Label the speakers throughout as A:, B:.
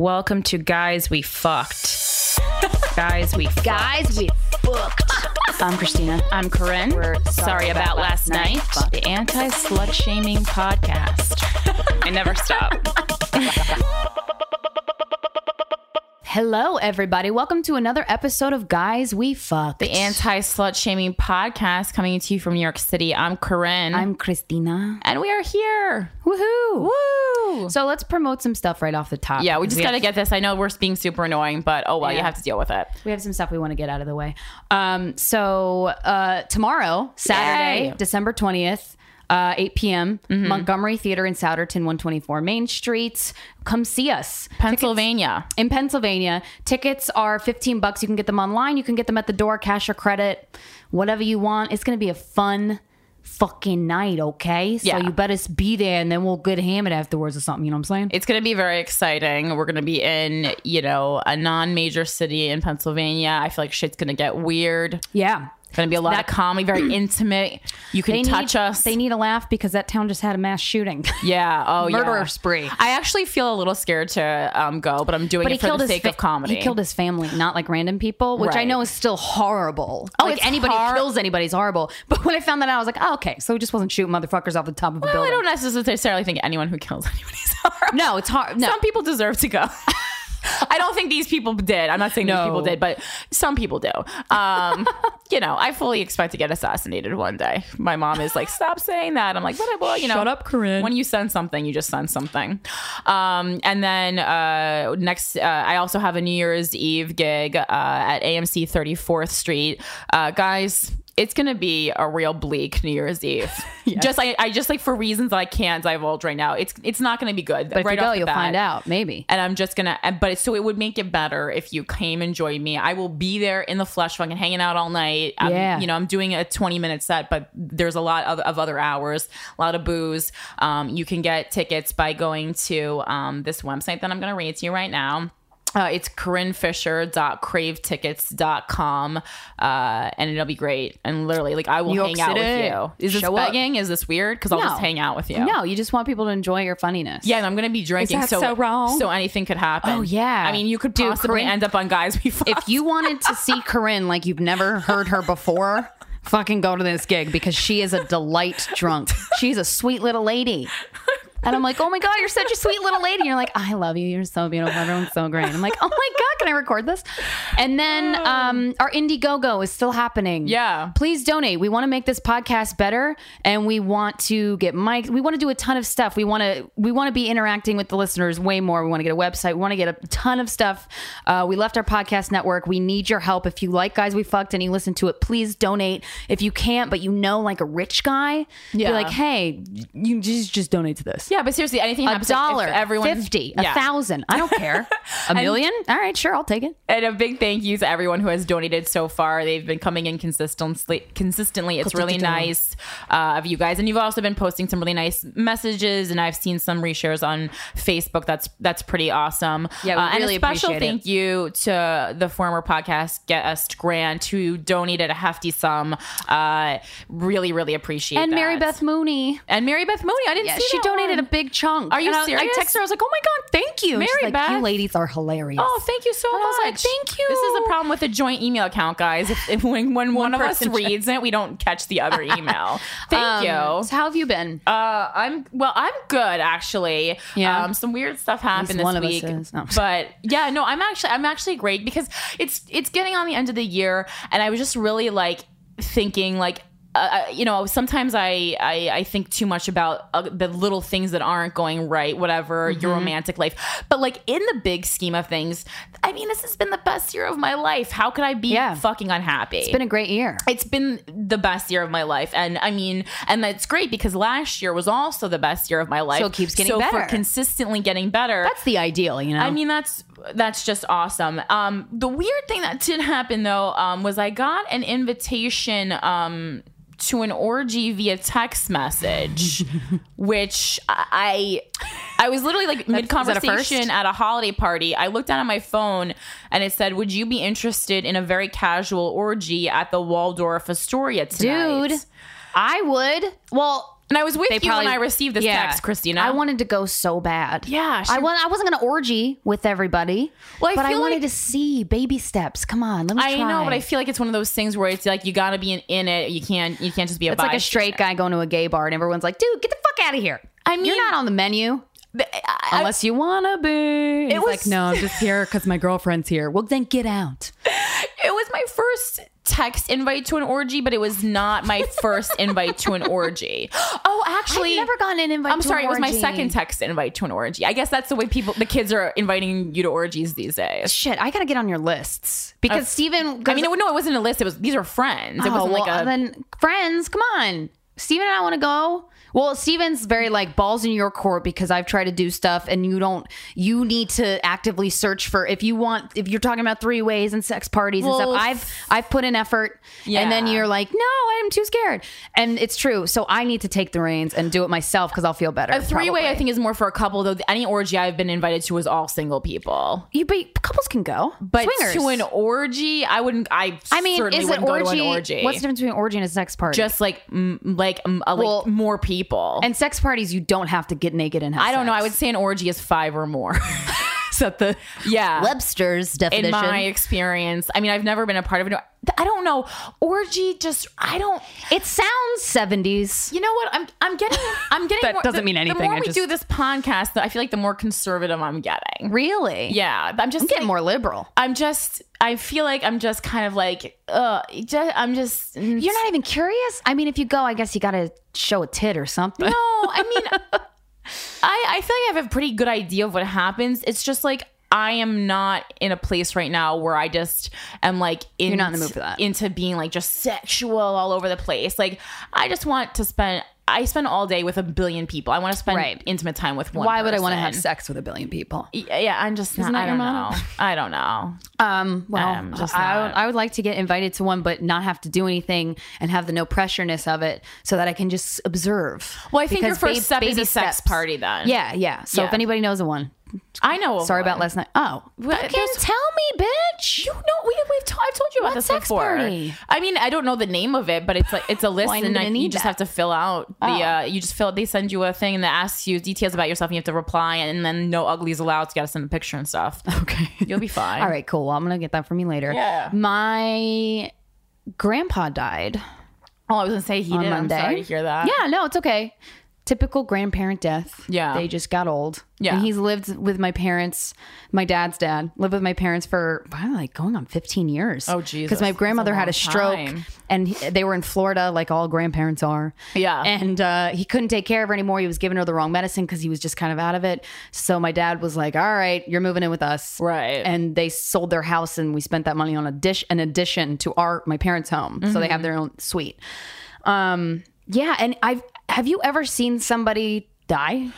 A: Welcome to Guys We Fucked. Guys We Fucked.
B: Guys, we booked. I'm Christina.
A: I'm Corinne.
B: We're
A: sorry, about, last night.
B: Fuck.
A: The anti slut shaming podcast. I never stop.
B: Hello, everybody. Welcome to another episode of Guys We Fucked.
A: The anti slut shaming podcast coming to you from New York City. I'm Corinne.
B: I'm Christina.
A: and we are here.
B: Woohoo!
A: Woo!
B: So let's promote some stuff right off the top.
A: Yeah, we just got to
B: have-
A: get this. I know we're being super annoying, but oh well, you
B: Yeah.
A: have to deal with it.
B: We have some stuff we want to get out of the way. Um, so uh, tomorrow, Saturday,
A: Yay. Mm-hmm.
B: December twentieth. Uh, 8 p.m. Montgomery Theater in Souderton, 124 Main Street. Come see us.
A: Pennsylvania.
B: in Pennsylvania. Tickets are 15 bucks. You can get them online, you can get them at the door, cash or credit, whatever you want. It's going to be a fun fucking night, okay? So
A: Yeah.
B: you better be there and then we'll get hammered afterwards or something, you know what I'm saying?
A: It's going to be very exciting. We're going to be in, you know, a non-major city in Pennsylvania. I feel like shit's going to get weird.
B: yeah.
A: Going to be a lot
B: That-
A: of comedy, very intimate. You can touch
B: need,
A: us.
B: They need a laugh because that town just had a mass shooting.
A: yeah. Oh, yeah.
B: Murderer spree.
A: I actually feel a little scared to um, go, but I'm doing
B: But
A: it
B: he
A: for
B: killed
A: the
B: his
A: sake
B: fa-
A: of comedy.
B: He killed his family, not like random people, which I
A: Right.
B: know is still horrible. Oh, like
A: it's
B: anybody
A: hor-
B: who kills anybody's horrible. But when I found that out, I was like, oh, okay, so he just wasn't shooting motherfuckers off the top of a
A: Well,
B: building.
A: I don't necessarily think anyone who kills anyone is horrible.
B: no, it's hard. No,
A: Some people deserve to go. I don't think these people did. I'm not saying these
B: No.
A: people did, but some people do. Um, you know, I fully expect to get assassinated one day. My mom is like, "Stop saying that." I'm like, "But I will." You know,
B: Shut up, Corinne.
A: When you send something, you just send something. Um, and then uh, next, uh, I also have a New Year's Eve gig uh, at AMC 34th Street, uh, guys. It's gonna be a real bleak New Year's Eve. Just I, I just like for reasons that I can't divulge right now. It's it's not gonna be good.
B: but if
A: right
B: you go,
A: off the
B: you'll
A: bat
B: find out, maybe.
A: and I'm just gonna. and- But it, so it would make it better if you came and joined me. I will be there in the flesh, fucking hanging out all night. I'm,
B: Yeah.
A: you know, I'm doing a 20 minute set, but there's a lot of, of other hours, a lot of booze. Um, you can get tickets by going to um, this website that I'm gonna read to you right now. Uh, it's CorinneFisher.CraveTickets.com, uh, and it'll be great. And literally, like, I will
B: New York
A: hang out
B: City.
A: with you. Is this
B: Show up.
A: begging? Is this weird? Because I'll
B: No.
A: just hang out with you.
B: No, you just want people to enjoy your funniness.
A: Yeah, and I'm gonna be drinking.
B: that
A: so
B: so wrong?
A: So anything could happen.
B: Oh, yeah.
A: I mean, you could
B: Dude,
A: possibly
B: Corinne-
A: end up on guys we fucked.
B: If you wanted to see Corinne like you've never heard her before, fucking go to this gig because she is a delight drunk. She's a sweet little lady. And I'm like, oh my God, you're such a sweet little lady. And you're like, I love you. You're so beautiful. Everyone's so great. I'm like, oh my God, can I record this? And then um, our Indiegogo is still happening.
A: Oh. Yeah.
B: Please donate. We want to make this podcast better and we want to get mics. We want to do a ton of stuff. We want to we want to be interacting with the listeners way more. We want to get a website. We want to get a ton of stuff. Uh, we left our podcast network. We need your help. If you like guys we fucked and you listen to it, please donate. If you can't, but you know like a rich guy,
A: Yeah.
B: be like, hey, you just just donate to this.
A: yeah, but seriously, anything
B: A
A: happens, if
B: dollar,
A: everyone,
B: fifty,
A: Yeah.
B: a thousand. I don't care. A million? All right, sure, I'll take it.
A: and a big thank you to everyone who has donated so far. They've been coming in consistently. Consistently, it's really nice uh, of you guys, and you've also been posting some really nice messages. And I've seen some reshares on Facebook. That's that's pretty awesome.
B: Yeah, we
A: Uh,
B: really
A: and a special
B: appreciate it.
A: thank you to the former podcast guest Grant who donated a hefty sum. Uh, really, really appreciate
B: And
A: that.
B: Mary Beth Mooney.
A: And Mary Beth Mooney, I didn't
B: Yeah,
A: see
B: she
A: that
B: donated
A: one.
B: a big chunk.
A: Are you
B: And I- I,
A: serious?
B: texted her. I was like, "Oh my god, thank you!" And
A: Mary
B: she's like,
A: Beth.
B: "You ladies are hilarious."
A: Oh, thank you so
B: And
A: much.
B: I was like, "Thank you."
A: This is the problem with a joint email account, guys. If, if when, when one, of us
B: person checks.
A: reads it, we don't catch the other email.
B: Um,
A: Thank you.
B: So how have you been?
A: Uh, I'm well. I'm good, actually.
B: Yeah.
A: Um, some weird stuff happened this
B: one of us
A: week,
B: is. No.
A: but yeah, no. I'm actually I'm actually great because it's it's getting on the end of the year, and I was just really like thinking like. Uh, uh, you know, sometimes I, I I think too much about uh, the little things that aren't going right, whatever your
B: Mm-hmm.
A: romantic life. But like in the big scheme of things, I mean, this has been the best year of my life. How could I be
B: Yeah.
A: fucking unhappy?
B: It's been a great year.
A: it's been the best year of my life and i mean and that's great because last year was also the best year of my life
B: So it keeps getting
A: so for
B: better.
A: consistently getting better
B: That's the ideal, you know.
A: I mean, that's that's just awesome. Um, the weird thing that did happen though um, was I got an invitation um, to an orgy via text message, which I I was literally like mid
B: first?
A: conversation at a holiday party. I looked down at my phone and it said, "Would you be interested in a very casual orgy at the Waldorf Astoria tonight?"
B: dude, I would. Well,
A: And I was with
B: They
A: you
B: probably-
A: when I received this
B: yeah.
A: text, Christina.
B: I wanted to go so bad.
A: Yeah,
B: I
A: sure.
B: wa- I wasn't going to orgy with everybody.
A: Well, I
B: but I
A: feel
B: wanted
A: like-
B: to see baby steps. Come on, let me.
A: I know,
B: try.
A: but I feel like it's one of those things where it's like you gotta be in, in it. You can't. You can't just be a.
B: It's like
A: bi-
B: a straight guy going to a gay bar and everyone's like, dude, get the fuck out of here.
A: I
B: You're
A: mean-
B: not on the menu.
A: uh, Um,
B: Unless you wanna be. It He's like,
A: was-
B: no, I'm just here because my girlfriend's here. Well, then get out.
A: It was my first text invite to an orgy, but it was not my first invite to an orgy. Oh, actually,
B: I've never gotten an invite.
A: I'm
B: to
A: sorry,
B: an
A: it was my
B: orgy.
A: second text invite to an orgy. I guess that's the way people, the kids are inviting you to orgies these days.
B: Shit, I gotta get on your lists because Steven.
A: I mean, it, no, it wasn't a list. It was these were friends. It
B: oh,
A: wasn't
B: well,
A: like a.
B: then friends, come on. Steven and I want to go. Well, Steven's very like balls in your court because I've tried to do stuff and you don't you need to actively search for if you want if you're talking about three ways and sex parties and
A: Well,
B: stuff. I've I've put in effort and then
A: Yeah.
B: you're like, "No, I'm too scared." And it's true. So I need to take the reins and do it myself cuz I'll feel better.
A: a three-way, I
B: probably.
A: think, is more for a couple. Though any orgy I've been invited to was all single people.
B: you but couples can go.
A: But
B: Swingers.
A: to an orgy, I wouldn't. I.
B: I mean,
A: certainly
B: is it
A: wouldn't
B: orgy,
A: Go to an orgy.
B: What's the difference between orgy and a sex party?
A: just like m- like m- uh, like
B: Well-
A: more people.
B: and sex parties you don't have to get naked and have
A: I don't know.
B: sex.
A: I would say an orgy is five or more.
B: Is that the
A: yeah.
B: Webster's definition?
A: in my experience, I mean, I've never been a part of an. I don't know. Orgy, just I don't.
B: it sounds seventies.
A: You know what? I'm I'm getting I'm getting.
B: That
A: more,
B: doesn't
A: the-
B: mean anything.
A: The more
B: I
A: we
B: just-
A: do this podcast, the, I feel like the more conservative I'm getting.
B: Really?
A: Yeah, I'm just
B: I'm getting
A: like-
B: more liberal.
A: I'm just. I feel like I'm just kind of like. Uh, just, I'm just. mm,
B: You're not even curious. I mean, if you go, I guess you got to show a tit or something.
A: No, I mean, I, I feel like I have a pretty good idea of what happens. It's just like I am not in a place right now where I just am like in,
B: not in the mood for that.
A: into being like just sexual all over the place. Like I just want to spend. I spend all day with a billion people. I want to spend
B: Right.
A: intimate time with one.
B: Why would I want to have
A: person.
B: sex with a billion people?
A: Y- Yeah, I'm just not.
B: that
A: I
B: your
A: don't
B: motto?
A: know. I don't know.
B: Um, well,
A: I'm just
B: I,
A: not-
B: I would like to get invited to one, but not have to do anything and have the no pressureness of it, so that I can just observe.
A: Well, I think
B: Because
A: your first
B: ba-
A: step is
B: baby
A: a sex
B: steps.
A: party. Then,
B: Yeah, yeah. So
A: Yeah.
B: if anybody knows a one,
A: I know.
B: sorry about
A: last.
B: last night. Oh,
A: Well,
B: fucking
A: there's-
B: tell me, bitch.
A: You know, we, we've t- I've told you about
B: What
A: this
B: sex
A: before.
B: party? Oh,
A: I mean, I don't know the name of it, but it's like it's a list,
B: Well, I'm
A: and
B: gonna
A: I, you
B: need
A: just
B: that.
A: have to fill out the.
B: Oh.
A: Uh, you just fill. They send you a thing and that asks you details about yourself, and you have to reply, and then no uglies allowed. So you got to send a picture and stuff.
B: Okay.
A: You'll be fine.
B: All right, cool. Well, I'm gonna get that from you later.
A: Yeah.
B: My grandpa died
A: Oh, I was gonna say he
B: on
A: did.
B: Monday.
A: I'm sorry to hear that.
B: Yeah, no, it's okay. Typical grandparent death.
A: Yeah.
B: They just got old.
A: Yeah.
B: And he's lived with my parents, my dad's dad, lived with my parents for wow, like going on 15 years.
A: Oh, Jesus.
B: Because my
A: That's a
B: grandmother had a
A: long
B: stroke
A: time.
B: and he- they were in Florida, like all grandparents are.
A: Yeah.
B: And uh, he couldn't take care of her anymore. He was giving her the wrong medicine because he was just kind of out of it. So my dad was like, all right, you're moving in with us
A: Right.
B: and they sold their house and we spent that money on a dish an addition to our my parents home so they have their own suite um yeah and i've have you ever seen somebody die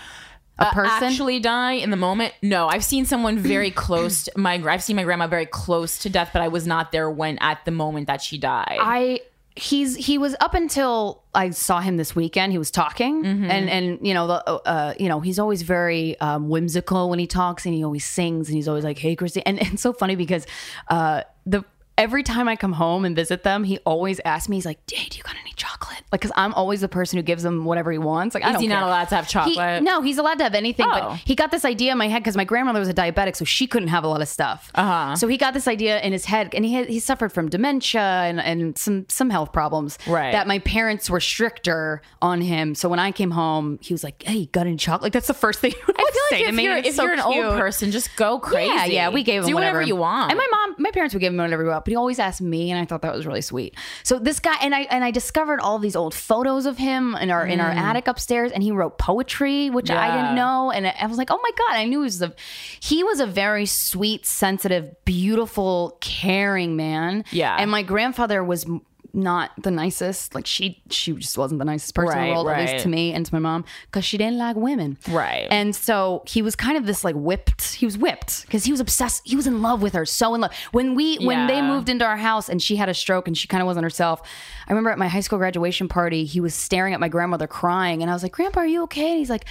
B: a person
A: actually die in the moment? No, I've seen someone very close. To my I've seen my grandma very close to death, but I was not there when at the moment that she died.
B: i he's he was up until i saw him this weekend he was talking
A: Mm-hmm.
B: and and you know the uh you know he's always very um, whimsical when he talks and he always sings and he's always like hey christy and, and it's so funny because uh the every time i come home and visit them he always asks me he's like hey do you got any chocolate like because i'm always the person who gives him whatever he wants like i
A: Is
B: don't
A: he not
B: care.
A: allowed to have
B: He-
A: chocolate?
B: no, he's allowed to have anything.
A: Oh.
B: But he got this idea in my head because my grandmother was a diabetic, so she couldn't have a lot of stuff. Uh-huh. So he got this idea in his head, and he had, he suffered from dementia and, and some some health problems.
A: Right.
B: That my parents were stricter on him. So when I came home, he was like, "Hey, you got any chocolate?" Like that's the first thing he would
A: I feel
B: say
A: like
B: to
A: if
B: me.
A: you're,
B: It's
A: if
B: so
A: you're an
B: cute.
A: old person, just go crazy.
B: Yeah, yeah, we gave him
A: Do
B: whatever.
A: you want.
B: And my mom, my parents would give him whatever we want, but he always asked me, and I thought that was really sweet. So this guy and I and I discovered all these old photos of him in our in our attic upstairs, and he wrote poetry, which I
A: Yeah.
B: didn't know, and I was like, oh my god, I knew he was a he was a very sweet, sensitive, beautiful, caring man.
A: Yeah.
B: and my grandfather was. m- Not the nicest. Like she, she just wasn't the nicest person in
A: Right,
B: the world, at
A: right.
B: least to me and to my mom, because she didn't like women.
A: Right.
B: And so he was kind of this like whipped. He was whipped because he was obsessed. He was in love with her, so in love. When we when they
A: Yeah.
B: moved into our house and she had a stroke and she kind of wasn't herself. I remember at my high school graduation party, he was staring at my grandmother crying, and I was like, "Grandpa, are you okay?" And he's like,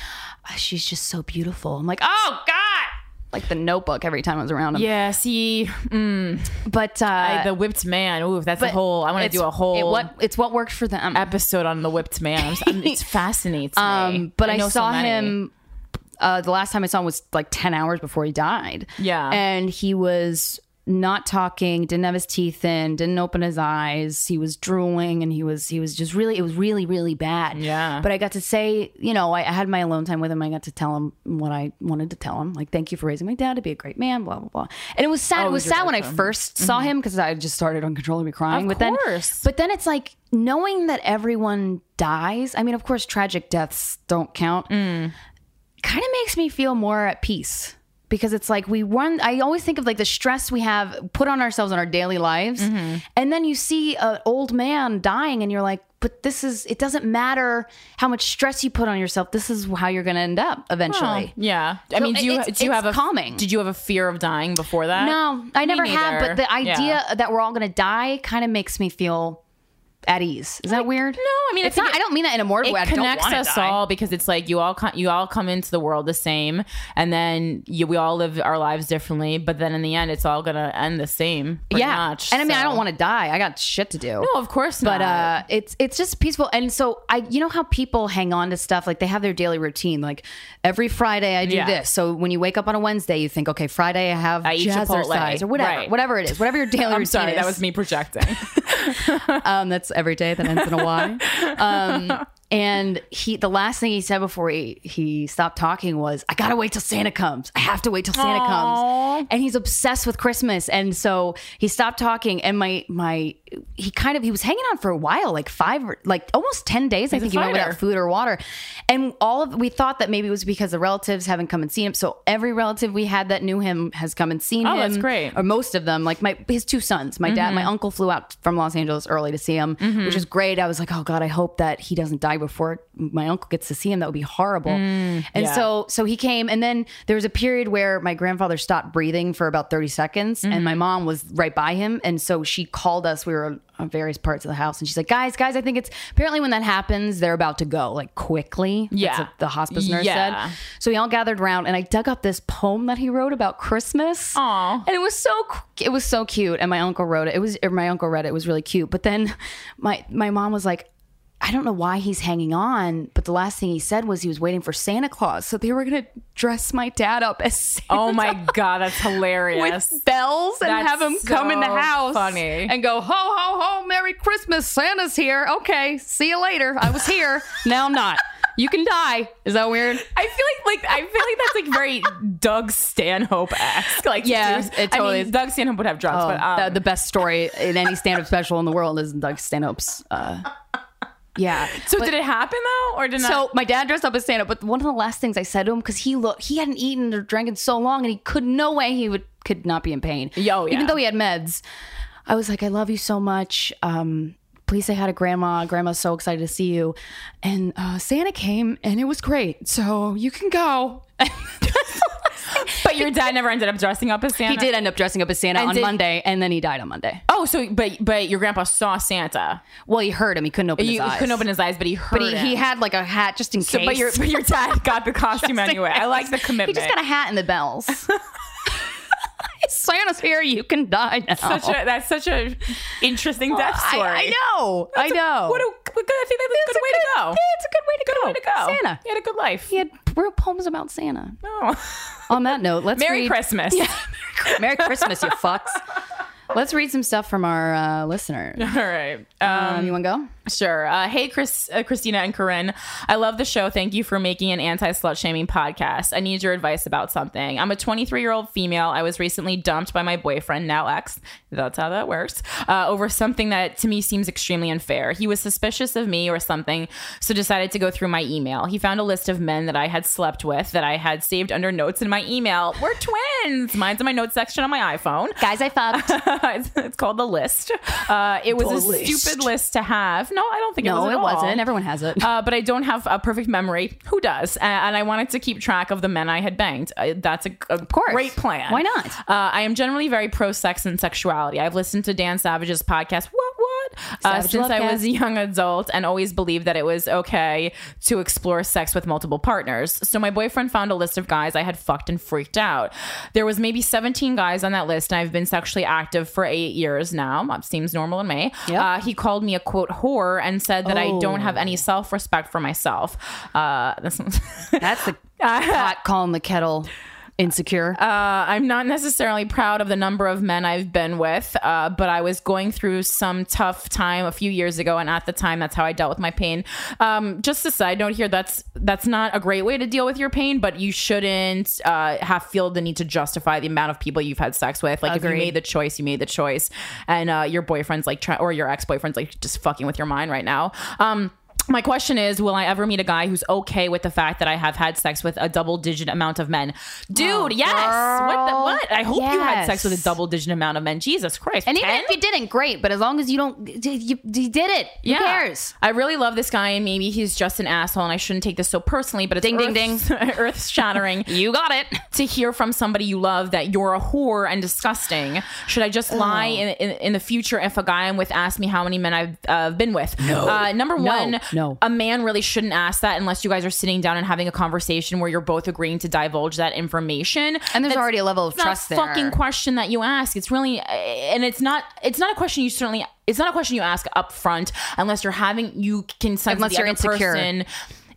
B: "Ah, "She's just so beautiful." I'm like, "Oh God." like the notebook every time I was around him.
A: Yeah, see,
B: But uh,
A: I, the whipped man. Ooh, that's a whole. I want to
B: it's-
A: do a whole
B: It, what it's what worked for them.
A: episode on the whipped man. I'm s- I'm- It fascinates me.
B: Um, but I,
A: know so
B: saw
A: many.
B: him. Uh, the last time I saw him was like ten hours before he died.
A: Yeah.
B: and he was not talking, didn't have his teeth in, didn't open his eyes. He was drooling, and he was he was just really it was really really bad.
A: Yeah.
B: But I got to say, you know, I, I had my alone time with him. I got to tell him what I wanted to tell him, like thank you for raising my dad to be a great man, blah blah blah. And it was sad. it was
A: you were
B: sad when I
A: with him.
B: first saw
A: Mm-hmm.
B: him because I just started uncontrollably crying.
A: Of
B: but
A: course.
B: then, but then it's like knowing that everyone dies. I mean, of course, tragic deaths don't count.
A: Mm.
B: Kind of makes me feel more at peace because it's like we run. I always think of like the stress we have put on ourselves in our daily lives,
A: Mm-hmm.
B: and then you see an old man dying, and you're like, but this is. It doesn't matter how much stress you put on yourself. This is how you're going to end up eventually.
A: Yeah. I
B: So
A: mean, do you
B: it's-
A: do you
B: it's
A: have a
B: calming.
A: Did you have a fear of dying before that?
B: No,
A: Me
B: I never have.
A: neither.
B: But the
A: Yeah.
B: idea that we're all going to die kind of makes me feel at ease. Is that weird? No,
A: I mean, I
B: it's
A: think it-
B: not. I don't mean that in a morbid way. I
A: It
B: don't
A: connects
B: wanna
A: us
B: die.
A: all because it's like you all come, you all come into the world the same, and then you, we all live our lives differently. But then in the end, it's all gonna end the same. pretty
B: Yeah,
A: much,
B: and I mean, I
A: so-
B: don't want to die. I got shit to do.
A: No, of course not.
B: but uh, it's it's just peaceful. And so I, you know how people hang on to stuff like they have their daily routine. Like every Friday I do
A: Yeah.
B: this. So when you wake up on a Wednesday, you think, okay, Friday I have
A: I eat
B: jazzercise
A: Chipotle.
B: or whatever,
A: Right.
B: whatever it is, whatever your daily
A: I'm
B: routine
A: sorry,
B: is.
A: that was me projecting.
B: Um, that's every day that ends in a Y. Um, and he, the last thing he said before he he stopped talking was, "I gotta wait till Santa comes. I have to wait till Santa comes." And he's obsessed with Christmas, and so he stopped talking. And my my, he kind of he was hanging on for a while, like five, or like almost ten days. I
A: a
B: think he went
A: fighter.
B: without food or water, and all of we thought that maybe it was because the relatives haven't come and seen him. So every relative we had that knew him has come and seen
A: Oh,
B: him.
A: that's great.
B: Or most of them, like my his two sons, my dad, my
A: Mm-hmm.
B: uncle flew out from Los Angeles early to see him, which is great. I was like, oh god, I hope that he doesn't die before my uncle gets to see him. That would be horrible. and
A: Mm, yeah.
B: so so he came, and then there was a period where my grandfather stopped breathing for about thirty seconds, and
A: Mm-hmm.
B: my mom was right by him, and so she called us. We were on various parts of the house, and she's like, guys, guys, I think it's apparently when that happens, they're about to go like quickly. That's
A: Yeah.
B: what the hospice nurse
A: Yeah.
B: said. So we all gathered around, and I dug up this poem that he wrote about Christmas.
A: Aw.
B: And it was so cu- it was so cute. And my uncle wrote it. It was or my uncle read it. It was really cute. But then my my mom was like, I don't know why he's hanging on. But the last thing he said was he was waiting for Santa Claus. So they were gonna dress my dad up as Santa
A: oh my god, that's hilarious.
B: with bells and
A: That's
B: have him come in the
A: so
B: house
A: funny.
B: and go ho ho ho merry christmas santa's here okay see you later i was here now i'm not you can die is that weird
A: I feel like like I feel like that's like very Doug Stanhope esque. Like
B: Yeah,
A: dudes-
B: it
A: I
B: totally
A: mean,
B: is.
A: Doug Stanhope would have drops,
B: Oh,
A: but um,
B: the, the best story in any stand-up special in the world is Doug Stanhope's. Uh, yeah.
A: so did it happen though, or did not?
B: So my dad dressed up as Santa, but one of the last things I said to him because he looked he hadn't eaten or drank in so long, and he could no way he would could not be in pain.
A: Yeah, oh, yeah.
B: Even though he had meds, I was like, I love you so much. Um, please say hi to Grandma. Grandma's so excited to see you. And uh, Santa came, and it was great. So you can go.
A: but your dad never ended up dressing up as Santa.
B: He did end up dressing up as Santa
A: And
B: on
A: did-
B: Monday, and then he died on Monday.
A: Oh, so but but your grandpa saw Santa.
B: Well, he heard him. He couldn't open
A: He,
B: his eyes.
A: couldn't open his eyes, but he heard.
B: But he,
A: him.
B: he had like a hat just in
A: So,
B: case.
A: but your but your dad got the costume anyway. I like the
B: he
A: commitment.
B: just got a hat and the bells. Santa's here. You can die now.
A: such a that's such a interesting death
B: I,
A: story.
B: I know. I know.
A: What a, what good, I think that's a good way to go.
B: Yeah, it's a good way to
A: Good
B: go.
A: way to go.
B: Santa.
A: He had a good life.
B: He had real poems about Santa.
A: Oh.
B: On that note, let's
A: Merry
B: read-
A: Christmas.
B: Merry Christmas, you fucks. Let's read some stuff from our uh, listeners.
A: All right. Um,
B: Um, you want to go?
A: Sure. Uh, hey, Chris, uh, Christina and Corinne. I love the show. Thank you for making an anti slut shaming podcast. I need your advice about something. I'm a 23 year old female. I was recently dumped by my boyfriend, now ex. That's how that works. Uh, over something that to me seems extremely unfair. He was suspicious of me or something, so decided to go through my email. He found a list of men that I had slept with that I had saved under notes in my email. We're twins. Mine's in my notes section on my iPhone.
B: Guys, I fucked.
A: it's, it's called the list. Uh, it was a
B: The List.
A: stupid list to have. No, I don't think it was.
B: no,
A: at
B: it
A: all.
B: wasn't. Everyone has it.
A: Uh, but I don't have a perfect memory. Who does? Uh, and I wanted to keep track of the men I had banged. Uh, that's a, a
B: course.
A: great plan.
B: Why not?
A: Uh, I am generally very pro sex and sexuality. I've listened to Dan Savage's podcast. What what? uh,
B: Savage
A: since
B: Love
A: I
B: Cast.
A: was a young adult and always believed that it was okay to explore sex with multiple partners. So my boyfriend found a list of guys I had fucked and freaked out. There was maybe 17 guys on that list, and I've been sexually active for eight years now. That seems normal in me.
B: Yep.
A: Uh, he called me a quote whore and said that I don't have any self respect for myself. Uh, this one's-
B: That's the
A: Uh,
B: pot calling the kettle insecure.
A: I'm not necessarily proud of the number of men I've been with, uh, but I was going through some tough time a few years ago, and at the time, that's how I dealt with my pain. Um, just a side note here: that's that's not a great way to deal with your pain, but you shouldn't uh, have feel the need to justify the amount of people you've had sex with. Like if
B: Agreed.
A: you made the choice, you made the choice, and uh, your boyfriend's like try- or your ex boyfriend's like just fucking with your mind right now. Um, my question is will i ever meet a guy who's okay with the fact that i have had sex with a double digit amount of men dude yes what the
B: girl.
A: what i hope you had sex with
B: Yes.
A: a double digit amount of men jesus christ
B: and even
A: 10?
B: if you didn't, great. But as long as you don't, you, you did it. Who cares?
A: I really love this guy, and maybe he's just an asshole, and I shouldn't take this so personally. But it's
B: Ding, ding,
A: earth shattering
B: You got it.
A: to hear from somebody you love that you're a whore and disgusting. Should I just lie
B: Oh.
A: in, in, in the future if a guy I'm with asks me how many men I've uh, been with? No. Uh, number one,
B: no.
A: a man really shouldn't ask that unless you guys are sitting down and having a conversation where you're both agreeing to divulge that information.
B: And there's
A: That's
B: already a level of
A: not
B: trust
A: a
B: there.
A: fucking question that you ask. It's really, and it's not. It's not a question you certainly. It's not a question you ask up front unless you're having. You can sense
B: Unless
A: the
B: you're
A: other
B: insecure.
A: person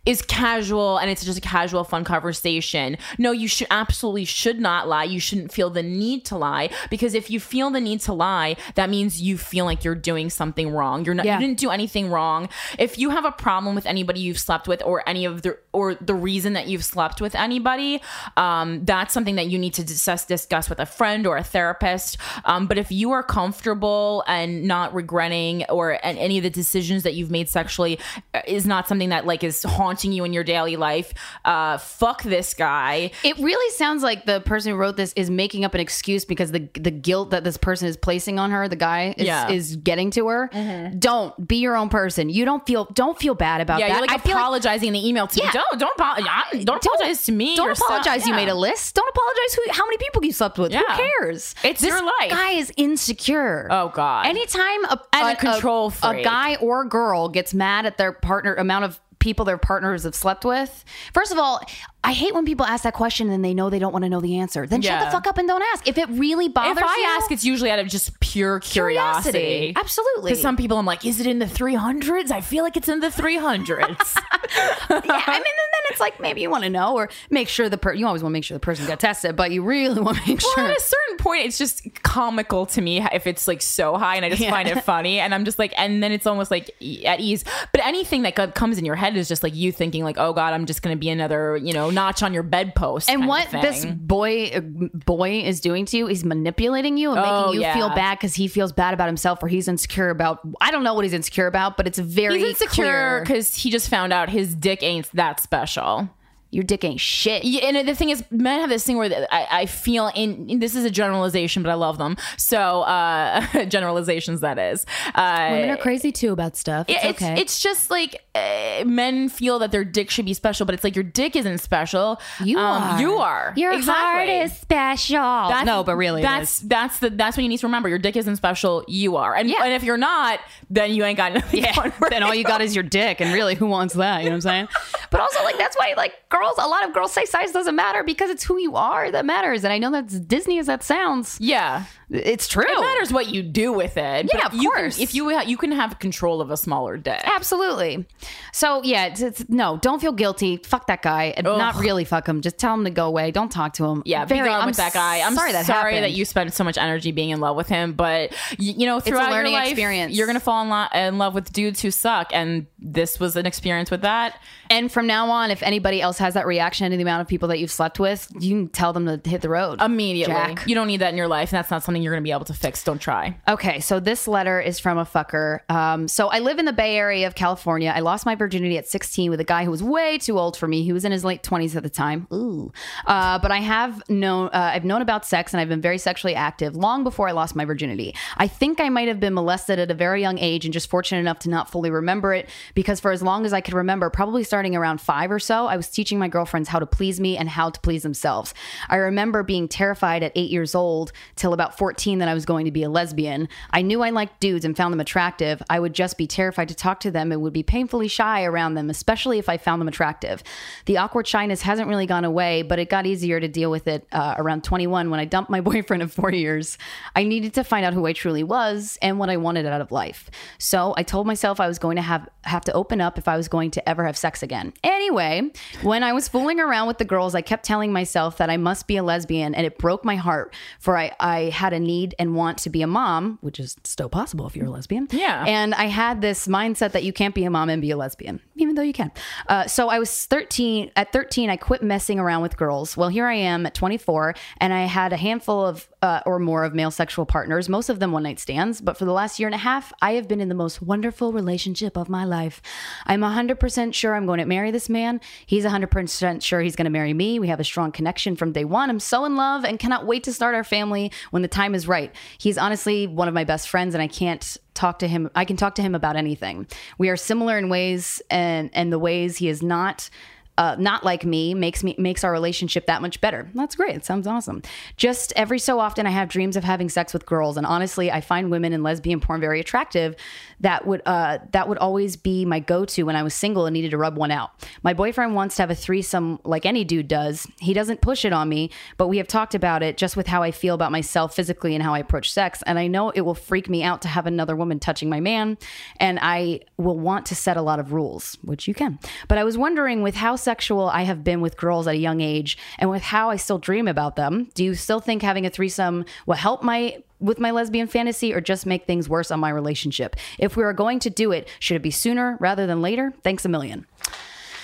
A: is casual and it's just a casual fun conversation. No, you should absolutely should not lie. You shouldn't feel the need to lie because if you feel the need to lie, that means you feel like you're doing something wrong. You're not
B: Yeah.
A: you didn't do anything wrong. If you have a problem with anybody you've slept with or any of the or the reason that you've slept with anybody, um, that's something that you need to discuss discuss with a friend or a therapist. Um, but if you are comfortable and not regretting or and any of the decisions that you've made sexually uh, is not something that like is haunting you in your daily life, uh, fuck this guy.
B: It really sounds like the person who wrote this is making up an excuse because the the guilt that this person is placing on her, the guy is,
A: Yeah. Mm-hmm.
B: is getting to her. Don't be your own person. You don't feel don't feel bad about
A: Yeah,
B: that.
A: you're like
B: I feel like
A: apologizing in the email to
B: Yeah.
A: me. Don't don't apo- I- don't, apologize to me.
B: don't
A: yourself.
B: apologize. You
A: Yeah.
B: made a list. Don't apologize. Who? How many people you slept with?
A: Yeah.
B: Who cares?
A: It's
B: this
A: your life.
B: Guy is insecure.
A: Oh, God.
B: Anytime a
A: And a control
B: a
A: freak.
B: guy or girl gets mad at their partner amount of people their partners have slept with. First of all, I hate when people ask that question and they know they don't want to know the answer. Then shut
A: Yeah.
B: the fuck up and don't ask. If it really bothers
A: If I
B: you,
A: ask, it's usually out of just pure curiosity.
B: Absolutely.
A: Because some people, I'm like, is it in the 300s? I feel like it's in the 300s.
B: yeah, I mean, and then it's like maybe you want to know or make sure the per- you always want to make sure the person got tested, but you really want to make sure.
A: At a certain point, it's just comical to me if it's like so high and I just
B: Yeah.
A: find it funny. And I'm just like, and then it's almost like e- at ease. But anything that co- comes in your head is just like you thinking, like, oh God, I'm just going to be another, you know, notch on your bedpost.
B: And
A: kind of
B: what this
A: thing.
B: boy uh, boy is doing to you is manipulating you and
A: Oh,
B: making you
A: yeah.
B: feel bad because he feels bad about himself or he's insecure about. I don't know what he's insecure about, but it's very
A: He's insecure
B: clear.
A: because he just found out his dick ain't that special.
B: Your dick ain't shit.
A: Yeah, and the thing is, men have this thing where I, I feel in, in- This is a generalization, but I love them. So uh, generalizations, that is. Uh,
B: Women are crazy too about stuff. It's,
A: it's
B: okay.
A: it's just like uh, men feel that their dick should be special, but it's like your dick isn't special.
B: you
A: Um,
B: are.
A: You are.
B: Your
A: Exactly.
B: heart is special.
A: That's-
B: no, but really, that's
A: that's that's the that's what you need to remember. Your dick isn't special. You are, and
B: Yeah.
A: and if you're not, then you ain't got nothing. going for
B: then all you got is your dick, and really, who wants that? You know what I'm saying? but also, like that's why, like girls, a lot of girls say size doesn't matter because it's who you are that matters. And I know that's Disney as that sounds.
A: Yeah,
B: It's true.
A: it matters what you do with it.
B: Oh. Yeah,
A: but
B: of
A: you can-
B: course.
A: if you ha- you can have control of a smaller dick.
B: Absolutely. So yeah, it's, it's, no, don't feel guilty. Fuck that guy. And Not really fuck him. Just tell him to go away. Don't talk to him.
A: Yeah, be gone
B: I'm
A: with that guy. I'm sorry that sorry
B: happened.
A: that you spent so much energy being in love with him, but y- you know throughout
B: learning
A: your life,
B: experience.
A: you're gonna fall in, lo- in love with dudes who suck, and this was an experience with that.
B: And from now on, if anybody else has that reaction to the amount of people that you've slept with, you can tell them to hit the road
A: immediately.
B: Jack.
A: You don't need that in your life, and that's not something you're going to be able to fix. Don't try.
B: Okay, so this letter is from a fucker. Um, so I live in the Bay Area of California. I lost my virginity at 16 with a guy who was way too old for me. He was in his late 20s at the time. Ooh, uh, but I have known uh, I've known about sex and I've been very sexually active long before I lost my virginity. I think I might have been molested at a very young age and just fortunate enough to not fully remember it because for as long as I could remember, probably starting around five or so, I was teaching teaching my girlfriends how to please me and how to please themselves. I remember being terrified at eight years old till about 14 that I was going to be a lesbian. I knew I liked dudes and found them attractive. I would just be terrified to talk to them and would be painfully shy around them, especially if I found them attractive. The awkward shyness hasn't really gone away, but it got easier to deal with it uh, around 21 when I dumped my boyfriend of four years. I needed to find out who I truly was and what I wanted out of life. So I told myself I was going to have have to open up if I was going to ever have sex again. Anyway, when I was fooling around with the girls, I kept telling myself that I must be a lesbian, and it broke my heart. For I I had a need and want to be a mom, which is still possible if you're a lesbian.
A: Yeah.
B: And I had this mindset that you can't be a mom and be a lesbian, even though you can. Uh, so I was 13. At 13, I quit messing around with girls. Well, here I am at 24, and I had a handful of uh, or more of male sexual partners, most of them one night stands. But for the last year and a half, I have been in the most wonderful relationship of my life. I'm 100% sure I'm going to marry this man. He's 100% sure he's going to marry me. We have a strong connection from day one. I'm so in love and cannot wait to start our family when the time is right. He's honestly one of my best friends, and I can't talk to him i can talk to him about anything we are similar in ways and and the ways he is not uh, not like me makes me makes our relationship that much better that's great it sounds awesome just every so often i have dreams of having sex with girls and honestly i find women in lesbian porn very attractive that would uh, that would always be my go-to when i was single and needed to rub one out my boyfriend wants to have a threesome like any dude does he doesn't push it on me but we have talked about it just with how i feel about myself physically and how i approach sex and i know it will freak me out to have another woman touching my man and i will want to set a lot of rules which you can but i was wondering with how sexual I have been with girls at a young age and with how I still dream about them. Do you still think having a threesome will help my with my lesbian fantasy or just make things worse on my relationship? If we are going to do it, should it be sooner rather than later? Thanks a million.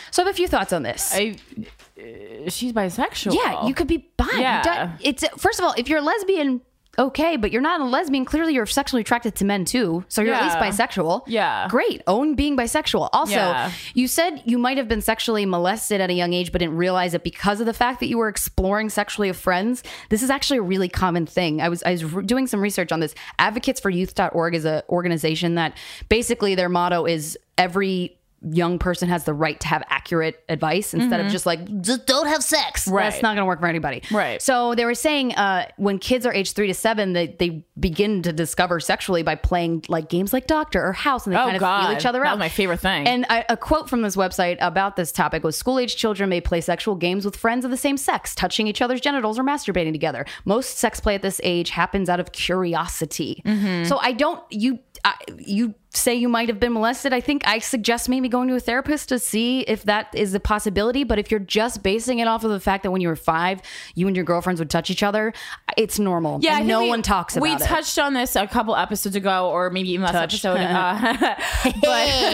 B: So I have a few thoughts on this.
A: I, uh, she's bisexual.
B: yeah, you could be bi. You
A: Yeah.
B: don't- It's first of all, if you're a lesbian, okay, but you're not a lesbian. Clearly, you're sexually attracted to men too, so you're at least
A: Yeah.
B: bisexual.
A: Yeah.
B: great. Own being bisexual. Also,
A: Yeah.
B: you said you might have been sexually molested at a young age, but didn't realize it because of the fact that you were exploring sexually with friends. This is actually a really common thing. I was I was re- doing some research on this. Advocates for Youth.org is a organization that basically their motto is every young person has the right to have accurate advice instead of just like just don't have sex
A: Mm-hmm. Right.
B: that's not going to work for anybody
A: Right.
B: so they were saying uh, when kids are age three to seven they, they begin to discover sexually by playing like games like doctor or house and they
A: Oh,
B: kind of feel
A: God.
B: each other
A: That
B: out
A: was my favorite thing.
B: and I, a quote from this website about this topic was school age children may play sexual games with friends of the same sex touching each other's genitals or masturbating together most sex play at this age happens out of curiosity
A: Mm-hmm.
B: so i don't you I, you say you might have been molested i think i suggest maybe going to a therapist to see if that is a possibility but if you're just basing it off of the fact that when you were five you and your girlfriends would touch each other it's normal
A: Yeah, I
B: And
A: think
B: no
A: we-
B: one talks about
A: we
B: it
A: touched on this a couple episodes ago, or maybe even last episode. Uh, but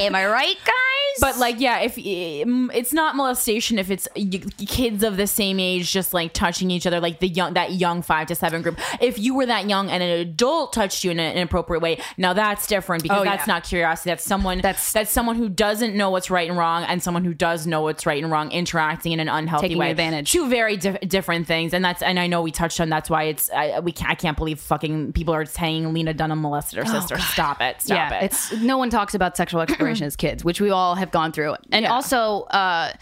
B: am i right guys
A: but like, yeah, if eh, it's not molestation, if it's y- kids of the same age just like touching each other, like the young that young five to seven group. If you were that young and an adult touched you in an inappropriate way, now that's different because
B: Oh,
A: that's
B: yeah.
A: not curiosity. That's someone
B: That's-
A: that's that's someone who doesn't know what's right and wrong, and someone who does know what's right and wrong interacting in an unhealthy
B: Taking
A: way.
B: advantage.
A: Two very di- different things, and that's and I know we touched on that's why it's I, we can't, I can't believe fucking people are saying Lena Dunham molested her sister. Stop it! Stop
B: Oh, yeah,
A: it!
B: It's no one talks about sexual exploration as kids, which we all have gone through. And
A: Yeah.
B: also, uh,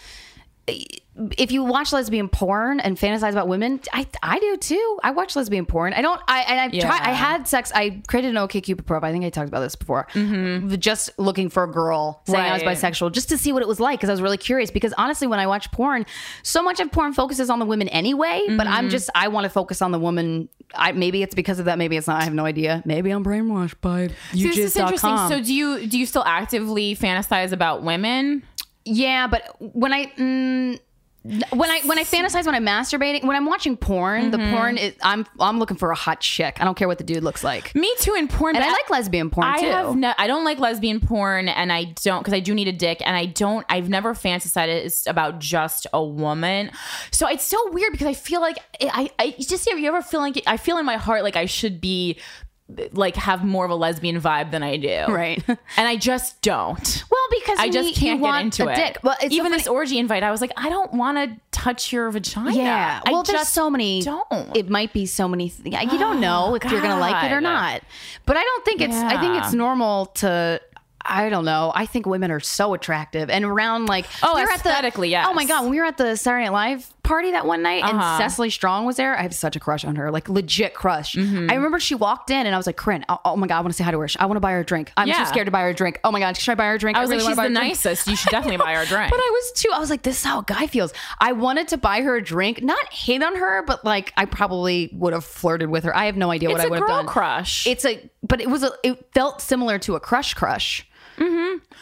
B: if you watch lesbian porn and fantasize about women, I I do too. I watch lesbian porn. I don't. I and I've tried. I
A: Yeah.
B: had sex. I created an OkCupid profile. I think I talked about this before. Just looking for a girl saying I was
A: Mm-hmm. Right.
B: bisexual, just to see what it was like because I was really curious. Because honestly, when I watch porn, so much of porn focuses on the women anyway. But
A: Mm-hmm.
B: I'm just I want to focus on the woman. I, maybe it's because of that. Maybe it's not. I have no idea. Maybe I'm brainwashed by
A: See, this is interesting.
B: youjizz.com.
A: So do you do you still actively fantasize about women?
B: Yeah, but when I mm, when I when I fantasize when I'm masturbating when I'm watching porn, the
A: Mm-hmm.
B: porn is I'm I'm looking for a hot chick. I don't care what the dude looks like.
A: Me too in porn.
B: And
A: but
B: I like lesbian porn
A: I
B: too.
A: have no, I don't like lesbian porn, and I don't because I do need a dick, and I don't. I've never fantasized about just a woman, so it's so weird because I feel like eh, I, I it's just you ever feel like I feel in my heart like I should be like have more of a lesbian vibe than I do,
B: Right.
A: And I just don't.
B: well, because
A: I
B: you
A: just
B: need- you
A: can't get
B: want
A: into
B: a
A: it.
B: Dick. Well, it's so
A: Even
B: funny-
A: this orgy invite, I was like, I don't want to touch your vagina.
B: Yeah.
A: I
B: Well, there's
A: just
B: so many.
A: Don't. Oh,
B: It might be so many. Th- yeah, you don't know if you're gonna like it or
A: God.
B: not. But I don't think it's. I think
A: Yeah.
B: it's normal to. I don't know. I think women are so attractive and around like
A: Oh,
B: we were
A: aesthetically,
B: at
A: yes.
B: the, Oh my god, when we were at the Saturday Night Live party that one night
A: Uh-huh.
B: and Cecily Strong was there. I have such a crush on her, like legit crush.
A: Mm-hmm.
B: I remember she walked in and I was like, "Corinne, oh, oh my god, I want to say hi to her. I want to buy her a drink. I'm
A: Yeah.
B: too scared to buy her a drink. Oh my god, should I buy her a drink?
A: I was
B: really
A: like,
B: wanna
A: she's
B: buy her
A: the
B: a drink."
A: nicest. You should definitely buy her a drink.
B: But I was too. I was like, this is how a guy feels. I wanted to buy her a drink, not hate on her, but like I probably would have flirted with her. I have no idea what
A: it's
B: I
A: a
B: would
A: girl
B: have done.
A: crush.
B: It's a, but it was a, it felt similar to a crush crush.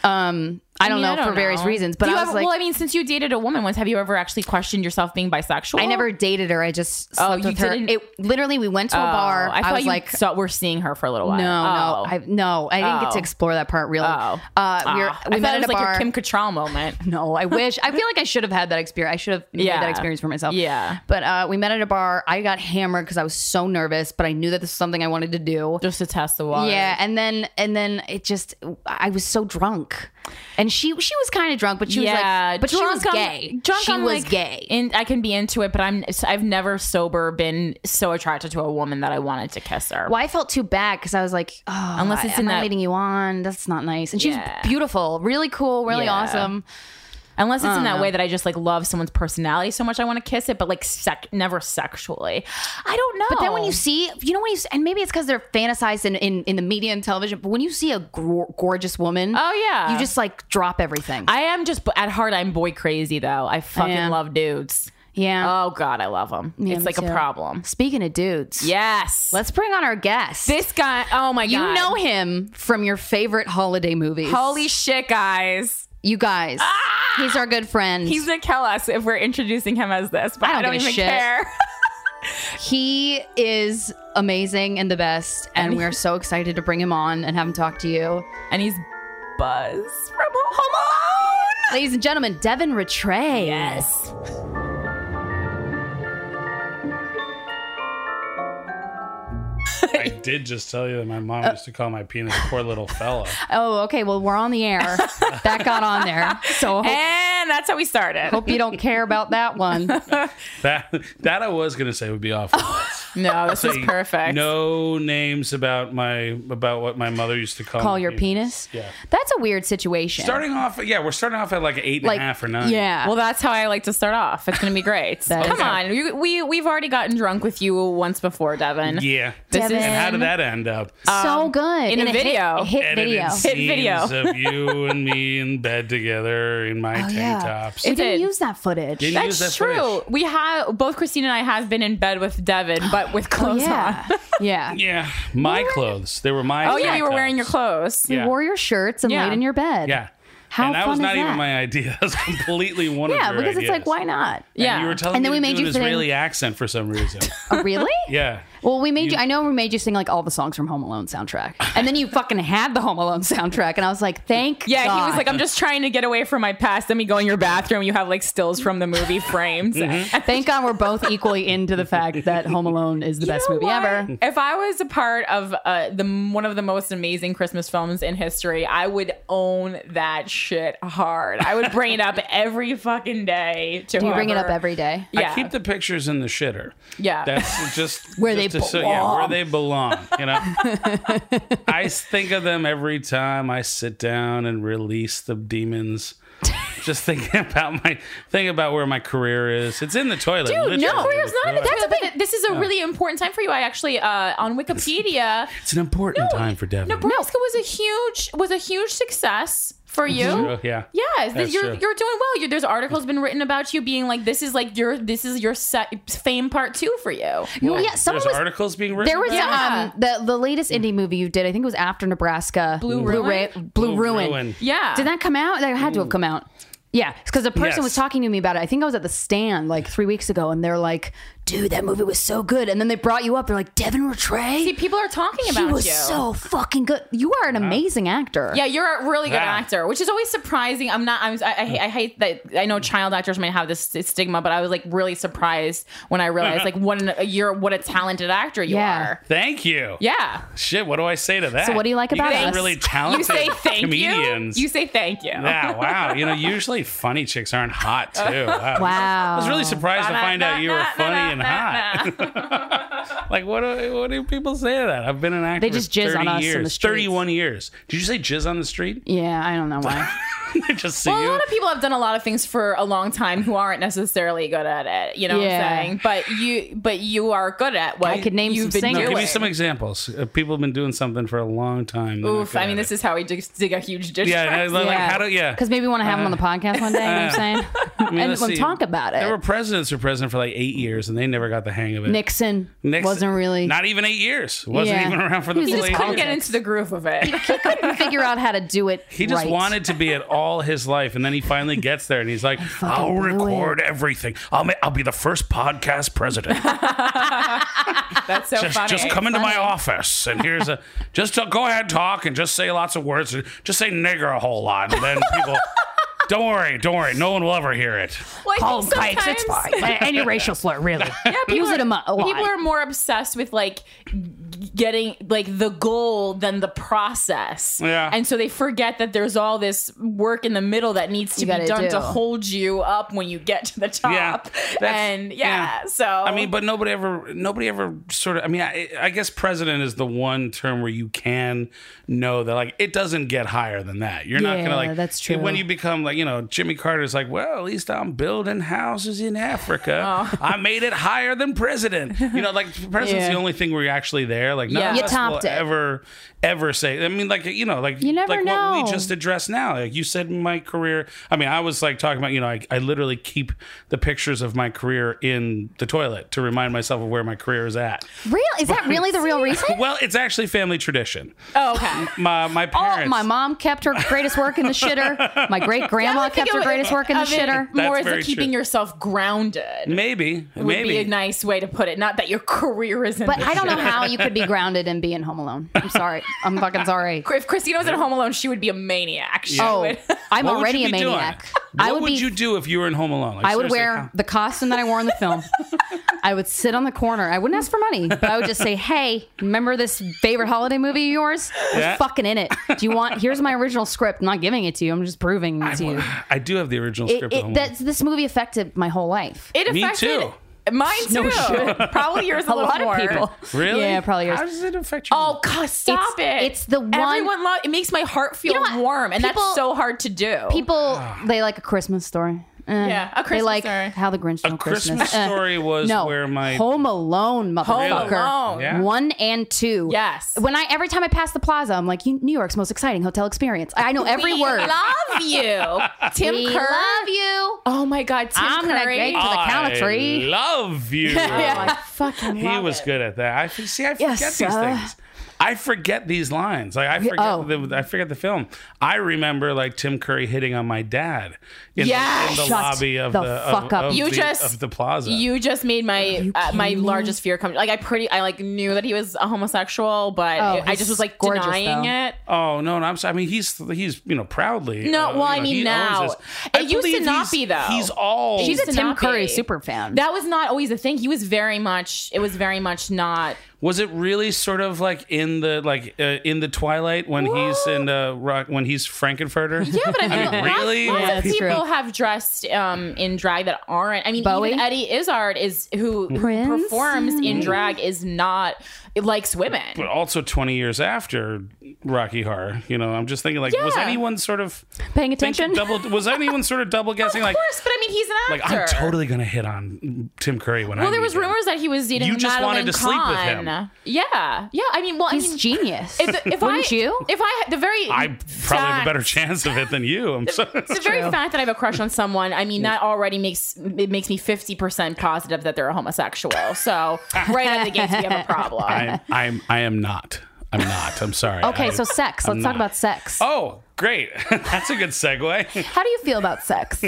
B: Um, I, don't
A: Mm-hmm. mean,
B: know for various reasons, but
A: Do
B: I
A: you
B: was
A: ever-
B: like,
A: well, I mean, since you dated a woman once, have you ever actually questioned yourself being bisexual?
B: I never dated her. I just
A: Oh,
B: slept
A: you
B: with her.
A: didn't-
B: It literally, we went to a
A: Oh,
B: bar.
A: I
B: I,
A: thought
B: was
A: you
B: like,
A: saw, we're seeing her for a little while.
B: no,
A: Oh.
B: no, I no, I didn't get
A: Oh.
B: to explore that part really.
A: Oh.
B: Uh, we were,
A: Ah.
B: we
A: I thought
B: met
A: it
B: at
A: was
B: a
A: like
B: bar.
A: a Kim Cattrall moment.
B: No, I wish. I feel like I should have had that experience. I should have
A: Yeah.
B: made that experience for myself.
A: Yeah.
B: But uh, we met at a bar. I got hammered because I was so nervous, but I knew that this was something I wanted to do.
A: Just to test the water.
B: Yeah, and then and then it just I was so drunk, and she she was kind of drunk, but she was like, but she was
A: on-
B: gay.
A: Drunk
B: she
A: on,
B: was
A: like,
B: gay.
A: And I can be into it, but I'm I've never sober been so attracted to a woman that I wanted to kiss her.
B: Well, I felt too bad because I was like, oh,
A: Unless
B: unless
A: it's
B: it's
A: in
B: am I
A: that-
B: leading you on, that's not nice. And she's
A: Yeah.
B: beautiful, really cool, really
A: Yeah.
B: awesome.
A: Unless it's in
B: Uh-huh.
A: that way that I just like love someone's personality so much I want to kiss it, but like sec- never sexually. I don't know.
B: But then when you see, you know, when you s- and maybe it's because they're fantasized in, in in the media and television. But when you see a gor gorgeous woman,
A: Oh, yeah.
B: you just like drop everything.
A: I am just at heart I'm boy crazy though. I fucking
B: Yeah.
A: love dudes.
B: yeah.
A: Oh god, I love them. it's
B: me
A: like
B: too.
A: a problem.
B: Speaking of dudes,
A: Yes.
B: let's bring on our guest.
A: this guy. Oh my
B: you
A: god.
B: know him from your favorite holiday movies.
A: Holy shit, guys.
B: you guys, he's our good friend.
A: He's gonna kill us if we're introducing him as this, but I
B: I
A: don't,
B: don't give a
A: even
B: shit.
A: care.
B: He is amazing and the best, and we are so excited to bring him on and have him talk to you.
A: and he's Buzz from Home Alone.
B: Ladies and gentlemen, Devin Rattray.
A: Yes.
C: I did just tell you that my
B: Uh,
C: mom used to call my penis poor little fella.
B: Oh, okay. Well, we're on the air. that got on there. So hope,
A: And that's how we started.
B: hope you don't care about that one.
C: Oh That that I was gonna say would be awful.
B: Oh,
A: No, this is perfect.
C: No names about my about what my mother used to call
B: Call
C: my
B: your penis.
C: Yeah.
B: That's a weird situation.
C: Starting off, yeah, we're starting off at like eight and a half
B: Like,
C: or nine.
B: Yeah.
A: Well, that's how I like to start off. It's going to be great.
B: That
A: Come
B: is-
A: on. You, we, we've already gotten drunk with you once before, Devin.
C: yeah.
A: This
B: Devin.
A: is
C: and how did that end up?
B: so good.
A: um, in a
B: it hit-
A: video.
B: it Hit,
C: Edited
B: video. Oh,
C: scenes
A: video.
C: of you and me in bed together in my tank tops.
B: We
A: It
B: didn't
A: did.
B: use that footage.
C: Didn't use
A: That's
C: that
A: true.
C: footage.
A: We have both Christine and I have been in bed with Devin, but with clothes
B: Oh, yeah.
A: on.
B: yeah.
C: Yeah, my clothes. They were my.
A: Oh yeah,
C: tank
A: you were wearing your
C: tops.
A: clothes.
C: Yeah.
B: Wore your shirts and
A: Yeah.
B: laid in your bed.
C: Yeah.
B: How
C: and that
B: fun
C: was
B: is
C: not even
B: that?
C: my idea. That was completely one
B: Yeah,
C: of your
B: because it's like,
C: ideas.
B: why not?
C: And
A: Yeah.
C: you were telling
B: And then
C: me
B: we
C: to
B: made
C: do
B: you
C: an
B: sing-
C: Israeli accent for some reason.
B: Oh, really?
C: yeah.
B: Well, we made you, I know we made you sing like all the songs from Home Alone soundtrack, and then you fucking had the Home Alone soundtrack, and I was like, thank
A: Yeah, he was
B: God.
A: like, I'm just trying to get away from my past. Then we go in your bathroom. You have like stills from the movie frames.
C: Mm-hmm.
B: Thank God we're both equally into the fact that Home Alone is the
A: You
B: best
A: know
B: movie
A: what?
B: ever.
A: If I was a part of uh, the one of the most amazing Christmas films in history, I would own that shit hard. I would bring it up every fucking day. To
B: Do you bring it up
A: whoever-
B: every day?
A: Yeah.
C: I keep the pictures in the shitter.
A: Yeah.
C: That's just
B: Where they
C: just to show- yeah, where
B: belong.
C: they belong. You know, I think of them every time I sit down and release the demons. Just thinking about my think about where my career is. It's in the toilet. literally.
A: no, career's not in the
C: Right.
A: toilet. but This is a really important time for you. I actually uh, on Wikipedia.
C: It's an important time for Devin.
A: Nebraska was a huge was a huge success for you.
C: True, yeah.
A: Yes,
C: That's
A: you're
C: true.
A: you're doing well. You there's articles been written about you being like this is like your this is your set, fame part two for you.
B: Well, yeah, someone
C: There's
B: was.
C: articles being written.
B: There was
C: about
A: Yeah.
B: um, the the latest indie movie you did. I think it was after Nebraska. Blue
A: Ruin?
B: Ra-
C: it?
B: Blue, Ruin.
A: Yeah,
B: Did that come out? That had to have come out. Yeah, because a person
C: Yes.
B: was talking to me about it. I think I was at the stand like three weeks ago, and they're like, "Dude, that movie was so good." And then they brought you up. They're like, "Devin Rattray,
A: See, people are talking
B: he
A: about
B: was
A: you.
B: so fucking good. You are an amazing actor."
A: yeah, you're a really good
C: Yeah.
A: actor, which is always surprising. I'm not. I'm, I, I, I hate that. I know child actors might have this stigma, but I was like really surprised when I realized like what an, you're what a talented actor you
B: Yeah.
A: are.
C: Thank you.
A: Yeah.
C: Shit, what do I say to that?
B: So what do you like about
C: you guys are
B: us?
C: really
A: You
C: talented
A: say thank
C: comedians.
A: you. You say thank you.
C: yeah,
B: Oh.
C: wow. You know, usually funny chicks aren't hot too. Wow.
B: Wow.
C: I was really surprised to find out you were funny and fucking hot. like what? Do, what do people say to that? I've been an actor.
B: They just
C: for
B: jizz
C: 30
B: on us on the
C: years,
B: streets.
C: Thirty-one years. Did you say jizz on the street?
B: Yeah, I don't know why.
C: they just see
A: Well, a
C: you.
A: lot of people have done a lot of things for a long time who aren't necessarily good at it. You know
B: Yeah.
A: what I'm saying? But you, but you are good at what
B: I could name
A: you've
B: some
A: been
B: singers.
A: doing.
C: Give me some examples. Uh, people have been doing something for a long time. They're not
A: Oof!
C: good
A: I mean,
C: at
A: this
C: it.
A: is how we dig, dig a huge ditch.
C: Yeah, and I was like,
B: Yeah.
C: how do yeah?
B: Because maybe we want to have them on the podcast one day. You know what I'm saying? and
C: Uh, let's
B: we'll
C: see.
B: talk about
C: There were
B: it.
C: presidents who were president for like eight years, and they never got the hang of it.
B: Nixon,
C: Nixon-
B: wasn't really
C: not even eight years. Wasn't
B: Yeah.
C: even around for
B: He
C: the
B: was
C: full
B: just
C: eight
A: couldn't
C: years.
A: get into the groove of it.
B: figure out how to do it.
C: He just
B: right.
C: wanted to be it all his life, and then he finally gets there, and he's like, "I'll
B: blew
C: record everything. I'll ma- I'll be the first podcast president.
A: That's so
C: just,
A: funny.
C: just come into my office, and here's a just to- go ahead talk and just say lots of words, and just say nigger a whole lot, and then people." Don't worry, don't worry. No one will ever hear it.
A: Well, I
B: Call
A: think
B: them kikes, it's
A: sometimes-
B: fine. and your racial slur, really. Yeah, Use it a, mo- a lot.
A: People are more obsessed with like g- getting like the goal than the process.
C: Yeah.
A: And so they forget that there's all this work in the middle that needs to
B: You
A: be
B: gotta
A: done
B: do.
A: to hold you up when you get to the top.
C: that's-
A: and yeah, so
C: I mean, but nobody ever, nobody ever sort of. I mean, I, I guess president is the one term where you can know that like it doesn't get higher than that. You're not gonna
B: Yeah,
C: like
B: that's true.
C: When you become like you know Jimmy Carter's like, well, at least I'm building houses in Africa. I made it higher than president. You know, like president's
B: Oh. Yeah.
C: the only thing where you're actually there. Like none
A: Yeah.
C: of
A: You
C: us will
B: topped it.
C: ever, ever say. I mean, like you know, like
B: You never
C: like what we
B: know.
C: just address now. Like you said, in my career. I mean, I was like talking about. You know, I, I literally keep the pictures of my career in the toilet to remind myself of where my career is at.
B: real? Is that really the real reason?
C: Well, it's actually family tradition.
A: oh, okay.
C: My my
B: Oh,
C: parents.
B: my mom kept her greatest work in the shitter. My great grandma
A: I think
B: kept her
A: of it-
B: greatest work in the
A: of it
B: shitter.
C: That's
A: More as a
C: very
A: keeping
C: true.
A: yourself grounded.
C: Maybe,
A: Would
C: maybe.
A: be a nice way to put it. Not that your career isn't.
B: But I don't know how you could be grounded and be in Home Alone. I'm sorry. I'm fucking sorry.
A: If Christina was at home alone, she would be a maniac. She
B: Oh,
A: would-
B: I'm
C: What would
B: already
C: you
B: a
C: be doing?
B: maniac.
C: What
B: I would,
C: would
B: be.
C: you do if you were in Home Alone? Like,
B: I would
C: seriously,
B: wear
C: how-
B: the costume that I wore in the film. I would sit on the corner. I wouldn't ask for money, but I would just say, "Hey, remember this favorite holiday movie of yours? We're
C: Yeah.
B: fucking in it. Do you want? Here's my original script. I'm not giving it to you. I'm just proving it to you.
C: I do have the original
B: It,
C: script. of
B: it,
C: Home Alone.
B: that's, this movie affected my whole life.
A: It
C: Me
A: affected
C: too.
A: mine too.
B: No shit.
A: Probably yours a,
B: a
A: little
B: lot
A: more.
B: of people.
C: really.
B: Yeah, probably yours.
C: How does it affect you?
A: Oh, God, stop
B: It's-
A: it!
B: it's the one-
A: everyone love. It makes my heart feel
B: know what?
A: warm, and
B: People-
A: that's so hard to do.
B: People
C: Ah.
B: they like a Christmas story. Eh,
A: Yeah, a Christmas
B: they like
A: story.
B: How the Grinch Stole Christmas.
C: Christmas
B: Eh,
C: Story was
B: no,
C: where my
B: Home Alone,
A: Home
B: motherfucker.
A: Alone.
C: Yeah.
B: One and two.
A: Yes.
B: When I every time I pass the plaza, I'm like, "You- New York's most exciting hotel experience. I know every
A: we
B: word.
A: love you, Tim
B: we
A: Curry.
B: love you.
A: oh my God, Tim
B: I'm gonna
A: Curry.
B: get to the count of
C: I
B: three.
C: love you.
A: I fucking
C: He
A: love
C: was
A: it. uh,
C: good at that. I f- see. I forget
B: Yes,
C: these
B: sir.
C: things. I forget these lines. Like I forget.
B: oh.
C: The, I forget the film. I remember like Tim Curry hitting on my dad in
A: Yes!
C: the, in the
A: Shut
C: lobby of
B: the
C: the,
B: fuck
C: of,
B: up.
C: of
A: You
C: the,
A: just-
C: of the plaza.
A: You just made my uh, my largest fear come. Like I pretty, I like knew that he was a homosexual, but
B: Oh,
A: it- I
B: he's
A: just was like
B: gorgeous,
A: denying
B: though.
A: it.
C: oh no, no! I'm sorry. I mean, he's he's you know proudly.
A: No,
C: uh,
A: well, I
C: you know,
A: mean,
C: he owns
A: now.
C: this.
A: It
C: I
A: used to
C: believe
A: not
C: he's-
A: be, though.
C: He's all.
B: She's a
A: to
B: Tim
A: not
B: Curry
A: be.
B: super fan.
A: That was not always the thing. He was very much. It was very much not.
C: Was it really sort of like in the like uh, in the Twilight when he's in uh, rock when he's Frankenfurter?
A: Yeah, but I feel
C: mean,
A: lots-
C: really?
A: lots,
B: Yeah,
A: of
B: that's
A: people
B: true.
A: have dressed um, in drag that aren't. I mean,
B: Bowie?
A: even Eddie Izzard is who, who
B: Prince? Mm-hmm.
A: performs in drag is not likes women.
C: but also 20 years after Rocky Horror, you know, I'm just thinking like, was
A: Yeah.
C: anyone sort of
B: Paying
C: think-
B: attention.
C: double? Was anyone sort of double guessing?
A: of
C: Like,
A: course, but I mean, he's an
C: like
A: actor.
C: I'm totally gonna hit on Tim Curry when I.
A: Well, there
C: meet
A: was
C: him.
A: rumors that he was dating
C: You just
A: Madeline
C: wanted to sleep with him.
A: Kahn. Yeah, yeah. I mean, well, I
B: He's
A: mean,
B: genius.
A: if, if
B: Wouldn't
A: I,
B: you?
A: If I the very
C: I probably have a better
A: fact-
C: chance of it than you. I'm sorry.
A: The very fact that I have a crush on someone, I mean, that already makes it makes me fifty percent positive that they're a homosexual. So right out of the gate, we have a problem.
C: I'm, I'm I am not. I'm not. I'm sorry.
B: Okay,
C: I-
B: so sex.
C: I'm
B: Let's
C: not.
B: talk about sex.
C: Oh, great! That's a good segue.
B: How do you feel about sex?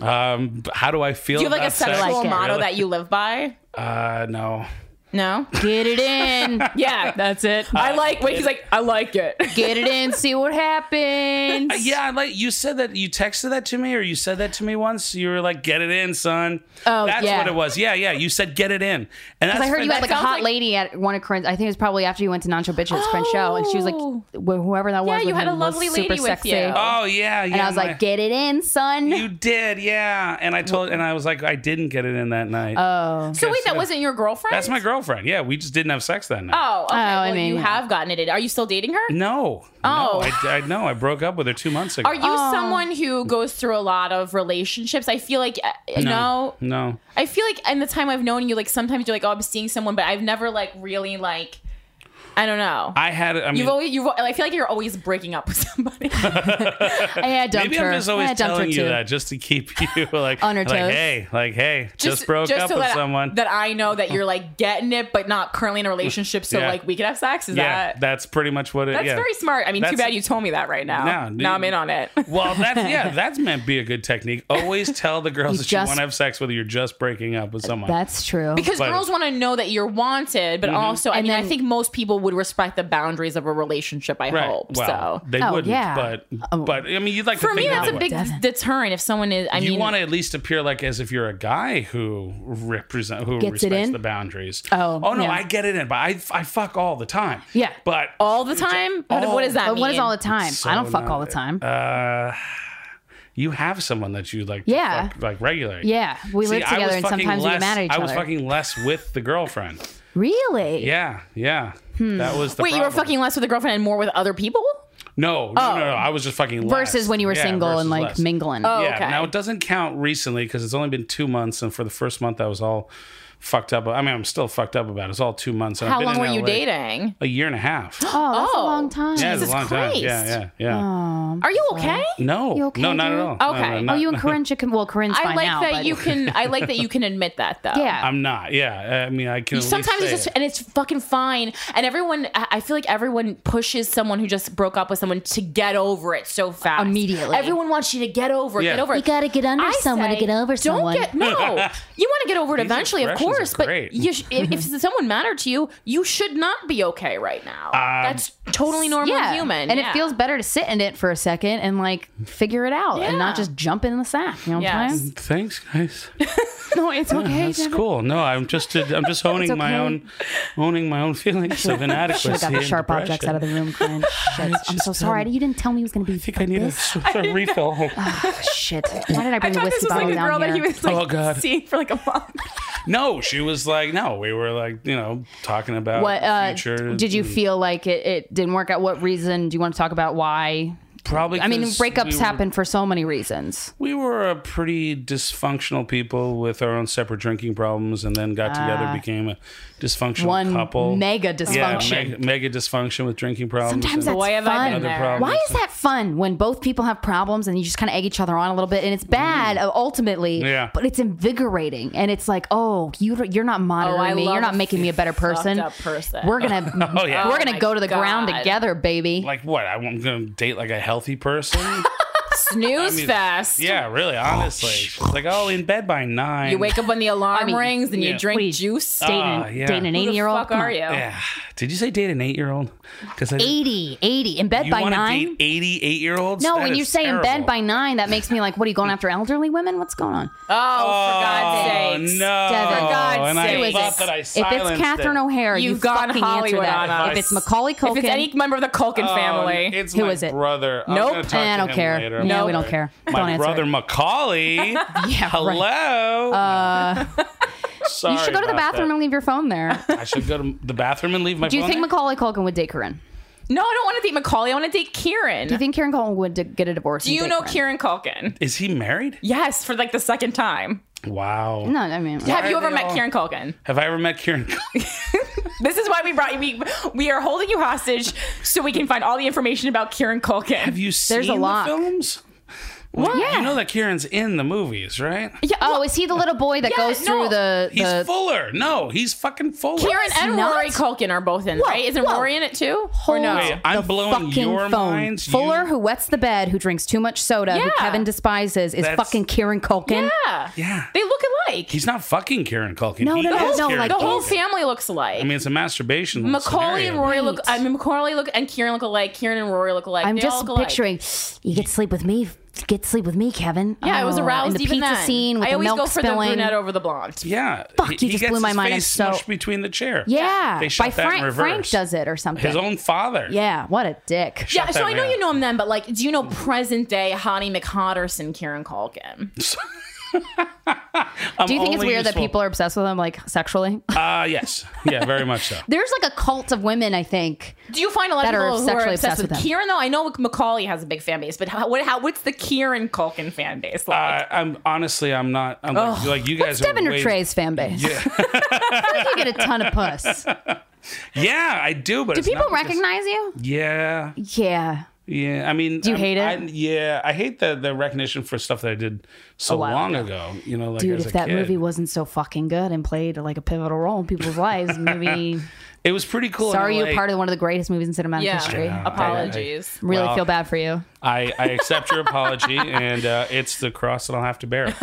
C: Um, how do I feel?
A: Do you have like a
C: about sex?
A: sexual
B: Like it.
A: motto
C: Really?
A: that you live by?
C: Uh, no.
A: No.
B: Get it in.
A: Yeah, that's it. I like. Wait, he's like, I like it.
B: Get it in. See what happens.
C: Uh, Yeah, I like you said that you texted that to me, or you said that to me once. You were like, "Get it in, son."
A: Oh,
C: that's
A: yeah.
C: what it was. Yeah, yeah. You said, "Get it in," and that's
B: I heard you
A: That
B: had like a
A: sounds
B: hot
A: like-
B: lady at one of Corinne's. I think it was probably after you went to Nacho Bitch's Corinne's show, and she was like,
A: Oh.
B: wh- whoever that was.
A: you
B: with
A: had
B: him
A: a
B: was
A: lovely
B: super
A: lady with
B: sexy.
A: you.
B: And
C: Oh yeah, yeah.
B: I was
C: my-
B: like, get it in, son.
C: "You did, yeah." And I told, and I was like, "I didn't get it in that night."
B: oh,
A: So wait,
C: so-
A: that wasn't your girlfriend?
C: that's my girlfriend. Yeah, we just didn't have sex that night.
A: Oh, okay.
B: Oh, I
A: well,
B: mean,
A: you
B: yeah.
A: have gotten it. in. Are you still dating her?
C: No.
A: Oh.
C: No, I, I know. I broke up with her two months ago.
A: Are you someone who goes through a lot of relationships? I feel like uh, you know.
C: No.
A: I feel like in the time I've known you, like sometimes you're like, oh, I'm seeing someone, but I've never like really like, I don't know.
C: I had. I mean,
A: you've always you. I feel like you're always breaking up with somebody.
B: I had dumped
C: maybe
B: her.
C: I'm just
B: I
C: always
B: had dumped her
C: telling you
B: too.
C: that just to keep you like
B: On her
C: Like,
B: toes.
C: hey, like hey, just, broke up
A: so
C: with
A: that,
C: someone.
A: that I know that you're like getting it, but not currently in a relationship. So
C: Yeah.
A: like we could have sex. Is
C: yeah,
A: that?
C: that's pretty much what it.
A: That's
C: yeah.
A: very smart. I mean, too
C: That's-
A: bad you told me that right now.
C: No,
A: now I'm
C: dude.
A: in on it.
C: Well, that's yeah, that's meant to be a good technique. Always tell the girls
B: You
C: that you
B: just-
C: want to have sex with. You're just breaking up with someone.
B: That's true.
A: because
C: But- Mm-hmm.
A: girls want to know that you're wanted, but also, I
B: And
A: mean, I
B: then-
A: think most people would respect the boundaries of a relationship. I
C: right.
A: hope
C: well,
A: so.
C: they
B: Oh,
C: wouldn't.
B: yeah.
C: But but I mean, you'd like
A: For
C: to
A: me,
C: think
A: that's
C: that
A: a
C: they
A: big
C: would.
B: Definitely.
A: deterrent. If someone is, I
C: You
A: mean,
C: want to at least appear like as if you're a guy who represent who
B: Gets it
C: respects
B: in?
C: the boundaries.
B: Oh,
C: oh no,
B: yeah.
C: I get it in, but I I fuck all the time.
B: Yeah.
C: but
A: all the time. What-
C: All-
A: what does that
B: Oh. but
A: mean?
B: what is all the time?
C: so
B: I don't fuck
C: not-
B: all the time.
C: Uh, you have someone that you like. to
B: Yeah.
C: fuck, like regularly.
B: yeah, we
C: See,
B: live
C: I was
B: together, and
C: fucking
B: sometimes we
C: less,
B: get mad at each
C: I
B: other.
C: was fucking less with the girlfriend.
B: really?
C: Yeah, yeah.
B: Hmm.
C: That was the
A: Wait, you were
C: problem.
A: fucking less with a girlfriend and more with other people?
C: No, no, no, no. I was just fucking less.
B: Oh. Versus when you were
C: Yeah,
B: single
C: versus
B: and like
C: less.
B: mingling.
A: Oh,
C: Yeah.
A: okay.
C: Now it doesn't count recently because it's only been two months, and for the first month I was all fucked up. I mean, I'm still fucked up about it. It's all two months. And I've
A: How
C: been
A: long
C: in
A: were you
C: LA
A: dating?
C: A year and a half.
B: Oh, that's
A: Oh.
B: a long time.
C: yeah, it was
A: Jesus
C: a long
A: Christ.
C: time. Yeah, yeah, yeah.
A: Are you okay?
C: no,
B: Oh. You okay,
C: no, not
B: dude?
C: at all. No,
A: Okay.
C: no,
A: Oh,
C: not-
B: Oh, you and Corinne should. com- Well, Corinne's
A: I
B: fine
A: like
B: now.
A: that
B: but-
A: you can. I like that you can admit that though.
B: Yeah.
C: I'm not. Yeah, I mean, I can. at least
A: Sometimes it's
C: say
A: just
C: it.
A: and it's fucking fine. And everyone, I I feel like everyone pushes someone who just broke up with someone to get over it so fast
B: Immediately.
A: Everyone wants you to get over it.
C: Yeah.
A: Get over it.
B: You gotta get under someone to get over
A: don't
B: someone.
A: Get, no, you want to get over it eventually, of
C: expressions are
A: course. But
C: great.
A: you sh- if, if someone mattered to you, you should not be okay right
C: Um,
A: now. That's totally normal human,
B: And
A: Yeah.
B: it feels better to sit in it for a second and like figure it out and
A: Yeah.
B: not just jump in the sack. You know what I'm
A: Yes.
B: saying?
C: Thanks, guys.
B: No, it's okay.
C: That's cool. No, I'm just uh, I'm just owning my
B: okay.
C: own owning my own feelings of inadequacy.
B: Should have got the
C: and
B: sharp objects
C: depression.
B: out of the room, Corinne. Shit. I'm so
C: just,
B: sorry.
C: um,
B: you didn't tell me it was going to be
C: I think I
B: like
C: need a,
B: this.
C: a refill.
B: Shit. Why did I bring the
A: this
B: whiskey
A: was
B: bottle
A: like a
B: down
A: girl that
B: here?
A: he was like
C: Oh, God.
A: seeing for like a month.
C: no, she was like, no, we were like, you know, talking about
B: what uh,
C: future.
B: did you feel like it, it didn't work out? What reason do you want to talk about? Why?
C: Probably.
B: I mean,
C: 'cause
B: breakups
C: we were-
B: happen for so many reasons.
C: We were a pretty dysfunctional people with our own separate drinking problems, and then got together, became a dysfunctional
B: Ah. One
C: couple.
B: mega
C: yeah,
B: dysfunction.
C: mega, mega dysfunction with drinking problems.
B: Sometimes
C: and
B: that's
A: Why have I been
B: fun.
A: there?
C: Other
B: Why
C: problems.
B: is that fun when both people have problems and you just kind of egg each other on a little bit? And it's bad uh, ultimately,
C: Mm-hmm. Yeah.
B: but it's invigorating. And it's like, oh, you you're not monitoring
A: Oh, I
B: me. You're
A: love
B: not making me a better person.
A: up person.
B: We're gonna
C: Oh, yeah.
B: we're
A: Oh,
B: gonna
A: my
B: go to the ground
A: God.
B: together, baby.
C: like what? I'm gonna date like a healthy person.
A: Snooze fest.
C: Yeah, really, honestly. She's like, oh, in bed by nine.
A: You wake up when the alarm
B: I mean,
A: rings and
C: yeah.
A: you drink
B: What are you,
A: juice.
B: dating,
C: Ah, yeah.
B: dating an
A: Who
B: 80
A: the
B: year old.
A: fuck are you?
C: Yeah. Did you say date an eight year old? Because
B: 80, 80 in bed
C: you
B: by
C: want to
B: nine.
C: date 88 year olds?
B: No, when you say in bed by nine, that makes me like, what are you going after elderly women? What's going on?
A: Oh, for
C: Oh,
A: God's sakes.
C: no.
B: Devin. For
A: God's
C: and
A: sake.
C: I
A: Who is
C: thought
A: it?
C: that I
B: if it's
C: silenced
B: Catherine
C: it.
B: O'Hara, you
A: You've gone
B: fucking answer
A: Hollywood
B: that.
A: on
B: If
A: us.
B: it's Macaulay Culkin,
A: If it's any member of the Culkin
C: Oh,
A: family.
C: It's
B: Who
C: my
B: is it?
C: brother. I'm
A: Nope.
C: gonna talk
B: Eh, I
C: to
B: don't
C: him
B: care.
C: later.
B: Yeah,
C: I'm
B: we
C: sorry.
B: don't care.
C: My
B: Don't answer
C: brother
B: it.
C: Macaulay.
B: yeah, right.
C: Hello. Uh, Sorry
B: You should go to the
C: about
B: bathroom and leave your phone there.
C: that. I should go to the bathroom and leave my
B: Do you
C: phone
B: think
C: there?
B: Macaulay Culkin would date Corinne?
A: No, I don't want to date Macaulay. I want to date Kieran.
B: Do you think Kieran Culkin would d- get a divorce?
A: Do you know Kieran Culkin?
C: Is he married?
A: Yes, for like the second time.
C: Wow.
B: No, I mean,
A: Have you
C: are
A: ever
C: they
A: met
C: all-
A: Kieran Culkin?
C: Have I ever met Kieran?
A: This is why we brought you. We, we are holding you hostage so we can find all the information about Kieran Culkin.
C: Have you seen
B: a
C: the
B: lock.
C: films? Well, You know that Kieran's in the movies, right?
A: Yeah.
B: Oh, is he the little boy that
A: Yeah,
B: goes
A: no.
B: through the
C: He's
B: the
C: Fuller. No, he's fucking Fuller.
A: Kieran and
B: not.
A: Rory Culkin are both in, right? Isn't
B: whoa.
A: Rory in it too? or
B: Hold
A: no?
C: Wait, I'm
B: the
C: blowing
B: fucking phone.
C: your minds. You-
B: Fuller, who wets the bed, who drinks too much soda, who
A: Yeah.
B: Kevin despises, is
C: That's-
B: fucking Kieran Culkin.
A: Yeah.
C: Yeah.
A: They look alike.
C: He's not fucking Kieran Culkin.
B: No,
C: He
B: no, no,
C: is
B: no,
C: Kieran
B: like,
A: the whole
C: Culkin.
A: family looks alike.
C: I mean, it's a masturbation.
A: Macaulay and
C: scenario.
A: Rory look.
B: Right.
A: I mean, Macaulay look and Kieran look alike. Kieran and Rory look alike.
B: I'm
A: They all
B: just
A: look alike.
B: picturing you get to sleep with me, get to sleep with me, Kevin.
A: Yeah, I was
B: Oh,
A: aroused
B: and the
A: even
B: pizza
A: then.
B: scene with
A: I
B: the
A: always
B: milk
A: go for
B: spilling.
A: the brunette over the blonde.
C: Yeah.
B: Fuck,
C: he,
B: you
C: he
B: just
C: gets
B: blew my
C: his
B: mind.
C: Face
B: I'm so-
C: smushed between the chair.
B: yeah,
C: They shot
B: by
C: that in
B: Frank. Frank
C: reverse.
B: does it or something.
C: His own father.
B: yeah, what a dick.
A: Yeah,
C: Shut
A: so
C: that
A: I know
C: man
A: you
C: up.
A: know him then, but like, do you know present day Hottie McHotterson, Kieran Culkin?
B: Do you think it's weird that people are obsessed with him, like sexually?
C: Uh, yes. Yeah, very much so.
B: There's like a cult of women, I think.
A: Do you find a lot of
B: That are
A: people who are
B: sexually
A: obsessed
B: obsessed
A: with,
B: with him.
A: Kieran? Though I know Macaulay has a big fan base, but how, what, how what's the Kieran Culkin fan base like?
C: I, I'm honestly, I'm not. I'm like, like you guys
B: It's
C: are.
B: Devin or
C: way-
B: Trey's fan base.
C: Yeah.
B: you get a ton of puss.
C: Yeah, I do. But
B: Do people recognize you?
C: Yeah,
B: Yeah.
C: yeah. I mean,
B: Do you
C: I'm-
B: hate it?
C: I, yeah, I hate the the recognition for stuff that I did so
B: while
C: long ago. You know, like
B: Dude,
C: as
B: if
C: a
B: that
C: kid.
B: movie wasn't so fucking good and played like a pivotal role in people's lives, maybe.
C: it was pretty cool.
B: Sorry,
C: in
B: you're
C: LA.
B: part of one of the greatest movies in cinematic
A: yeah,
B: history.
A: apologies.
B: Really
C: Well,
B: feel bad for you.
C: I, I accept your apology, and uh, it's the cross that I'll have to bear.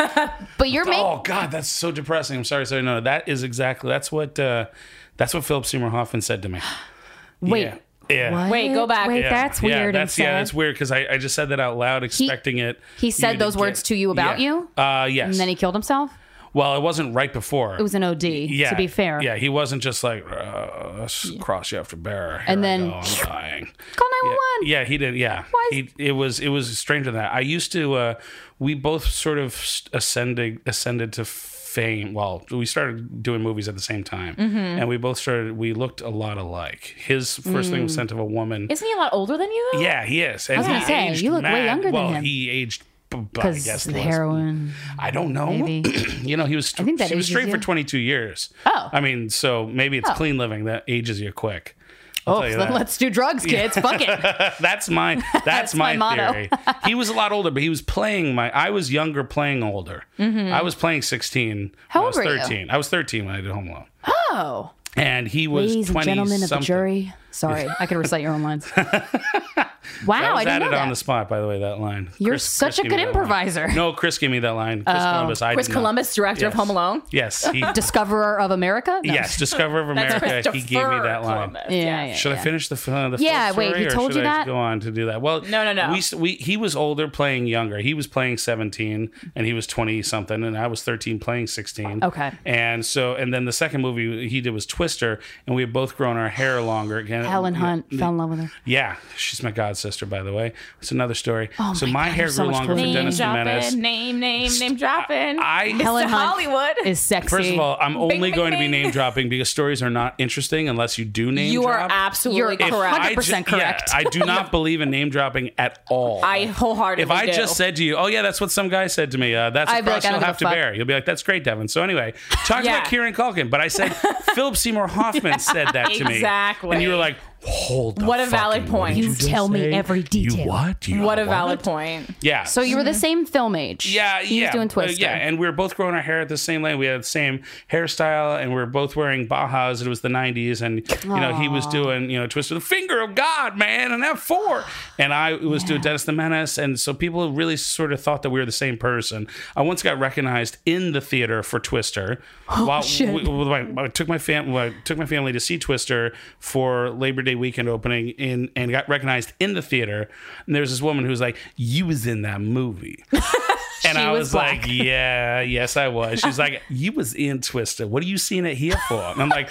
B: But you're making.
C: Oh God, that's so depressing. I'm sorry, sorry. No, that is exactly that's what uh, that's what Philip Seymour Hoffman said to me.
B: Wait,
C: yeah. yeah.
A: Wait, go back.
B: Wait,
C: Yeah.
B: that's
C: Yeah,
B: weird.
C: that's,
B: and
C: yeah,
B: sad.
C: that's weird because I, I just said that out loud, expecting it.
B: he
C: you
B: said
C: to
B: those
C: get-
B: words to you about
C: Yeah.
B: you?
C: Uh, yes.
B: And then he killed himself?
C: well, it wasn't right before.
B: It was an OD,
C: yeah,
B: to be fair.
C: Yeah, he wasn't just like uh, let's cross you after bear. Here
B: And
C: I
B: then-
C: go, I'm dying.
B: Call
C: Yeah,
B: 911.
C: yeah, he did. Yeah,
B: Why is-
C: he, it was it was stranger than that. I used to. Uh, we both sort of ascended ascended to fame. Well, we started doing movies at the same time,
B: Mm-hmm.
C: and we both started. We looked a lot alike. His first thing was sent of a woman.
A: Isn't he a lot older than you? though?
C: yeah, he is. And
B: Mm. was gonna
C: he
B: say,
C: aged
B: you look way
C: mad-
B: younger than
C: well,
B: him.
C: he aged.
B: Because
C: Because
B: the heroin.
C: I don't know.
B: Maybe.
C: you know, he was
B: think that
C: he
B: ages
C: was straight for
B: you.
C: 22 years.
B: Oh.
C: I mean, so maybe it's
B: Oh.
C: clean living that ages you quick. I'll tell you
B: then
C: that.
B: let's do drugs, kids. Fuck it.
C: that's my that's,
B: my
C: my,
B: motto.
C: theory. he was a lot older, but he was playing my. I was younger, playing older. I was playing 16.
B: Mm-hmm. How
C: when I was
B: old were you?
C: 13. I was 13 when I did Home Alone,
B: Oh.
C: and he was
B: Ladies
C: 20
B: and gentlemen of the
C: something.
B: jury. Sorry, I could recite your own lines.
C: That
B: wow, I
C: was
B: didn't know
C: added
B: that.
C: on the spot, by the way. That line.
B: You're
C: Chris-
B: such
C: Chris
B: a
C: gave
B: good
C: me that line.
B: improviser. Oh,
C: No, Chris gave me that line. Chris Columbus. I
A: Chris
C: did not.
A: Columbus, director of
C: Yes.
A: Home Alone.
C: Yes, he.
B: Discoverer of America. No.
C: yes, Discover of
A: That's
C: America. He gave me
A: Christopher
C: that line.
A: Columbus,
B: Yeah, yeah.
C: Should I finish the uh, the
B: Yeah,
C: full story,
B: wait, he
C: or
B: told
C: should
B: you
C: I
B: that?
C: Go on to do that. Well,
A: No, no, no.
C: We, s- we he was older, playing younger. He was playing seventeen, and he was twenty something, and I was thirteen, playing sixteen.
B: Okay.
C: And so, and then the second movie he did was Twister, and we had both grown our hair longer. Again,
B: Helen
C: yeah,
B: Hunt fell in love with her.
C: Yeah, she's my god sister, by the way. It's another story.
B: Oh
C: so
B: my
C: my,
B: God,
C: hair
B: you're
C: grew
B: so much
C: longer
B: cooler
C: for
A: Name
B: than
C: Dennis the Menace.
A: dropping, name, name, name dropping.
C: I-
A: Mr.
B: Helen Hunt
A: Hollywood
B: Is sexy.
C: First of all, I'm only
A: bing,
C: going to be
A: bing.
C: name dropping because stories are not interesting unless you do name.
A: You are
C: drop.
A: absolutely
B: You're- If
A: correct.
C: I ju-
B: 100% correct.
C: yeah, I do not believe in name dropping at all.
A: I wholeheartedly
C: If I
A: do.
C: just said to you, "Oh yeah, that's what some guy said to me," uh, that's
B: I'd
C: a
B: be like,
C: cross
B: I don't
C: you'll
B: give
C: have
B: a
C: to
B: fuck.
C: bear. You'll be like, "That's great, Devin." So anyway, talk
A: Yeah.
C: about Kieran Culkin, but I said Philip Seymour Hoffman said that to me,
A: Exactly.
C: and you were like, "Hold the
A: What a valid
C: fucking- what
A: point.
C: did
A: You
C: just
B: tell me
C: say?
B: every detail.
C: You what? You
A: what a valid point.
C: Yeah.
B: so you were
A: Mm-hmm.
B: the same film age.
C: yeah,
B: he
C: yeah,
B: was doing
C: Uh,
B: Twister.
C: yeah, and we were both growing our hair at the same length. We had the same hairstyle, and we were both wearing Bajas. It was the '90s, and you know he was doing you know Twister, the finger of God, man, and that four. And I was doing Dennis the Menace, and so people really sort of thought that we were the same person. I once got recognized in the theater for Twister. while
B: Oh, shit.
C: we- well, my, I took my fam- well, I took my family to see Twister for Labor Day weekend opening in and got recognized in the theater. And there was this woman who was like, "You was in that movie," and I
B: was
C: was,
B: black.
C: like, "Yeah, yes, I was." She's like, "You was in Twister. What are you seeing it here for?" And I'm like,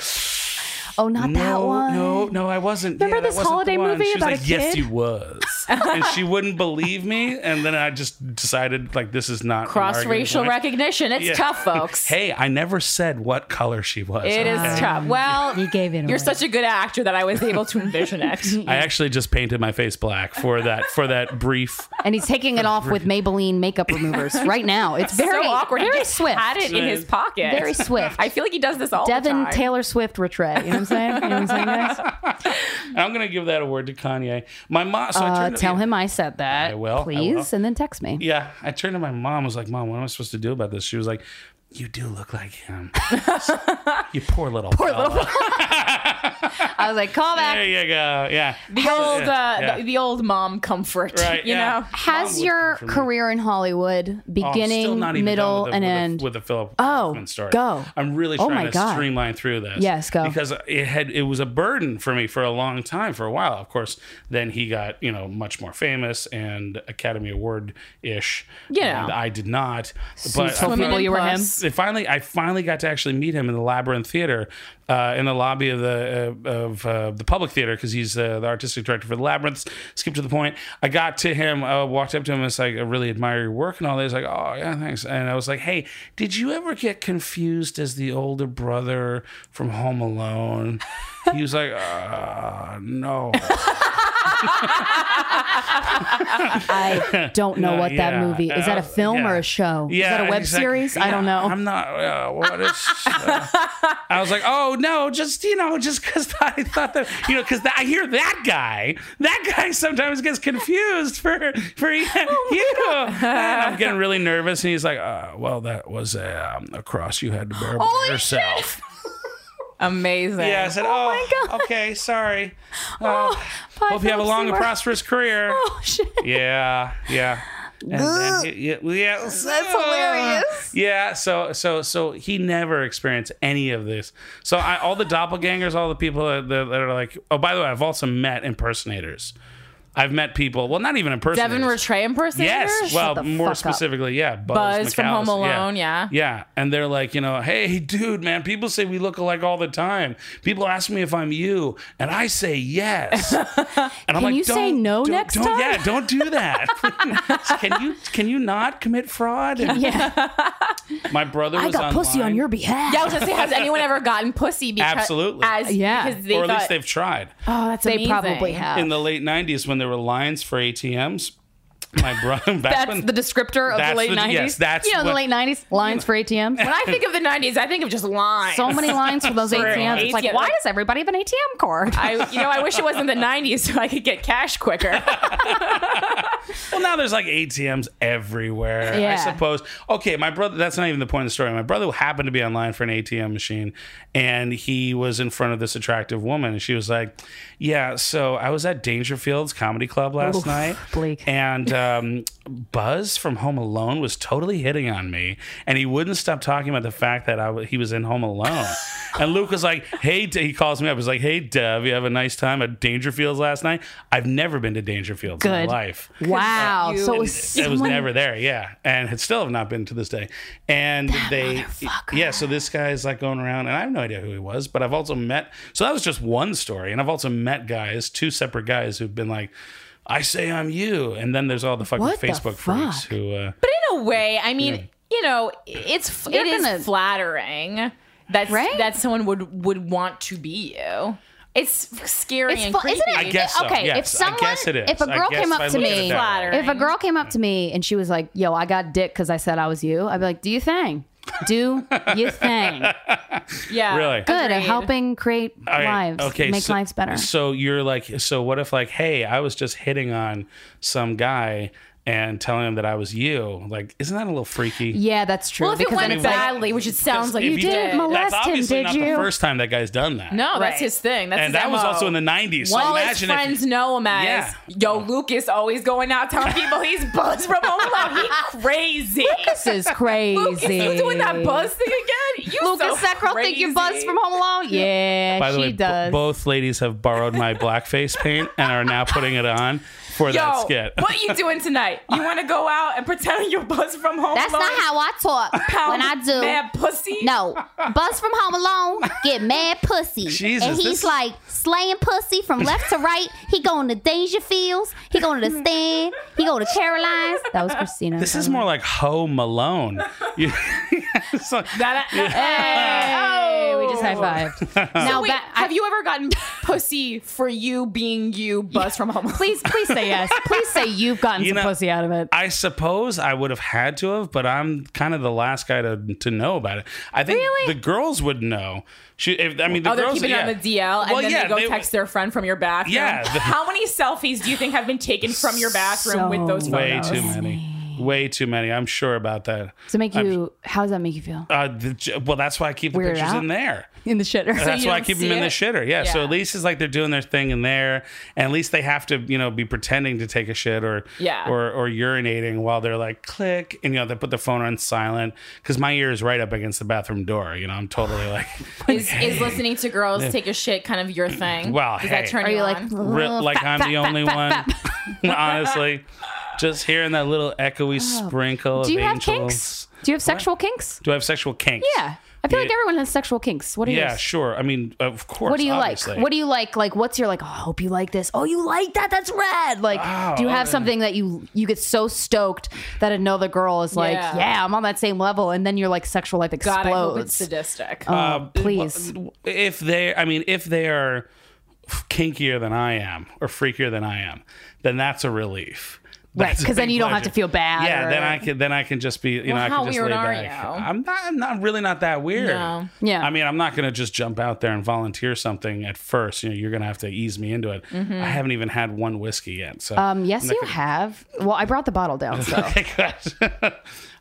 B: Oh, not that
C: "No,
B: one.
C: no, no, I wasn't."
B: Remember
C: Yeah, that
B: this
C: wasn't the
B: holiday
C: one."
B: movie
C: She was
B: about
C: like,
B: a
C: "Yes,
B: kid?"
C: you was," and she wouldn't believe me. And then I just decided, like, this is not an
A: Cross
C: argument
A: racial
C: point.
A: recognition. It's
C: Yeah.
A: tough, folks.
C: Hey, I never said what color she was.
A: It is
C: okay?
A: tough. Well,
B: He gave it away.
A: You're such a good actor that I was able to envision it.
C: I actually just painted my face black for that for that brief.
B: and he's taking it off with Maybelline makeup removers right now. It's very
A: so awkward. he
B: Very
A: just
B: swift.
A: Had it in his pocket.
B: Very swift.
A: I feel like he does this all the
B: Devin
A: time.
B: Taylor Swift retread. You know what I'm saying? You know what I'm saying, guys?
C: And I'm gonna give that award to Kanye. My mom. So I
B: Uh,
C: turned to-
B: tell him I said that.
C: I will, I
B: Please.
C: will.
B: And then text me.
C: Yeah, I turned to my mom. Was like, Mom, what am I supposed to do about this? She was like, You do look like him. you poor little poor little.
B: I was like, call back.
C: There you go. Yeah.
A: The old, uh,
C: yeah.
A: The, the old mom comfort.
C: Right,
A: You
C: yeah.
A: know.
B: Has
C: would
B: your
C: come for me.
B: career in Hollywood
C: Oh, I'm still
B: beginning,
C: not even
B: middle,
C: done
B: and
C: with
B: end?
C: the, with the, with the Philip
B: Oh,
C: Kaufman story.
B: go.
C: I'm really
B: Oh
C: trying
B: my
C: to
B: God.
C: streamline through this.
B: Yes, go.
C: Because it had it was a burden for me for a long time, for a while. Of course, then he got you know much more famous and Academy Award ish.
A: Yeah.
C: and I did not. But
B: so
C: I
B: people
C: found-
B: you were him.
A: plus.
C: it finally I finally got to actually meet him in the Labyrinth Theater uh, in the lobby of the uh, of uh, the public theater because he's uh, the artistic director for the Labyrinth. Skip to the point. I got to him, uh, walked up to him, and was like, "I really admire your work and all this." Like, "Oh yeah, thanks." And I was like, "Hey, did you ever get confused as the older brother from Home Alone?" he was like, uh, "No."
B: I don't know
C: No,
B: what that
C: yeah.
B: movie is. That a
C: Uh,
B: film or
C: yeah.
B: a show?
C: Yeah,
B: is that a web
C: exactly.
B: series? I don't
C: Yeah,
B: know.
C: I'm not. Uh, what is? uh, I was like, oh no, just you know, just because I thought that you know, because I hear that guy, that guy sometimes gets confused for
B: Oh
C: for you. and I'm getting really nervous, and he's like, uh, well, that was a, um, a cross you had to bear by
A: Holy
C: yourself.
A: Amazing.
C: Yeah, I said, oh, okay, sorry. Uh, hope you have a long and prosperous career.
B: Oh, shit.
C: Yeah, yeah. And then, yeah, yeah, that's
B: hilarious.
C: Yeah, so so so he never experienced any of this. So I, all the doppelgangers, all the people that, that are like, oh, by the way, I've also met impersonators. I've met people, well, not even impersonators.
A: Devin Rattray impersonator.
C: Yes.
B: the
C: Well, more
B: fuck up.
C: specifically, yeah.
A: Buzz from Home Alone, yeah.
C: Yeah. And they're like, you know, hey, dude, man, people say we look alike all the time. People ask me if I'm you, and I say yes. And I'm
B: Can you say no next
C: don't,
B: time?
C: Yeah, don't do that. can you can you not commit fraud? And
B: Yeah,
C: my brother
B: I
C: was
B: got pussy on
C: online,
B: your behalf.
A: Yeah, I was gonna say, has anyone ever gotten pussy? Because,
C: Absolutely.
A: As,
B: Yeah.
A: Because they
C: or at
A: thought,
C: least they've tried.
B: oh, that's they
A: amazing.
B: probably have.
C: In the late '90s, when there were lines for ATMs, my brother. back
A: that's
C: when,
A: the descriptor of the
C: that's
A: late
C: the-
A: 90s.
C: Yes, that's
B: you know, in the
C: what-
B: late '90s, lines for ATMs.
A: when I think of the 90s, I think of just lines.
B: So many lines for those ATMs. It's like,
A: ATM.
B: why does everybody have an ATM card?
A: I, you know, I wish it wasn't the 90s so I could get cash quicker.
C: Well, now there's like ATMs everywhere.
B: Yeah.
C: I suppose. Okay, my brother. That's not even the point of the story. My brother happened to be online for an ATM machine, and he was in front of this attractive woman, and she was like, "Yeah, so I was at Dangerfield's Comedy Club last
B: Oof,
C: night,
B: bleak.
C: and um, Buzz from Home Alone was totally hitting on me, and he wouldn't stop talking about the fact that I w- he was in Home Alone." and Luke was like, "Hey," De-, he calls me up. He's like, "Hey, Dev, you have a nice time at Dangerfield's last night? I've never been to Dangerfield's in
B: Good.
C: my life."
B: wow.
A: you-
B: so it was
C: it was
B: someone-
C: never there yeah and had still have not been to this day and they yeah so this guy is like going around and i have no idea who he was but i've also met so that was just one story and i've also met guys two separate guys who've been like i say i'm you and then there's all the fucking
B: What the
C: facebook freaks
B: fuck?
C: who uh
A: in a way, I mean, you know, it's it is
B: gonna-
A: flattering that
B: Right?
A: that someone would would want to be you. It's scary
B: It's
A: and
B: fu-
A: creepy.
B: isn't it?
C: I guess so,
B: okay, if
C: yes. I
B: someone,
C: guess it is.
B: if a
C: I
B: girl
C: guess
B: came
C: if I
B: up to
C: look at it
B: me,
C: that
A: way.
B: if a girl came up to me and she was like, "Yo, I got dick because I said I was you," I'd be like, "Do you thing? Do you thing?
A: Yeah,
C: Really?
B: Good
A: Agreed.
B: at helping create
C: All right,
B: lives, make
C: so-
B: lives better."
C: So you're like, so what if like, hey, I was just hitting on some guy and telling him that I was you? Like, isn't that a little freaky?
B: yeah, that's true.
A: Well, if it
B: because then
A: went
B: it's like,
A: badly, which it sounds like
C: if
A: you
C: you-
A: did.
B: Molest
C: That's
B: him,
C: obviously
B: did
C: not
B: you?
C: the first time that guy's done that.
A: No, that's
B: Right.
A: his thing. That's his
C: and that was
A: MO.
C: also in the 90s. So
A: All his
C: imagine if
A: friends know him as
C: Yeah.
A: Yo Lucas always going out telling people he's Buzz from Home Alone. He crazy.
B: this is crazy.
A: Lucas, you doing that Buzz thing again? You
B: Lucas,
A: so
B: that girl think you Buzz
A: crazy.
B: from Home Alone? Yeah,
C: By the
B: she
C: way, b-
B: does.
C: both ladies have borrowed my blackface paint and are now putting it on for that skit.
A: what you doing tonight? You want to go out and pretend you're Buzz from Home
D: That's
A: Alone?
D: not how I talk when I do.
A: Mad pussy.
D: No, Buzz from Home Alone get mad pussy,
C: Jesus,
D: and he's
C: this-
D: like slaying pussy from left to right. He going to Dangerfields, he going to the stand, he go to Caroline's.
B: that was Christina.
C: This is more like Ho Malone. You- It's like-
A: That,
B: Hey, we just
A: Oh.
B: high fived. now,
E: Wait,
B: ba-
E: have you ever gotten pussy for you being you, buzz from home?
B: please, please say yes. Please say you've gotten
C: You
B: some
C: know-
B: pussy out of it.
C: I suppose I would have had to have, but I'm kind of the last guy to to know about it. I think the girls would know. She, if, I mean, the
A: Oh, they're
C: girls.
A: keeping it
C: yeah.
A: on the DL, and
C: Well,
A: then
C: yeah,
A: they go
C: they-
A: text their friend from your bathroom.
C: Yeah, the-
A: How many selfies do you think have been taken from your bathroom with those
C: Way
A: photos?
C: too many. Way too many. I'm sure about that.
B: So make you? How does that make you feel?
C: Uh, the, well, that's why I keep the
B: Weird
C: pictures
B: out?
C: in there.
B: In the shitter.
C: that's
A: you
C: why I
A: don't
C: keep them
A: see
C: in the
A: it?
C: shitter. Yeah, So
A: Yeah.
C: at least it's like they're doing their thing in there, and at least they have to, you know, be pretending to take a shit or
A: Yeah.
C: or or urinating while they're like click, and you know they put their phone on silent because my ear is right up against the bathroom door. You know, I'm totally like,
A: Is, is listening to girls take a shit kind of your thing?
C: Well,
A: does
C: hey.
A: that turn
B: Are
A: you,
B: you like?
A: on?
C: rip, like I'm the only
B: fat, Oh.
C: one. Honestly, just hearing that little echoey sprinkle
B: Do you
C: of
B: have
C: angels.
B: kinks? Do you have sexual kinks?
C: Do I have sexual kinks?
B: Yeah. I feel like
C: Yeah.
B: everyone has sexual kinks. What are
C: Yeah,
B: yours?
C: sure. I mean, of course.
B: What do you
C: obviously.
B: like? What do you like? Like, what's your like? Oh, I hope you like this. Oh, you like that? That's rad. Like,
C: Wow,
B: do you have
C: okay.
B: something that you you get so stoked that another girl is like,
A: Yeah.
B: yeah, I'm on that same level, and then your like sexual life explodes.
A: God, I hope it's sadistic.
B: Oh,
C: Uh,
B: please.
C: If they, I mean, if they are kinkier than I am or freakier than I am, then that's a relief.
B: Right,
C: That's a
B: 'cause then
C: big
B: you don't have to feel bad
C: Yeah,
B: or-
C: then I can then I can just be you know
A: Well,
C: I
A: how
C: can just
A: weird
C: lay
A: are
C: back.
A: you?
C: I'm not I'm not really not that weird.
A: No.
B: Yeah.
C: I mean I'm not gonna just jump out there and volunteer something at first. You know you're gonna have to ease me into it.
B: Mm-hmm.
C: I haven't even had one whiskey yet. So
B: um, yes, you have. Well, I brought the bottle down, so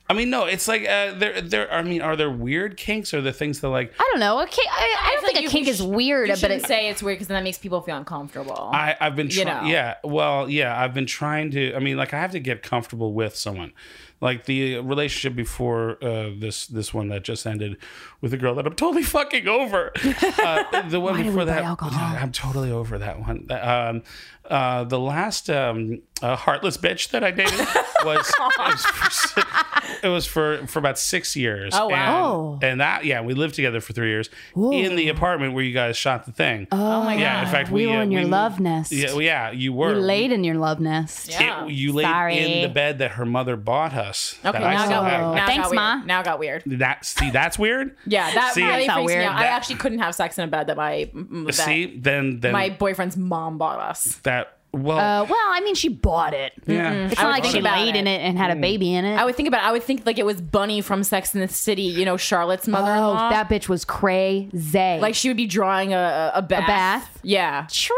C: I mean no, it's like uh, there there. I mean are there weird kinks or the things that like
B: I don't know. Okay, I, I, don't
A: feel
B: think
A: like
B: a
A: you-
B: kink
A: you
B: is
A: sh-
B: weird,
A: You
B: but
A: shouldn't
B: it's
A: say it's weird because then that makes people feel uncomfortable.
C: I, I've been
A: You
C: trying.
A: know.
C: Yeah. Well, yeah, I've been trying to. I mean, like, I have to get comfortable with someone. Like the relationship before uh, this this one that just ended with a girl that I'm totally fucking over. Uh, the one before that, Yeah, I'm totally over that one. Um, uh, the last um, uh, heartless bitch that I dated was it was, for, it was for for about six years.
A: Oh, wow.
C: And, and that yeah, we lived together for three years in the apartment where you guys shot the thing.
A: oh my
C: Yeah, in fact, we,
B: we were
C: uh,
B: in your
C: we
B: love
C: moved-
B: nest.
C: Yeah, well, yeah, you were
B: you laid in your love nest.
A: Yeah.
C: It- you laid
B: Sorry.
C: in the bed that her mother bought us.
A: god. Okay,
C: that I
A: now it
C: still
A: got
C: have.
A: weird. Now it
B: Thanks,
A: got weird.
B: Ma.
A: Now it got weird.
C: That see, that's weird.
A: Yeah, that
C: See,
A: really
B: That's
A: freaks me
B: weird.
A: out. I
C: That-
A: actually couldn't have sex in a bed that my mm, that
C: see, then then
A: my boyfriend's mom bought us.
C: that well,
B: Uh, well, I mean, she bought it.
C: yeah.
B: It's
A: I
B: not
A: would
B: like
A: think
B: she
A: about it.
B: laid in it and had
C: Mm.
B: a baby in it.
A: I would think about. It. I would think like it was Bunny from Sex in the City. You know, Charlotte's
B: Oh,
A: mother-in-law.
B: that bitch was crazy.
A: Uh-huh. like she would be drawing a a, a bath.
B: bath?
A: Yeah.
D: Trey,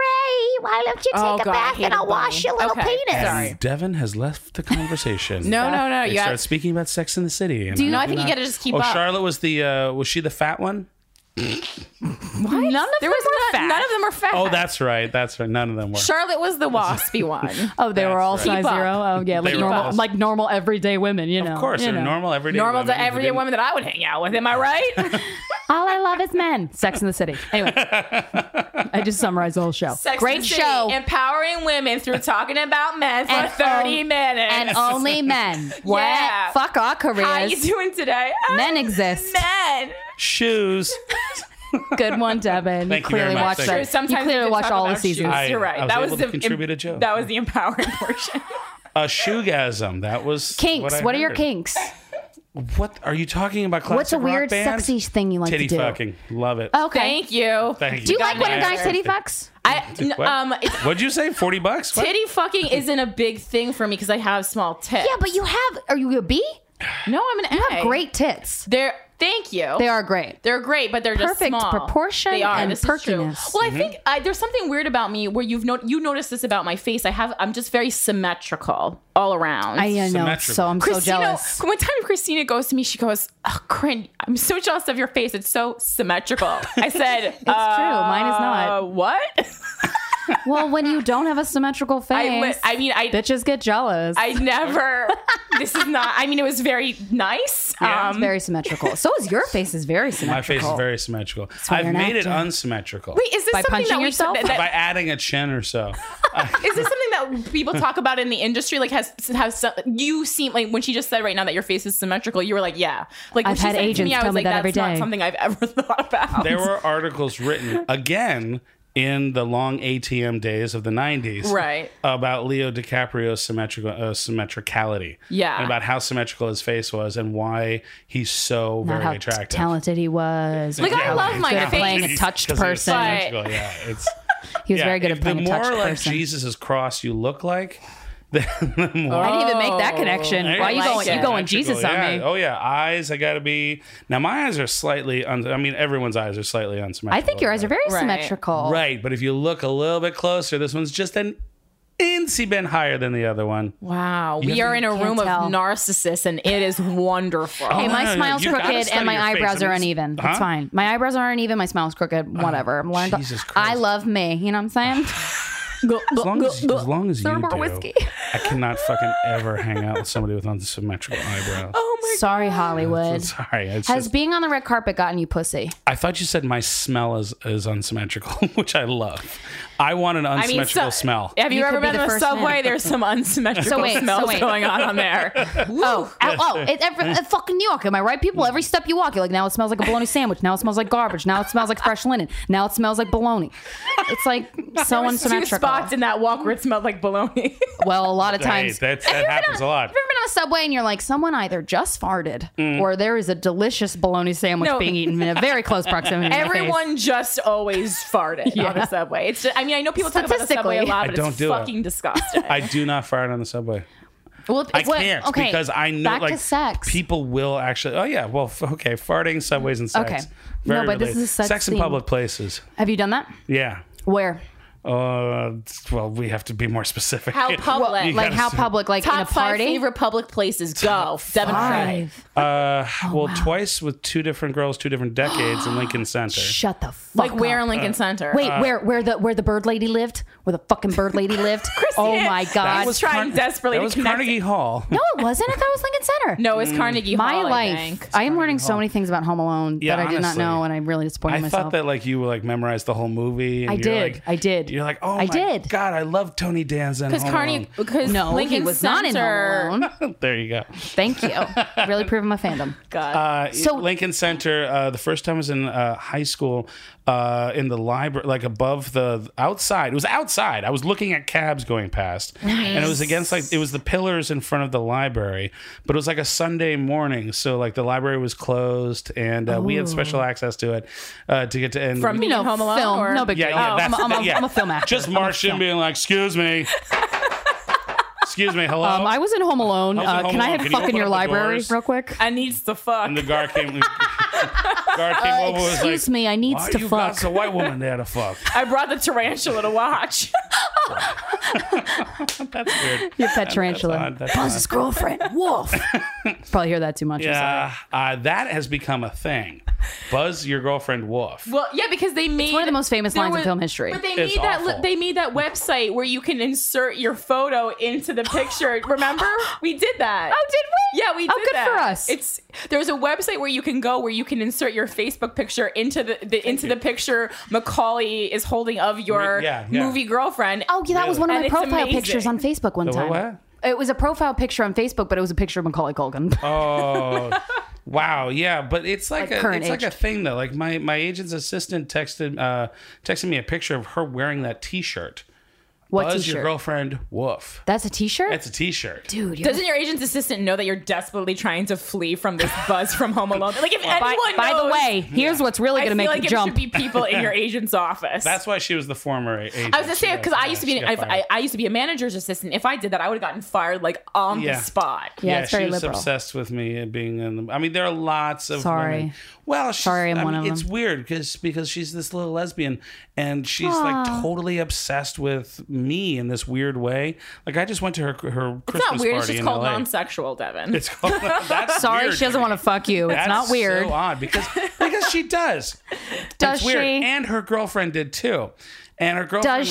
D: why don't you take
A: Oh,
D: a
A: God, I
D: bath
A: hated
D: and I'll wash
A: Bonnie.
D: your little
A: Okay.
D: penis?
A: Sorry.
C: And Devin has left the conversation.
A: No, no, no.
C: They
A: You
C: start
A: have,
C: speaking about Sex in the City. and
A: Do you-
C: I'm
A: No, I think you
C: not-
A: gotta just keep
C: Oh,
A: up.
C: Charlotte was the uh, was she the fat one?
B: none of
A: there was not, none of them are fat.
C: Oh, that's right. That's right. None of them were.
A: Charlotte was the waspy one.
B: Oh, they were all
C: right.
B: size
A: Keep up.
B: zero. Oh, yeah, like
C: They were all-
B: normal, like normal everyday women. You know,
C: of course,
B: you
C: they're
B: know.
C: normal everyday
A: Normal
C: women
A: to
C: who
A: everyday
C: didn't-
A: woman that I would hang out with. Am I right?
B: All I love is men. Sex in the City. Anyway, I just summarized the whole show.
A: Sex
B: Great
A: and the City,
B: show.
A: empowering women through talking about men for
B: And,
A: thirty
B: um,
A: minutes.
B: and only men. What?
A: Yeah.
B: Fuck our
A: How you
B: careers.
A: doing today?
B: Men
A: Oh,
B: exist.
A: Men.
C: shoes.
B: Good one, Devin.
C: Thank you
B: clearly
C: very much.
B: watch
C: Thank
B: that.
C: you.
A: Sometimes
B: you clearly
A: we
B: watch
A: talk
B: all the
A: about shoes.
B: seasons.
C: I-
A: You're right.
C: I was
A: that was
C: able
A: the
C: to contribute a joke.
A: That was the empowering portion.
C: A shoegasm. That was
B: Kinks.
C: I
B: What, are your
C: heard.
B: kinks?
C: What are you talking about? Classic
B: What's a
C: rock
B: weird,
C: band?
B: sexy thing you like
C: titty
B: to do?
C: fucking? Love it.
B: Okay.
A: Thank you.
C: Thank you.
B: do you like when a guy
A: Guys.
B: titty fucks?
A: I n-
C: What?
A: um it's-
C: What'd you say? Forty bucks? What?
A: titty fucking isn't a big thing for me because I have small tits.
B: Yeah, but you have. Are you a B?
A: no, I'm an
B: You have great tits.
A: They're thank you.
B: They are great.
A: They're great, but they're just
B: Perfect
A: small.
B: proportion
A: They are.
B: and
A: this is true.
B: perkiness.
A: Well, I think I, there's something weird about me where you've no, you noticed this about my face. I have I'm just very symmetrical all around.
B: I uh, know.
C: Symmetrical.
B: So I'm so
A: Christina,
B: jealous.
A: one time Christina goes to me, she goes, oh, Corinne, I'm so jealous of your face. It's so symmetrical. I said, It's
B: true. Mine is not.
A: What?
B: Well, when you don't have a symmetrical face,
A: I, w- I mean, I,
B: bitches get jealous.
A: I never, this is not, I mean, it was very nice. Um,
C: Yeah.
B: it's very symmetrical. So is your face is very symmetrical.
C: My face is very symmetrical. I've
B: you're an
C: made it
B: actor.
C: unsymmetrical
A: Wait, is this
B: By
A: something
B: punching
A: that we
B: yourself?
A: That,
C: by
A: that,
C: adding a chin or so.
A: is this something that people talk about in the industry? Like, has has some, you seem like when she just said right now that your face is symmetrical, you were like, yeah. Like when
B: I've
A: she
B: had
A: said it to
B: agents
A: me, I
B: tell
A: was
B: me
A: like,
B: that
A: that's
B: every
A: not
B: day.
A: something I've ever thought about.
C: there were articles written again in the long ATM days of the 90s
A: Right.
C: about Leo DiCaprio's symmetrical uh, symmetricality.
A: Yeah.
C: And about how symmetrical his face was and why he's so
B: Not
C: very
B: how t-
C: attractive.
B: talented he was.
A: Like, I love my
B: Good at playing
A: face.
B: a touched
C: 'Cause he was
B: person.
A: But-
C: symmetrical, Yeah, it's
B: He was
C: yeah,
B: very good
C: if
B: at playing
C: The
B: a
C: more
B: touched
C: like
B: person.
C: Jesus' cross you look like, then the more
B: I didn't even make that connection.
C: Hey,
B: Why you
C: it's
B: going? You going
C: symmetrical,
B: Jesus
C: yeah.
B: on me?
C: Oh yeah, eyes. I gotta be. Now my eyes are slightly. Un- I mean, everyone's eyes are slightly unsymmetrical.
B: I think your eyes are very
A: Right.
B: symmetrical.
C: right, but if you look a little bit closer, this one's just an incy bit higher than the other one.
A: Wow. We
C: have-
A: are in a
B: Can't
A: room
B: tell.
A: of narcissists, and it is wonderful.
B: Hey, my
C: Oh, no, no,
B: smile's
C: you gotta
B: crooked
C: study
B: and my
C: your face.
B: eyebrows
C: I
B: are
C: mean,
B: uneven. It's
C: huh? Oh,
B: fine. My eyebrows are uneven. My smile's crooked. Whatever. I'm learned.
C: Jesus
B: I
C: Christ.
B: love me. You know what I'm saying?
C: As long as, as, long as you
B: more
C: do,
B: whiskey.
C: I cannot fucking ever hang out with somebody with unsymmetrical eyebrows. Oh,
B: Sorry, Hollywood.
C: sorry. It's
B: Has
C: just,
B: being on the red carpet gotten you pussy?
C: I thought you said my smell is, is unsymmetrical, which I love. I want an
A: I mean,
C: unsymmetrical
A: so-
C: smell.
A: Have you,
B: You
A: ever
B: could be
A: been
B: the
A: in a
B: first man.
A: subway? There's some unsymmetrical
B: So wait, so
A: smells
B: wait.
A: going on on there.
B: Oh, oh, oh it, every, it fucking New York. Am I right, people? Every step you walk, you're like, now it smells like a bologna sandwich. Now it smells like garbage. Now it smells like fresh linen. Now it smells like bologna. It's like
A: There
B: so
A: was two
B: unsymmetrical.
A: spots in that walk where it smelled like bologna.
B: Well, a lot of
C: Hey,
B: times.
C: that's-
B: Have
C: that
B: you ever been
C: happens
B: on-
C: a lot. Mm.
B: Have you ever been on a subway and you're like, someone either just farted or there is a delicious bologna sandwich
A: No.
B: being eaten in a very close proximity. to your face.
A: Everyone just always farted on the subway. It's just, I mean, I know people talk about the subway a
B: Statistically.
A: lot,
C: I
A: but
C: don't
A: it's
C: do it.
A: fucking disgusting.
C: I do not fart on the subway.
B: Well, it's
C: I
B: what-
C: can't
B: okay,
C: because I know
B: back
C: like
B: to sex.
C: people will actually. Oh yeah, well f- okay, farting, subways, and sex.
B: Okay.
C: Very
B: No, but this
C: related.
B: is a sex
C: sex in
B: theme.
C: public places.
B: Have you done that?
C: Yeah.
B: Where?
C: Uh, well, we have to be more specific.
A: How public?
C: You
B: like
C: gotta
B: how
C: say-
B: public? Like in a
A: Top five
B: party?
A: favorite public places. Go. Democratic.
B: Five.
C: Uh,
B: Oh,
C: well, twice with two different girls, two different decades in Lincoln Center.
B: Shut the fuck
A: Like
B: up.
A: where in
C: Uh,
A: Uh. Lincoln Center?
B: Wait, where where the where the bird lady lived? Where the fucking bird lady lived? oh my god!
A: That was trying desperately
C: That
A: to
C: was
A: connect
C: Carnegie Hall.
B: no, it wasn't. I thought it was Lincoln Center.
A: No, it's Carnegie
B: my
A: Hall. I
B: life.
A: think.
B: I, am learning so many things about Home Alone
C: Yeah,
B: that I did
C: honestly.
B: not know, and I'm really disappointed
C: I
B: myself.
C: thought that like you like memorized the whole movie. And
B: I
C: you're,
B: did.
C: like-
B: I did.
C: You're like, oh,
B: I
C: my
B: did.
C: God, I love Tony Danza.
A: Because Carnegie, because
B: no,
A: Lincoln
B: he was
A: Center,
B: not in Home Alone.
C: Alone. there you go.
B: Thank you. Really proving my fandom.
A: God.
C: Uh,
B: So-
C: Lincoln Center. Uh, the first time I was in uh, high school, uh, in the library, like above the outside. It was outside. I was looking at cabs going past, and it was against like it was the pillars in front of the library. But it was like a Sunday morning, so like the library was closed, and uh, we had special access to it uh, to get to. And
A: From
C: we-
A: You mean Home Alone,
B: film,
A: or-
B: no big
C: yeah,
B: deal.
C: yeah,
B: Oh,
C: that's,
B: I'm, a- I'm a-
C: yeah.
B: I'm a film actor.
C: Just
B: I'm a
C: Martian
B: film.
C: being like, "Excuse me." Excuse me, hello.
B: Um, I was in Home Alone.
C: I was in
B: Uh,
C: Home
B: can I
C: Alone.
B: have
C: Can you
B: fuck in
C: open
B: your
C: up the
B: library
C: doors?
B: real quick?
A: I needs to fuck.
C: and the guard came. guard came over. was like,
B: Excuse me, I needs
C: Why
B: to
C: you
B: fuck.
C: got a white woman there to fuck?
A: I brought the tarantula to watch.
C: That's weird.
B: Your pet tarantula.
C: odd, that's
B: Buzz
C: odd.
B: his girlfriend. Wolf. Probably hear that too much. I'm sorry.
C: Yeah, uh, that has become a thing. Buzz your girlfriend Wolf.
A: well, yeah, because they made
B: one of the most famous
A: there
B: lines in film history.
A: But they
C: It's
A: made that
C: awful.
A: they made that website where you can insert your photo into the picture. Remember, we did that.
B: Oh, did we?
A: Yeah, we did
B: Oh, good
A: that.
B: for us.
A: It's there's a website where you can go where you can insert your Facebook picture into the, the into the picture Macaulay is holding of your
C: Yeah, yeah.
A: movie girlfriend.
B: Oh, yeah, that was one of
A: And
B: my
A: it's
B: profile
A: amazing.
B: pictures on Facebook one
C: The
B: time.
C: what?
B: It was a profile picture on Facebook, but it was a picture of Macaulay Culkin.
C: Oh. Wow, yeah, but it's like,
B: Like
C: a
B: current
C: it's like
B: age.
C: a thing though. Like my my agent's assistant texted uh texted me a picture of her wearing that T-shirt.
B: what
C: Buzz your
B: t-shirt?
C: girlfriend Wolf.
B: That's a t-shirt?
C: That's a T-shirt.
B: Dude, you're
A: Doesn't your agent's assistant know that you're desperately trying to flee from this buzz from Home Alone? Like, if anyone
B: by,
A: knows,
B: by the way, here's what's really
A: I
B: going to
A: feel
B: make
A: like
B: you
A: it
B: jump.
A: should be people in your agent's office.
C: That's why she was the former a- agent.
A: I was gonna say because I used to be an,
C: an
A: if I, I used to be a manager's assistant. If I did that, I would have gotten fired like on
C: Yeah.
A: the spot.
B: Yeah, it's very
C: she was
B: liberal.
C: obsessed with me and being in the. I mean, there are lots of
B: Sorry.
C: women- Well, she's,
B: Sorry, I'm
C: I
B: one
C: mean,
B: of
C: It's
B: them.
C: weird because because she's this little lesbian and she's like totally obsessed with me in this weird way. Like I just went to her her Christmas
A: It's not weird.
C: party
A: It's just
C: in
A: called
C: LA.
A: non-sexual, Devin.
C: It's called. That's
B: Sorry,
C: weird
B: she doesn't
C: me.
B: want to fuck you. It's
C: That's
B: not weird.
C: So odd because because she does.
B: Does
C: it's weird.
B: she?
C: And her girlfriend did too. And her girlfriend
B: Does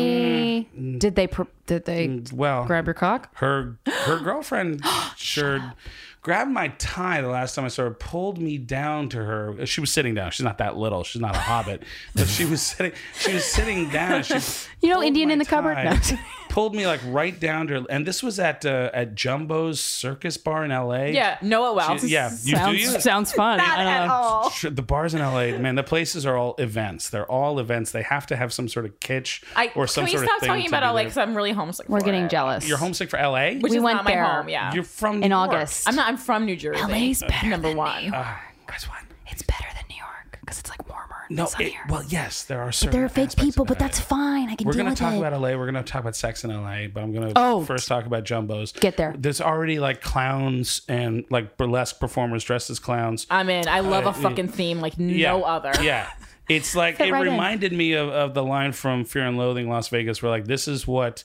B: she? Did they? Pr- did they
C: well
B: grab your cock?
C: her her girlfriend sure grabbed my tie the last time I saw her, pulled me down to her. She was sitting down. She's not that little. She's not a hobbit, but she was sitting. She was sitting down. She
B: You know,
C: pulled
B: Indian
C: Oh my
B: in the cupboard.
C: tie,
B: No.
C: pulled me like right down to, and this was at uh, at Jumbo's Circus Bar in L.A.
A: Yeah, Noah Wells.
C: She- yeah, you do
F: sounds
C: you.
F: sounds fun.
E: Not
F: I don't
E: at
F: know.
E: all.
C: Sure, the bars in LA, man, the places are all events. They're all events. They have to have some sort of kitsch
A: I,
C: or some
A: can we
C: sort
A: stop
C: of thing.
A: talking
C: to
A: about
C: be
A: LA?
C: there.
A: Because I'm really homesick.
B: We're
A: for
B: getting
A: it.
B: jealous.
C: You're homesick for LA.
A: Which
B: We
A: is
B: went
A: not my
B: there
A: home. Yeah,
C: You're from
B: in
C: New York.
B: August.
A: I'm not. I'm from New Jersey.
B: LA's
C: Uh,
B: better
A: Number
B: than
A: one.
B: New York.
C: Ah, that's one.
B: It's better than New York because it's like warmer. And
C: No, it,
B: sunnier.
C: well, yes, there are certain.
B: there are fake
C: aspects
B: people,
C: of
B: but
C: LA.
B: that's fine. I can
C: We're
B: deal
C: gonna
B: with
C: talk
B: it.
C: about LA. We're gonna talk about sex in LA, but I'm gonna
B: Oh.
C: first talk about Jumbo's.
B: Get there.
C: There's already like clowns and like burlesque performers dressed as clowns.
A: I'm in. I love
C: Uh,
A: a fucking theme like no
C: yeah.
A: other.
C: Yeah. It's like it
B: right in.
C: reminded me of, of the line from Fear and Loathing Las Vegas where like this is what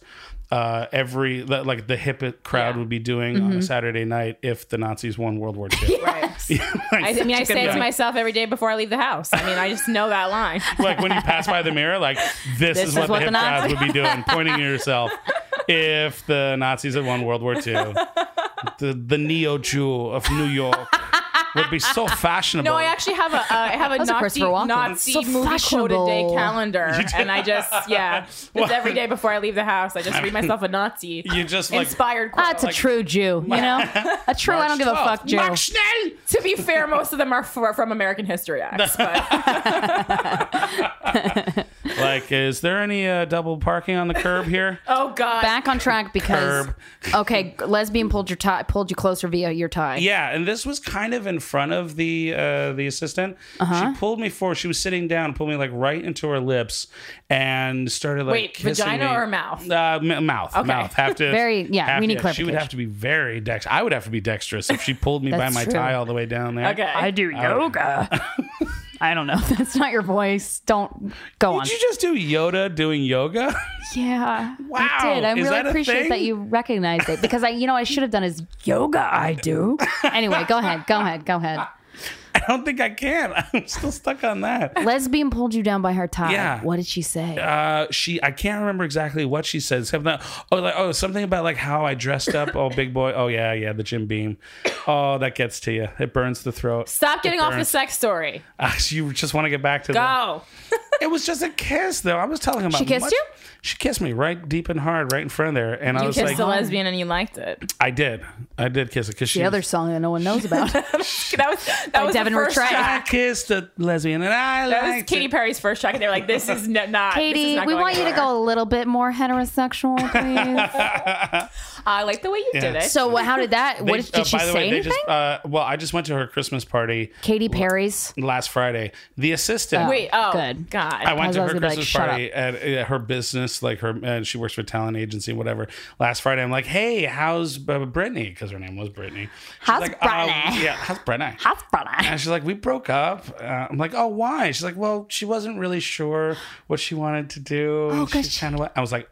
C: uh, every the, like the hip crowd
A: Yeah.
C: would be doing
B: Mm-hmm.
C: on a Saturday night if the Nazis won World War II.
A: I, I mean, I say it
C: guy.
A: to myself every day before I leave the house. I mean, I just know that line.
C: like when you pass by the mirror, like this, is, what, the hip crowd
B: Nazis-
C: would be doing, pointing at yourself. If the Nazis had won World War II, the the neo Jew of New York would be so fashionable.
A: No, I actually have a uh, I have a
B: was a
A: Nazi,
B: Christopher Walken.
A: Nazi
B: So
A: movie quoted day
B: fashionable.
A: calendar, and I just yeah, just every day before I leave the house, I just read myself a Nazi
C: you just like
A: inspired quote.
B: That's Ah, a true Jew, you know? A true, I don't give a fuck Jew.
C: Mark Schnell.
A: to be fair, most of them are for, from American History X. But
C: Like, is there any uh, double parking on the curb here?
A: oh god,
B: Back on track because
C: Curb.
B: okay, lesbian pulled your tie, pulled you closer via your tie.
C: Yeah, and this was kind of in front of the uh, the assistant.
B: Uh-huh.
C: She pulled me forward. She was sitting down, pulled me like right into her lips, and started like
A: Wait,
C: kissing
A: vagina
C: me.
A: or mouth?
C: Uh, m- mouth, mouth. Have to
B: Very- yeah,
C: have
B: we
C: to-
B: need
C: She would
B: clarification.
C: have to be very dexterous. I would have to be dexterous if she pulled me by
B: That's
C: my
B: true.
C: tie all the way down there.
A: okay.
F: I do yoga. I don't know.
B: That's not your voice. Don't go on.
C: Did you just do Yoda doing yoga?
B: Yeah.
C: Wow.
B: I did. I
C: Is
B: really
C: that a
B: appreciate
C: thing?
B: that you recognized it because I, you know, I should have done is
F: yoga, I do.
B: anyway. Go ahead. Go ahead. Go ahead.
C: I don't think I can. I'm still stuck on that.
B: Lesbian pulled you down by her tie.
C: Yeah.
B: What did she say?
C: uh, she I can't remember exactly what she said. Something about- oh like oh something about like how I dressed up. Oh big boy. Oh yeah yeah the Jim Beam. Oh that gets to you. It burns the throat.
A: Stop getting off the
C: burns.
A: sex story.
C: Ah, you just want to get back to that.
A: Go.
C: It was just a kiss though. I was telling him about
B: She kissed
C: much-
B: you?
C: She kissed me right deep and hard right in front of there, and I
A: You
C: was
A: kissed
C: like
A: a lesbian and you liked it.
C: I did I did kiss it because she
B: the
C: was-
B: other song that no one knows about.
A: That was that was
B: Devin
A: the first
B: Retract.
A: track.
C: I kissed a lesbian and I
A: That was
C: liked
A: Katy
C: it.
A: Perry's first track, and they were like, "This is n- not." this is
B: Katie,
A: not
B: we
A: going
B: want you to
A: anywhere.
B: go a little bit more heterosexual, please.
A: I like the way you did it.
B: so how did that?
C: They-
B: What did,
C: uh,
B: did she
C: by the
B: say
C: way, they
B: anything?
C: just uh, well, I just went to her Christmas party
B: Katy Perry's.
C: last Friday. The assistant,
A: wait, oh
B: Good.
A: God,
C: I went
B: was
C: to
B: always
C: her
B: gonna be like,
C: Christmas
B: "Shut
C: party at, at her business, like her, and she works for a talent agency, whatever. Last Friday, I'm like, hey, how's uh, Brittany? Because her name was Brittany. She's
B: How's
C: like, um,
B: Brittany?
C: yeah, how's Brittany?
B: That's brother.
C: and she's like, we broke up. Uh, I'm like, oh, why? She's like, well, she wasn't really sure what she wanted to do. Oh, she's kind of. I was like,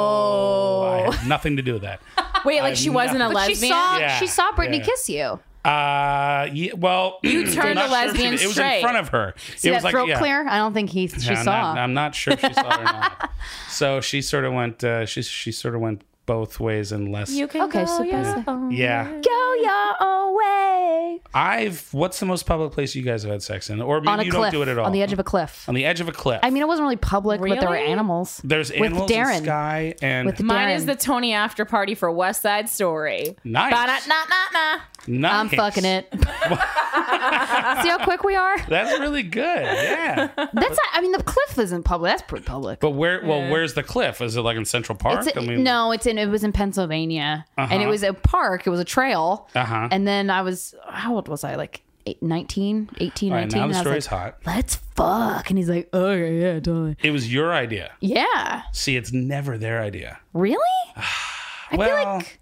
C: oh, I had nothing to do with that.
A: Wait, like she wasn't a
B: She
A: lesbian.
B: saw
C: Yeah,
B: she saw Britney
C: yeah.
B: kiss you.
C: Uh, yeah, well, you
A: turned a lesbian
C: It was
A: straight.
C: in front of her.
B: See
C: it
B: that
C: was like,
B: throat
C: yeah.
B: clear? I don't think he she
C: Yeah, I'm
B: saw.
C: Not, I'm not sure if she saw it or not. So she sort of went. Uh, she she sort of went both ways and less.
A: can
B: Okay, so basic.
C: yeah.
B: Go your own way.
C: I've. What's the most public place you guys have had sex in? Or maybe
B: On a
C: you
B: cliff.
C: don't do it at all.
B: On the edge of a cliff.
C: On the edge of a cliff.
B: I mean, it wasn't really public, but there were
A: Really?
B: animals.
C: there's animals
B: with Darren.
C: in sky and
B: With
A: Mine
B: Darren.
A: is the Tony after party for West Side Story.
C: nice.
A: Ba-da-na-na-na.
C: nice.
B: I'm fucking it. See how quick we are?
C: That's really good. Yeah.
B: That's not, I mean, the cliff isn't public. That's pretty public.
C: But where? Well, where's the cliff? Is it like in Central Park?
B: It's a-
C: I mean,
B: no, it's in. It was in Pennsylvania, and it was a park. It was a trail.
C: Uh-huh.
B: And then I was, how old was I? Like eight, 19, 18,
C: All right,
B: 19.
C: now
B: and
C: the
B: I was
C: story's
B: like,
C: hot.
B: Let's fuck. And he's like, okay, yeah, totally.
C: It was your idea.
B: Yeah,
C: See, it's never their idea.
B: really?
C: well,
B: Because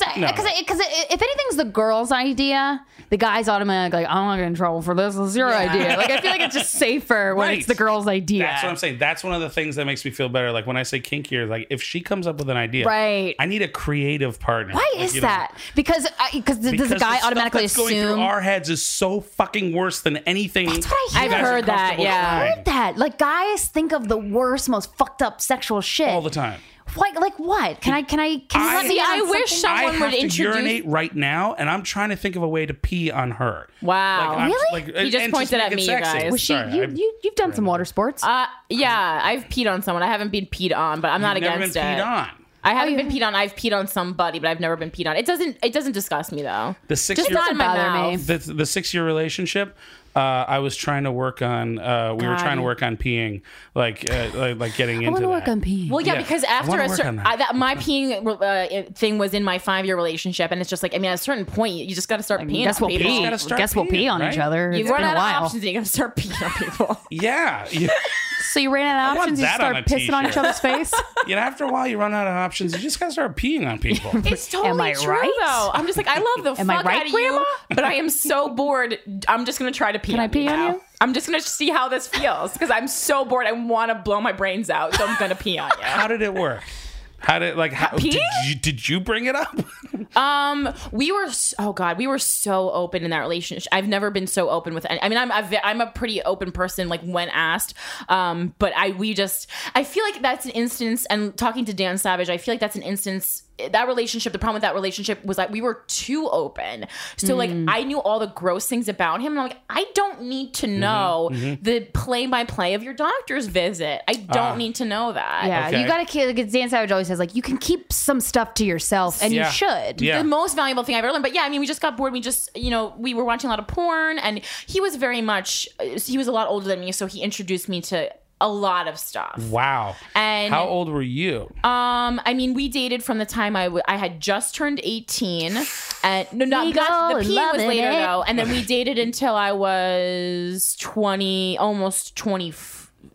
B: because
C: No.
B: because if anything's the girl's idea, the guy's automatically like, I'm not getting in trouble for this. It's your idea. Like I feel like it's just safer when
C: Right.
B: it's the girl's idea.
C: That's what I'm saying. That's one of the things that makes me feel better. Like when I say kinkier, like if she comes up with an idea,
B: Right.
C: I need a creative partner.
B: Why
C: Like,
B: is
C: you know,
B: that? Because I, because does
C: because
B: the
C: the
B: guy
C: stuff
B: automatically
C: that's going through
B: assume?
C: our heads is so fucking worse than anything. That's
B: what I
A: hear. I've heard that, yeah.
B: heard that. Like guys think of the worst, most fucked up sexual shit
C: all the time.
B: What? Like what? Can I? Can I? Can you
C: I-
B: let me?
A: See,
B: on
A: I wish
B: something?
A: someone
C: I have
A: would
C: to
A: introduce.
C: urinate right now, and I'm trying to think of a way to pee on her.
A: Wow.
C: I'm-
B: Really?
A: He just
C: and
A: pointed
C: make
A: at
C: it
A: me, you
C: sexy.
A: guys.
B: Was she?
C: Sorry,
B: you,
C: I've
B: you, you've done some water sports.
A: Uh, yeah, I've peed on someone. I haven't been peed on, but I'm not
C: never been
A: against it.
C: peed on.
A: I haven't been peed on. I've peed on somebody, but I've never been peed on. It doesn't. It doesn't disgust me though.
C: The six
A: Just
C: year
A: not in my
B: bother me.
A: mouth.
C: the, the six year relationship. Uh, I was trying to work on. Uh, we were
A: God.
C: trying to work on peeing, like uh, like, like getting into
B: I want to
C: that.
B: work on peeing.
A: Well, yeah,
C: Yeah.
A: because
C: I
A: after
C: wanna
A: a
C: work
A: certain
C: on that.
A: I, that my peeing uh, thing was in my five year relationship, and it's just like I mean, at a certain point, you just got to start peeing.
B: guess
A: on
B: we'll
A: people.
B: pee.
C: gotta start
B: Guess we'll pee
C: peeing,
B: on
C: right?
B: each other.
A: You
B: It's
A: run
B: been a
A: out of
B: while.
A: options, and you got to start peeing on people.
C: Yeah, you,
B: So you ran out of
C: want
B: options. You
C: that
B: start
C: on a
B: pissing on each
C: t-shirt.
B: other's face.
C: you know, after a while, you run out of options. You just gotta start peeing on people.
A: It's totally
B: Am I
A: true,
B: right?
A: though. I'm just like, I love the
B: Am I
A: fuck
B: right,
A: out of
B: Grandma?
A: you, but I am so bored. I'm just gonna try to pee. Can
B: I pee on you?
A: I'm just gonna see how this feels because I'm so bored. I want to blow my brains out, so I'm gonna pee on you.
C: How did it work? How did like how did
A: peeing?
C: you, did you bring it up?
A: Um, we were s- oh god, we were so open in that relationship. I've never been so open with. Any, I mean, I'm a ve- I'm a pretty open person, like when asked. Um, but I we just I feel like that's an instance. And talking to Dan Savage, I feel like that's an instance. That relationship, the problem with that relationship was that we were too open. So like I knew all the gross things about him, and I'm like, I don't need to know the play by play of your doctor's visit. I don't need to know that.
B: Yeah,
C: Okay.
B: you gotta keep. Like Dan Savage always says, like you can keep some stuff to yourself, and
C: Yeah.
B: you should.
C: Yeah.
A: the most valuable thing I've ever learned. But yeah, I mean, we just got bored. We just, you know, we were watching a lot of porn, and he was very much, he was a lot older than me, so he introduced me to a lot of stuff.
C: Wow.
A: And-
C: how old were you?
A: Um, I mean, we dated from the time I w- I had just turned eighteen, and no, no,
B: Legal
A: that's,
B: and
A: the peeing was
B: loving
A: later
B: it.
A: though, and then we dated until I was twenty, almost twenty.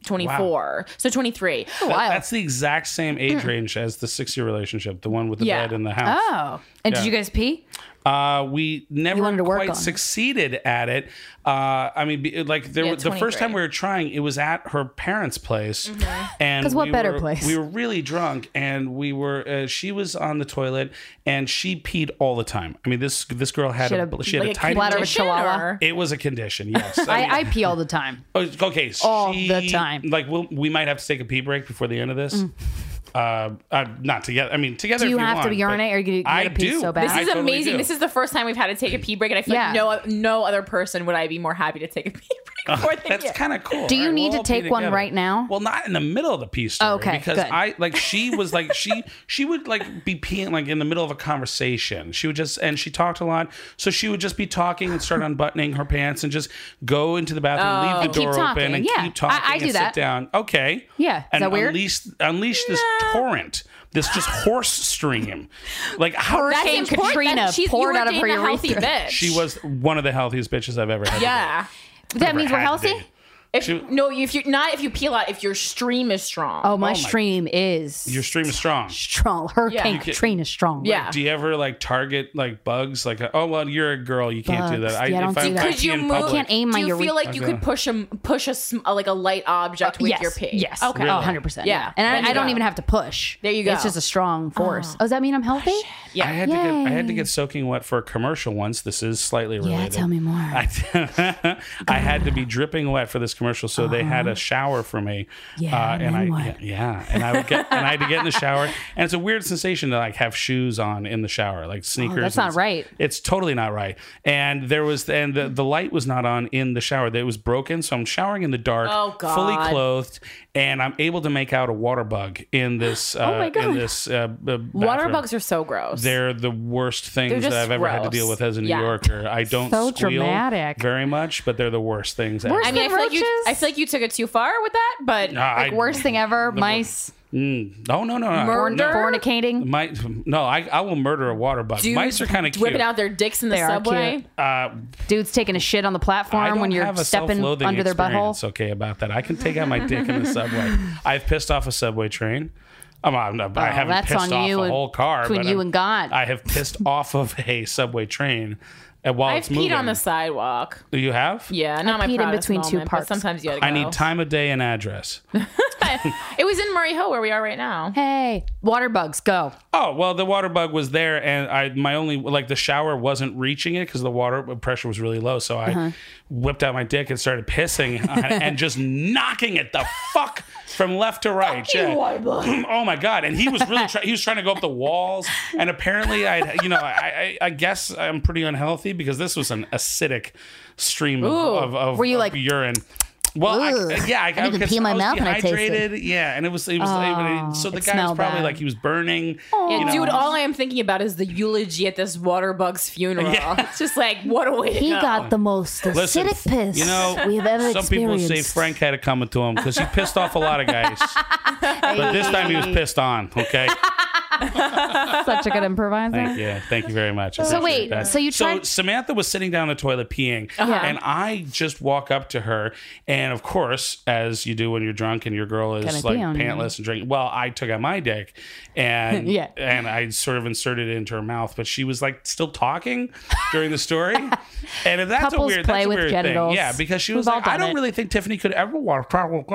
A: 24 so 23
B: Wild.
C: That's the exact same age range as the six year relationship, the one with the
A: Yeah.
C: bed in the house.
B: Mm. Oh, and
C: Yeah.
B: did you guys pee?
C: Uh, we never
B: wanted to work
C: quite
B: on it.
C: succeeded at it. Uh, I mean, be- like there,
A: Yeah,
C: were- the first
A: 23.
C: time we were trying, it was at her parents' place, and
B: Mm-hmm. 'Cause what
C: we
B: better
C: were-
B: place?
C: We were really drunk, and we were. Uh, she was on the toilet, and she peed all the time. I mean, this this girl had,
B: She
C: a,
B: had a-
C: she had
A: like
C: a
A: a
C: tiny.
B: Bladder of a
A: Condition
B: chihuahua.
A: or-
C: it was a condition, yes.
B: I, I pee all the time.
C: Oh, it's- okay,
B: All
C: she-
B: the time. Mm.
C: Like we'll, we might have to take a pee break before the end of this. Uh, uh, not together. I mean, together.
B: Do you
C: if
B: have to
C: want, but
B: urinate or you- you gotta
C: I
B: pee
C: do.
B: so bad?
A: This
C: I
A: is
C: totally
A: amazing.
C: do.
A: This is the first time we've had to take a pee break, and I feel
B: Yeah.
A: like no no other person would I be more happy to take a pee break for than
C: Uh, That's
A: you.
C: kind of cool.
B: Do you
C: All
B: need
C: we'll
B: to
C: all be
B: take one
C: together.
B: right now?
C: Well, not in the middle of the pee story.
B: Okay,
C: because
B: good.
C: I like she was like she she would like be peeing like in the middle of a conversation. She would just and she talked a lot, so she would just be talking and start unbuttoning her pants and just go into the bathroom, leave the
B: Oh. And keep
C: door open,
B: talking.
C: and
B: Yeah.
C: keep talking.
B: I- I do
C: and
B: that.
C: Sit down. Okay.
B: Yeah. Is
C: and
B: that weird?
C: Unleash unleash this torrent. This just horse stream. Like how
A: That's
B: Hurricane
A: important.
B: Katrina
A: That's- she's- you
B: poured
A: were
B: out of her
A: dating a healthy
B: urethra.
A: bitch.
C: she was one of the healthiest bitches I've ever had.
A: Yeah.
B: That means we're
C: had to
B: healthy.
C: be.
A: If,
C: She-
A: no, if you not if you peel out, if your stream is strong.
B: Oh, my stream is
C: Your stream is strong.
B: strong. Hurricane
A: You
C: get-
B: Katrina strong.
A: yeah.
C: Do you ever like target like bugs? Like, oh well, you're a girl, you can't do
B: Bugs.
C: that. I,
B: Yeah, I
C: if
B: don't
C: I,
B: do
C: if I
B: that.
A: could
C: pee
A: you
C: in
A: move?
C: public,
B: Can't aim
A: do
B: my
A: you feel
B: urethra. Uh,
A: like you could push a push a sm- like a light object with
B: yes,
A: your pee?
B: Yes.
A: Okay.
B: Oh, 100%.
A: Yeah.
B: Yeah.
A: There
B: And I,
A: you
B: I don't
A: go.
B: even have to push.
A: There you go.
B: It's just a strong force. Oh, does that mean I'm healthy?
C: I had to get I had to get soaking wet for a commercial once. This is slightly related.
B: tell me more.
C: I, I had to be dripping wet for this commercial, so they had a shower for me. Uh,
B: Yeah,
C: and
B: and
C: I
B: then
C: yeah,
B: what?
C: yeah, and I would get and I had to get in the shower, and it's a weird sensation to like have shoes on in the shower, like sneakers.
B: that's
C: and
B: not
C: s-
B: right.
C: It's totally not right. And there was and the, the light was not on in the shower. It was broken, so I'm showering in the dark,
A: Oh, God.
C: fully clothed, and I'm able to make out a water bug in this. Uh,
A: my God.
C: In this uh, b-
A: Water
C: bathroom.
A: bugs are so gross.
C: They're the worst things
A: They're
C: that
A: just
C: I've ever had to deal
A: gross.
C: with as a New
A: Yeah.
C: Yorker. I don't
B: So
C: squeal
B: dramatic.
C: very much, but they're the worst things.
A: I
C: Ever.
A: mean, I feel like you.
B: Roaches?
A: I feel like you took it too far with that, but
C: I-
B: Like, worst thing ever mice,
C: Mm, no, no, no, no.
B: born-
C: No.
B: fornicating.
C: My, no, I, I will murder a water bug.
A: dudes
C: Mice are kind of cute.
A: whipping out their dicks in the
B: They are
A: subway.
B: cute.
C: uh,
B: Dudes taking a shit on the
C: I
B: platform
C: don't
B: when you're
C: have a
B: stepping
C: self-loathing
B: under their
C: experience,
B: butthole.
C: Okay, about that, I can take out my dick in the subway. I've pissed off a subway train. I'm, I'm, I am i have
B: that's
C: not
B: on
C: pissed off
B: you
C: a
B: and-
C: whole car.
B: between
C: but
B: you
C: I'm-
B: and God.
C: I have pissed off of a subway train. And while
A: I've
C: it's moving,
A: peed on the sidewalk.
C: Do you have?
A: Yeah, not my
B: peed in
A: proudest
B: between two
A: moment, but
B: parks.
A: Sometimes you gotta go.
C: I need time of day and address.
A: it was in Murray Hill where we are right now.
B: Hey, water bugs, go.
C: Oh well, the water bug was there, and I my only like the shower wasn't reaching it because the water uh, pressure was really low. So I
D: Uh-huh.
C: whipped out my dick and started pissing on it and just knocking it the fuck from left to right. Yeah. oh my god! And he was really try- he was trying to go up the walls, and apparently I you know I, I I guess I'm pretty unhealthy because this was an acidic stream of of, of,
B: Were you
C: of
B: like-
C: urine. Well, I,
D: Ugh.
C: yeah, I,
D: I need to
C: because
D: pee in my
C: was
D: mouth when I taste it.
C: dehydrated. Yeah, and it was it was so the
B: it
C: guy was
B: smelled
C: probably
B: bad.
C: like he was burning.
A: Yeah,
C: you know.
A: dude, all I am thinking about is the eulogy at this water bug's funeral.
C: Yeah.
A: It's just like, what a way to
D: He
A: go.
D: got the most
C: Listen,
D: acidic piss
C: you know,
D: we have ever
C: Some people
D: experienced.
C: say Frank had it coming to him because he pissed off a lot of guys. But this time he was pissed on. Okay.
B: Such a good improviser.
C: Thank you. Thank you very much. I
B: So
C: appreciate
B: wait,
C: that.
B: so you
C: So
B: tried- Uh-huh.
C: Samantha was sitting down in the toilet peeing, and I just walk up to her, and of course, as you do when you're drunk and your girl
B: Gotta
C: is
B: pee
C: like
B: on you.
C: pantless and drinking. Well, I took out my dick, and
B: Yeah.
C: and I sort of inserted it into her mouth, but she was like still talking during the story, and if that's
B: Couples
C: a weird,
B: play
C: that's a
B: with
C: weird
B: genitals.
C: thing, yeah, because she
B: We've
C: was
B: all
C: like, I
B: done
C: don't
B: it."
C: really think Tiffany could ever walk.
B: That's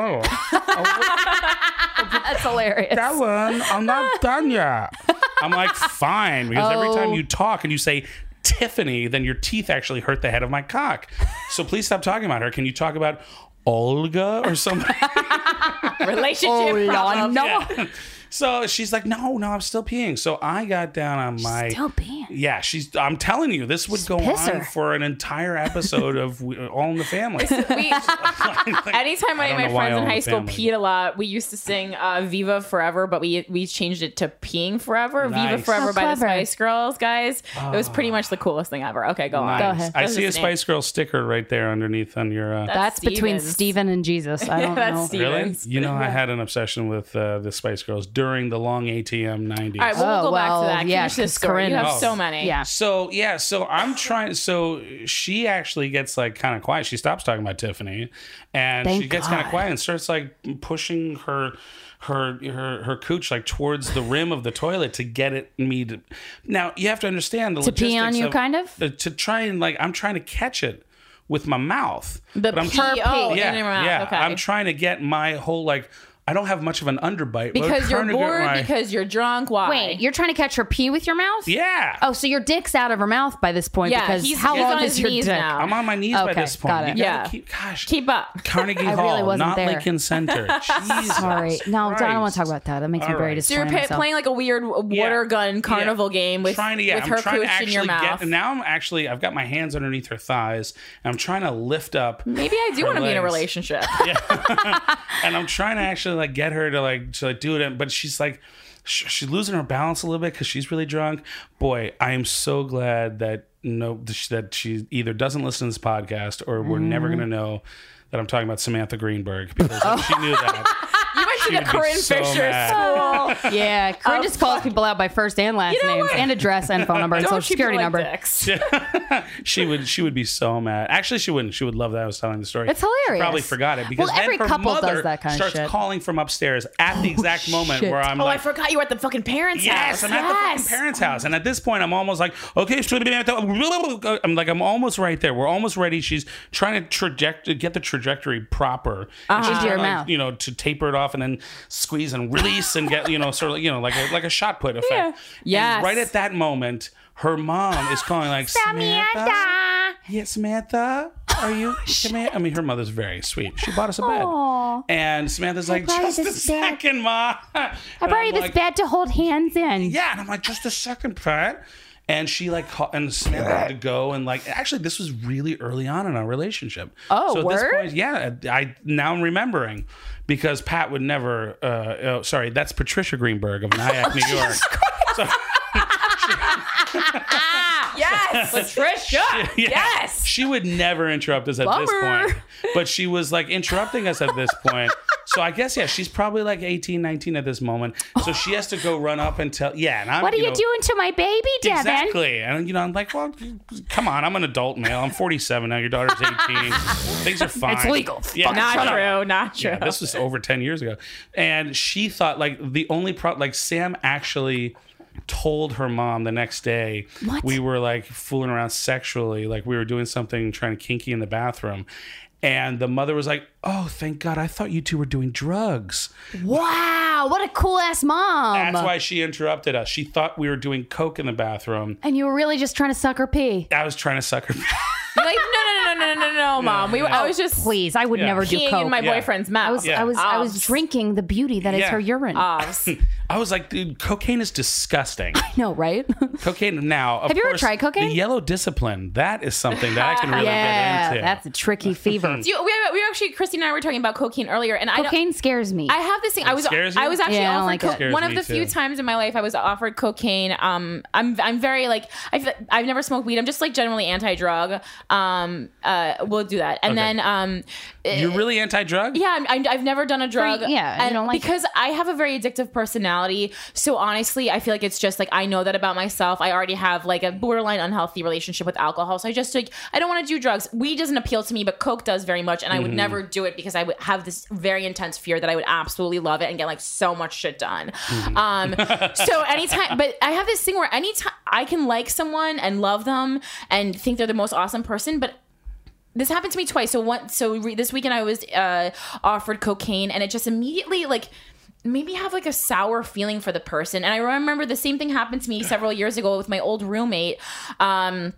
B: hilarious.
C: Ellen, I'm not done yet. I'm like, fine, because every time
B: Oh.
C: you talk and you say Tiffany, then your teeth actually hurt the head of my cock. So please stop talking about her. Can you talk about Olga or something?
A: relationship problem.
C: so she's like, no, no, I'm still peeing. So I got down on my.
B: Still peeing.
C: yeah, she's. I'm telling you, this would go
B: piss
C: on
B: her.
C: for an entire episode of We- All in the Family.
A: We, anytime
C: I
A: any of
C: don't
A: my
C: know why
A: friends
C: all
A: in
C: the
A: high school
C: family-
A: peed a lot, we used to sing uh, "Viva Forever," but we we changed it to "Peeing Forever."
C: Nice.
A: "Viva Forever"
B: How
A: by the
B: clever.
A: Spice Girls, guys. it was pretty much the coolest thing ever. Okay, go on.
C: Nice.
B: ahead.
C: I
A: That was
C: see a
A: his name.
C: Spice Girl sticker right there underneath on your. Uh,
B: That's between
A: Stevens.
B: Steven and Jesus. I don't
A: that's
B: know.
A: Steven.
C: Really?
A: Stevens.
C: You know, I had an obsession with uh, the Spice Girls during the long ATM 90s.
A: All right, well, we'll
B: Oh,
A: go
B: well,
A: back to that.
B: yeah,
A: Finish this
B: 'cause
A: story. You
B: Corinne-
A: have
C: Oh.
A: so many.
B: Yeah.
C: so, yeah, so I'm trying. So she actually gets like kind of quiet. She stops talking about Tiffany and
B: Thank
C: she gets kind of
B: God.
C: quiet and starts like pushing her. Her, her her cooch like towards the rim of the toilet to get it me to now you have to understand the to
B: pee on you, kind of?
C: to try and like I'm trying to catch it with my mouth
A: The
C: But I'm
A: P-O
C: trying-
A: Oh, in
C: yeah,
A: your mouth.
C: yeah.
A: Okay.
C: I'm trying to get my whole like. I don't have much of an underbite but I'm
A: because you're
C: trying to get
A: bored,
C: my-
A: because you're drunk. Why?
B: Wait, you're trying to catch her pee with your mouth?
C: yeah.
B: Oh, so your dick's out of her mouth by this point
A: Yeah,
B: because
A: he's-
B: how
A: he's
B: long
A: on
B: is
A: his
B: your
A: knees
B: dick?
A: now.
C: I'm on my knees
B: Okay,
C: by this point.
B: got it.
C: You gotta
A: Yeah.
C: Keep, gosh,
A: keep up.
C: Carnegie
B: I
C: Hall,
B: really wasn't
C: not
B: there.
C: Lincoln Center. Jesus
B: Sorry. No, I don't want
C: Christ.
B: to talk about that. That makes me
C: All
B: very
C: right.
A: So you're
B: disappointed.
A: pa- playing like a weird w-
C: Yeah.
A: water gun carnival
C: Yeah.
A: game with,
C: trying to, yeah,
A: with
C: I'm
A: her
C: trying
A: cooch
C: to
A: in your
C: actually
A: mouth.
C: Get, now I'm actually I've got my hands underneath her thighs and I'm trying to lift up
A: Maybe I do
C: her
A: want to be in a
C: legs.
A: relationship.
C: and I'm trying to actually like get her to like to like do it, but she's like sh- she's losing her balance a little bit because she's really drunk. Boy, I am so glad that no that she either doesn't listen to this podcast or we're never
B: Mm-hmm.
C: gonna know that I'm talking about Samantha Greenberg because if she knew that.
A: You went to
C: She
A: the
C: would be
A: Corinne
C: so
A: Fisher
C: mad.
A: School.
B: yeah, Corinne just calls people out by first and last
A: Oh, know
B: names
A: what?
B: and address and phone number and social
A: Don't treat people
B: security
A: like
B: number.
A: dicks.
C: she would she would be so mad. Actually, she wouldn't. She would love that I was telling the story.
B: It's
C: She
B: hilarious.
C: probably forgot it because
B: Well,
C: then
B: every
C: her
B: couple
C: mother
B: does that kind of
C: starts
B: shit.
C: calling from upstairs at the exact moment
B: shit.
C: where I'm
A: Oh, I
C: like,
A: forgot you were at the fucking parents'
C: Yes,
A: house.
C: I'm at the fucking parents' house, and at this point, I'm almost like, okay, so- I'm like, I'm almost right there. We're almost ready. She's trying to traject- get the trajectory proper. And she's
B: Into
C: trying
B: your
C: to, like,
B: mouth.
C: you know, to taper it off and then squeeze and release and get, you know, sort of, you know, like a, like a shot put effect. Yeah.
A: Yes.
C: Right at that moment, her mom is calling like Samantha.
B: Ah,
C: Yeah, Samantha, are you? Samantha? I mean, her mother's very sweet. She bought us a bed, and Samantha's like,
D: brought you
C: just a
D: this bed.
C: second, ma. I
B: brought you this bed to hold hands in.
C: yeah, and I'm like, just a second, Pat. And she like caught and Samantha had to go and like actually this was really early on in our relationship.
B: Oh,
C: so at this
B: word?
C: point, yeah, I now I'm remembering because Pat would never. Uh, oh, sorry, that's Patricia Greenberg of Nyack, New York.
A: Yes, Patricia.
C: Yeah.
A: Yes.
C: She would never interrupt us at
B: Bummer.
C: this point. But she was like interrupting us at this point. So I guess, yeah, she's probably like 18, 19 at this moment. So she has to go run up and tell, yeah. And I'm,
B: What are you,
C: know,
B: doing to my baby, Devin?
C: Exactly. And, you know, I'm like, well, come on. I'm an adult male. I'm 47 now. Your daughter's 18. Things are fine.
B: It's legal.
C: Yeah, shut
A: Not
C: up.
A: true. Not true.
C: Yeah, this was over 10 years ago. And she thought, like, the only problem, like, Sam actually told her mom the next day we were like fooling around sexually, like we were doing something trying to kinky in the bathroom. And the mother was like, "Oh, thank God! I thought you two were doing drugs."
B: Wow, what a cool ass mom.
C: That's why she interrupted us. She thought we were doing coke in the bathroom.
B: and you were really just trying to suck her pee.
C: I was trying to suck her.
A: Like no, no, no, no, no, no, no, mom. We, were- I was just
B: Please, I would
C: Yeah.
B: never do
A: peeing
B: coke.
A: in my
C: Yeah.
A: boyfriend's mouth.
B: I was, I was, I was
A: Obs.
B: drinking the beauty that is
C: Yeah.
B: her urine.
A: Obs.
C: I was like, dude, cocaine is disgusting.
B: no, right?
C: cocaine now. Of
B: Have you ever
C: course,
B: tried cocaine?
C: The yellow discipline. That is something that I can really
B: yeah,
C: get into.
B: that's a tricky fever.
A: Do you- we, we were actually Christy and I were talking about cocaine earlier, and I don't.
B: Cocaine scares me.
A: I have this thing. I was
C: scares you?
A: I was actually
B: Yeah, I don't
A: offered
B: like it.
A: co-
C: Scares
A: one of
C: me
A: the few
C: too.
A: times in my life I was offered cocaine. Um, I'm I'm very like I feel, I've never smoked weed. I'm just like generally anti-drug. Um, uh, we'll do that, and
C: Okay.
A: then um,
C: You're really anti-drug?
A: Yeah, I'm, I'm, I've never done a drug.
B: yeah, you
A: and
B: don't like it.
A: because I have a very addictive personality. So honestly, I feel like it's just like I know that about myself. I already have like a borderline unhealthy relationship with alcohol. So I just like I don't want to do drugs. Weed doesn't appeal to me, but coke does very much, and I would never do it because I would have this very intense fear that I would absolutely love it and get like so much shit done. Um, so anytime, but I have this thing where anytime I can like someone and love them and think they're the most awesome person, but this happened to me twice. So one, so re- this weekend I was uh, offered cocaine, and it just immediately like made me have like a sour feeling for the person. And I remember the same thing happened to me several years ago with my old roommate. Um,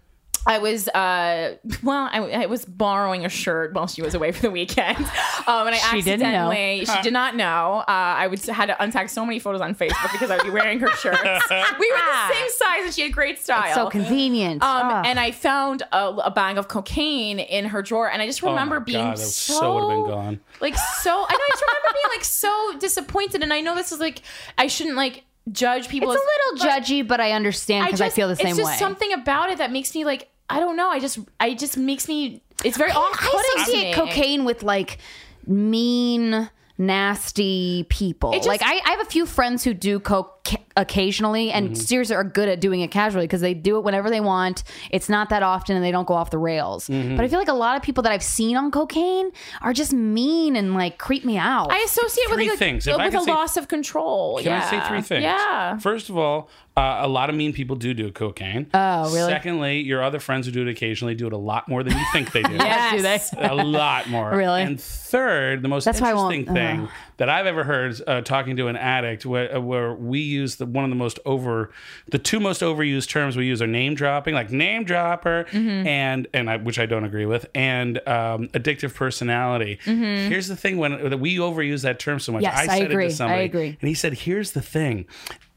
A: I was uh, well, I, I was borrowing a shirt while she was away for the weekend, um, and I
B: She
A: accidentally
B: didn't know.
A: she did not know. Uh, I would had to untag so many photos on Facebook because I would be wearing her shirts. we were the same size, and she had great style.
B: Ah. so convenient.
A: Um,
B: Ah.
A: and I found a, a bag of cocaine in her drawer, and I just
C: Oh my
A: remember being
C: God, that
A: so,
C: so would have been gone.
A: like so. I know I just remember being like so disappointed, and I know this is like I shouldn't like judge
B: it's
A: people.
B: a little judgy, but I understand because I,
A: just-
B: feel the same
A: It's just
B: way.
A: something about it that makes me like I don't know. I just I just makes me. It's very off.
B: I associate cocaine with like mean, nasty people.
A: just-
B: like I, I have a few friends who do coke ca- occasionally,
C: Mm-hmm.
B: and seriously are good at doing it casually because they do it whenever they want. It's not that often, and they don't go off the rails.
C: Mm-hmm.
B: But I feel like a lot of people that I've seen on cocaine are just mean and like creep me out.
A: I associate it with
C: Three
A: like,
C: things. If
A: a,
C: I
A: with
C: could
A: a
C: say-
A: loss of control.
C: Can
A: yeah.
C: I say three things?
A: Yeah.
C: First of all, uh, a lot of mean people do do cocaine. Oh,
B: really?
C: Secondly, your other friends who do it occasionally do it a lot more than you think they do.
B: do they?
C: a lot more.
B: Really?
C: And third, the most
B: That's why I won't- uh-huh.
C: interesting thing that I've ever heard uh, talking to an addict, where, uh, where we use the one of the most over, the two most overused terms we use are name dropping, like name dropper,
B: Mm-hmm.
C: and and I, which I don't agree with, and um, addictive personality. Here's the thing: when that we overuse that term so much,
B: Mm-hmm. Yes, I
C: I said
B: agree.
C: it
B: I
C: to somebody,
B: agree.
C: and he said, "Here's the thing."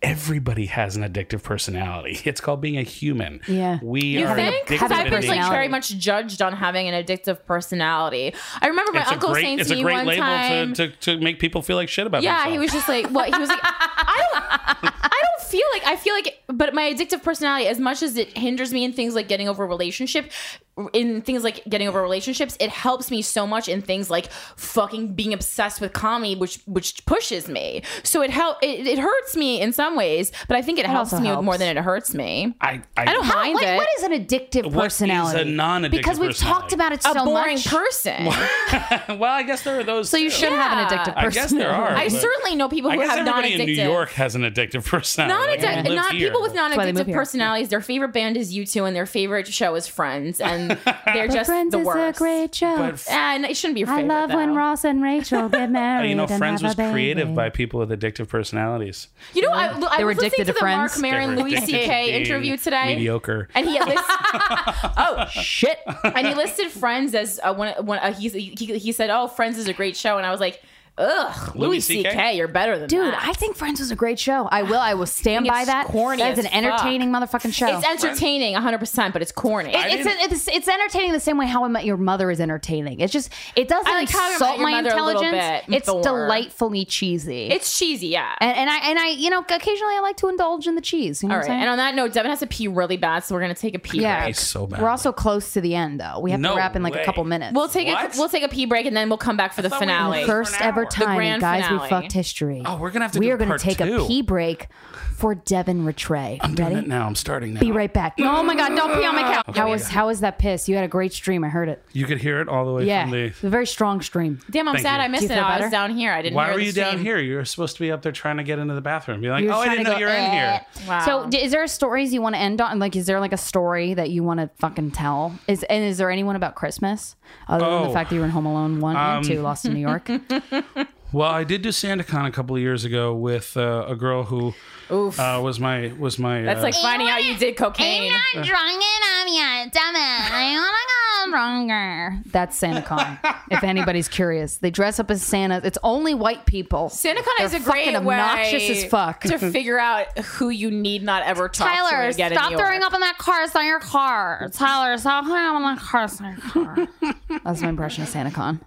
C: Everybody has an addictive personality. It's called being a human.
B: Yeah.
C: We
A: You
C: are
A: think?
C: addicted
A: Because I've
C: to
A: been
C: nature.
A: like very much judged on having an addictive personality. I remember my
C: it's
A: uncle
C: a great,
A: saying
C: it's
A: to
C: a
A: me
C: great
A: one
C: label
A: time.
C: To, to, to make people feel like shit about
A: yeah,
C: themselves.
A: he was just like, what? He was like, I don't, I don't feel like, I feel like, but my addictive personality, as much as it hinders me in things like getting over a relationship, in things like getting over relationships, it helps me so much in things like fucking being obsessed with comedy, which which pushes me. So it help, it, it hurts me in some ways, but I think it, helps
B: also
A: me
B: helps.
A: more than it hurts me.
C: I, I,
A: don't
B: How-
A: mind
B: like,
A: it.
B: what is an addictive
C: What is a
B: personality?
C: non-addictive
B: Because we've talked
C: personality?
B: about it
A: A
B: so
A: boring
B: much.
A: person.
C: well, I guess there are those.
B: so you should have an
A: Yeah.
B: addictive
C: I
B: personality.
C: guess there are.
A: I
C: but-
A: certainly know people
C: I
A: who
C: guess
A: have non
C: everybody in New York
A: addictive.
C: has an addictive
A: Non
C: personality. Everyone
A: addictive,
C: lives
A: not
C: here.
A: people with non
B: why they move
A: addictive
B: here.
A: personalities. Their favorite band is U2 and their favorite show is Friends. And they're just
B: Friends
A: the
B: is
A: worst.
B: a great show.
C: But f-
A: and it shouldn't be your
B: I
A: favorite.
B: love when
A: though.
B: Ross and Rachel get married.
C: Oh, you know,
B: and
C: Friends
B: have
C: was
B: a baby.
C: creative by people with addictive personalities.
A: You know, I, I
B: They were
A: was listening
B: addicted
A: to
B: to
A: the Mark
B: Friends.
A: Maron
C: They were
A: Louis C.K.
C: addicted.
A: interview today.
C: Mediocre.
A: And he list- oh shit! And he listed Friends as uh, one. one uh, he's, he he said, "Oh, Friends is a great show," and I was like, "Ugh, Louis,
C: Louis
A: C.K.
C: CK?
A: you're better than
B: Dude,
A: that.
B: I think Friends was a great show. I will. I will stand by
A: it's
B: that.
A: corny
B: That's
A: as
B: an entertaining motherfucking show.
A: It's entertaining, 100, percent but it's corny.
B: It- it's,
C: didn't-
B: it's it's entertaining the same way How I Met Your Mother is entertaining. It's just it doesn't
A: I like How I Met
B: insult
A: Your
B: my
A: Mother a little
B: intelligence.
A: bit
B: It's
A: more.
B: delightfully cheesy.
A: it's cheesy, yeah.
B: and, and I and I you know occasionally I like to indulge in the cheese. You know
A: All
B: what
A: right.
B: I'm saying?
A: And on that note, Devin has to pee really bad, so we're gonna take a pee
B: yeah,
A: break.
C: He's so bad.
B: we're also close to the end though. We have
C: No
B: to wrap in like a
C: way.
B: couple minutes.
A: We'll take
C: What?
A: a we'll take a pee break and then we'll come back for the
C: thought we-
A: finale.
B: first
C: for an
B: ever for time,
A: grand
B: guys. We
A: finale.
B: fucked history.
C: Oh, we're gonna have to
B: We
C: do
B: are gonna
C: part
B: take
C: two.
B: a pee break for Devin Rattray. Ready?
C: now I'm starting now.
B: Be right back. No, oh my God, don't pee on my couch. How was how was that piss? You had a great stream. I heard it.
C: You could hear it all the way
B: Yeah,
C: from the.
B: a very strong stream.
A: Damn, I'm
C: Thank
A: sad
C: you.
A: I
B: Do
A: missed
B: you
A: it.
B: feel
A: I
B: better?
A: was down here. I didn't
C: Why
A: hear
C: were
A: the
C: you down
A: stream.
C: here? You were supposed to be up there trying to get into the bathroom. Be like,
B: You're
C: oh, I
B: trying
C: didn't
B: to
C: know
B: go, eh.
C: you're in here.
A: Wow.
B: So, d- is there stories you want to end on? Like, is there like a story that you want to fucking tell? Is and is there anyone about Christmas other than
C: Oh. Um.
B: the fact that you were in Home Alone one and two, Lost in New York?
C: Well, I did do SantaCon a couple of years ago with uh, a girl who uh, was my was my.
A: That's
C: uh,
A: like finding out you did
D: I'm
A: cocaine.
D: not drunk enough yet, damn it. I wanna go drunker.
B: That's SantaCon. if anybody's curious, they dress up as Santa. It's only white people.
A: SantaCon is a
B: They're
A: great
B: fucking obnoxious
A: way
B: as fuck.
A: to figure out who you need not ever talk to
D: Tyler,
A: again in
D: stop
A: New
D: throwing
A: York.
D: up in that car. It's not your car. Tyler, stop throwing up in that car. It's not your car.
B: That's my impression of SantaCon.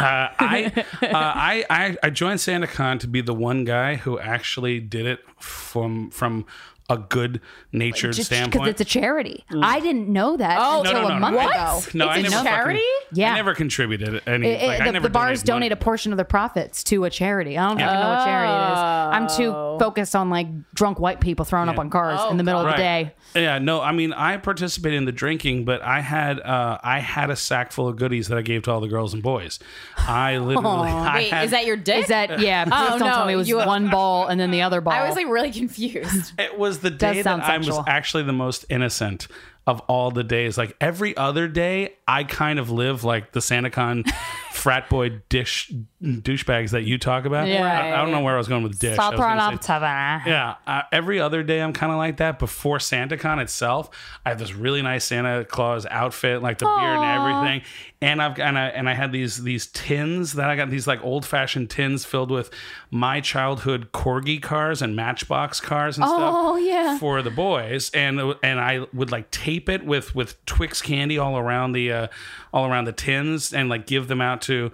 C: Uh, I, uh, I I I joined SantaCon to be the one guy who actually did it from from a good natured
B: Because
C: standpoint.
B: it's a charity. I didn't know that
A: Mm. Oh,
B: until
C: no, no,
B: a
C: no,
B: month
C: no.
B: ago.
C: no,
A: It's
C: I
A: a
C: never
A: charity?
C: Fucking,
B: Yeah.
C: I never contributed any.
B: It- it-
C: like, I
B: the,
C: never
B: the bars
C: donated money.
B: donate a portion of their profits to a charity. I don't
C: Yeah.
B: fucking know what charity it is.
A: Oh.
B: I'm too focused on like drunk white people throwing up on cars in the middle of the day.
C: Yeah, no, I mean I participated in the drinking, but I had uh, I had a sack full of goodies that I gave to all the girls and boys. I literally I
A: Wait,
C: had-
A: is that your dick?
B: Is that yeah? Please
A: Oh,
B: don't tell
A: no,
B: me it was
A: you-
B: one ball and then the other ball.
A: I was like really confused.
C: It was the day that
B: sound
C: I was
B: sexual.
C: actually the most innocent of all the days. Like every other day, I kind of live like the SantaCon frat boy dish douchebags that you talk about.
B: Yeah.
C: I, I don't know where I was going with dish. I
B: Stop
C: was gonna
B: throwing up,
C: say-
B: Tavana.
C: yeah, uh, every other day I'm kind of like that. Before SantaCon itself, I have this really nice Santa Claus outfit, like the beard and everything, and I've and I and I had these these tins that I got these like old fashioned tins filled with my childhood corgi cars and Matchbox cars and stuff.
B: Oh, yeah.
C: for the boys, and and I would like tape it with with Twix candy all around the uh, all around the tins and like give them out to,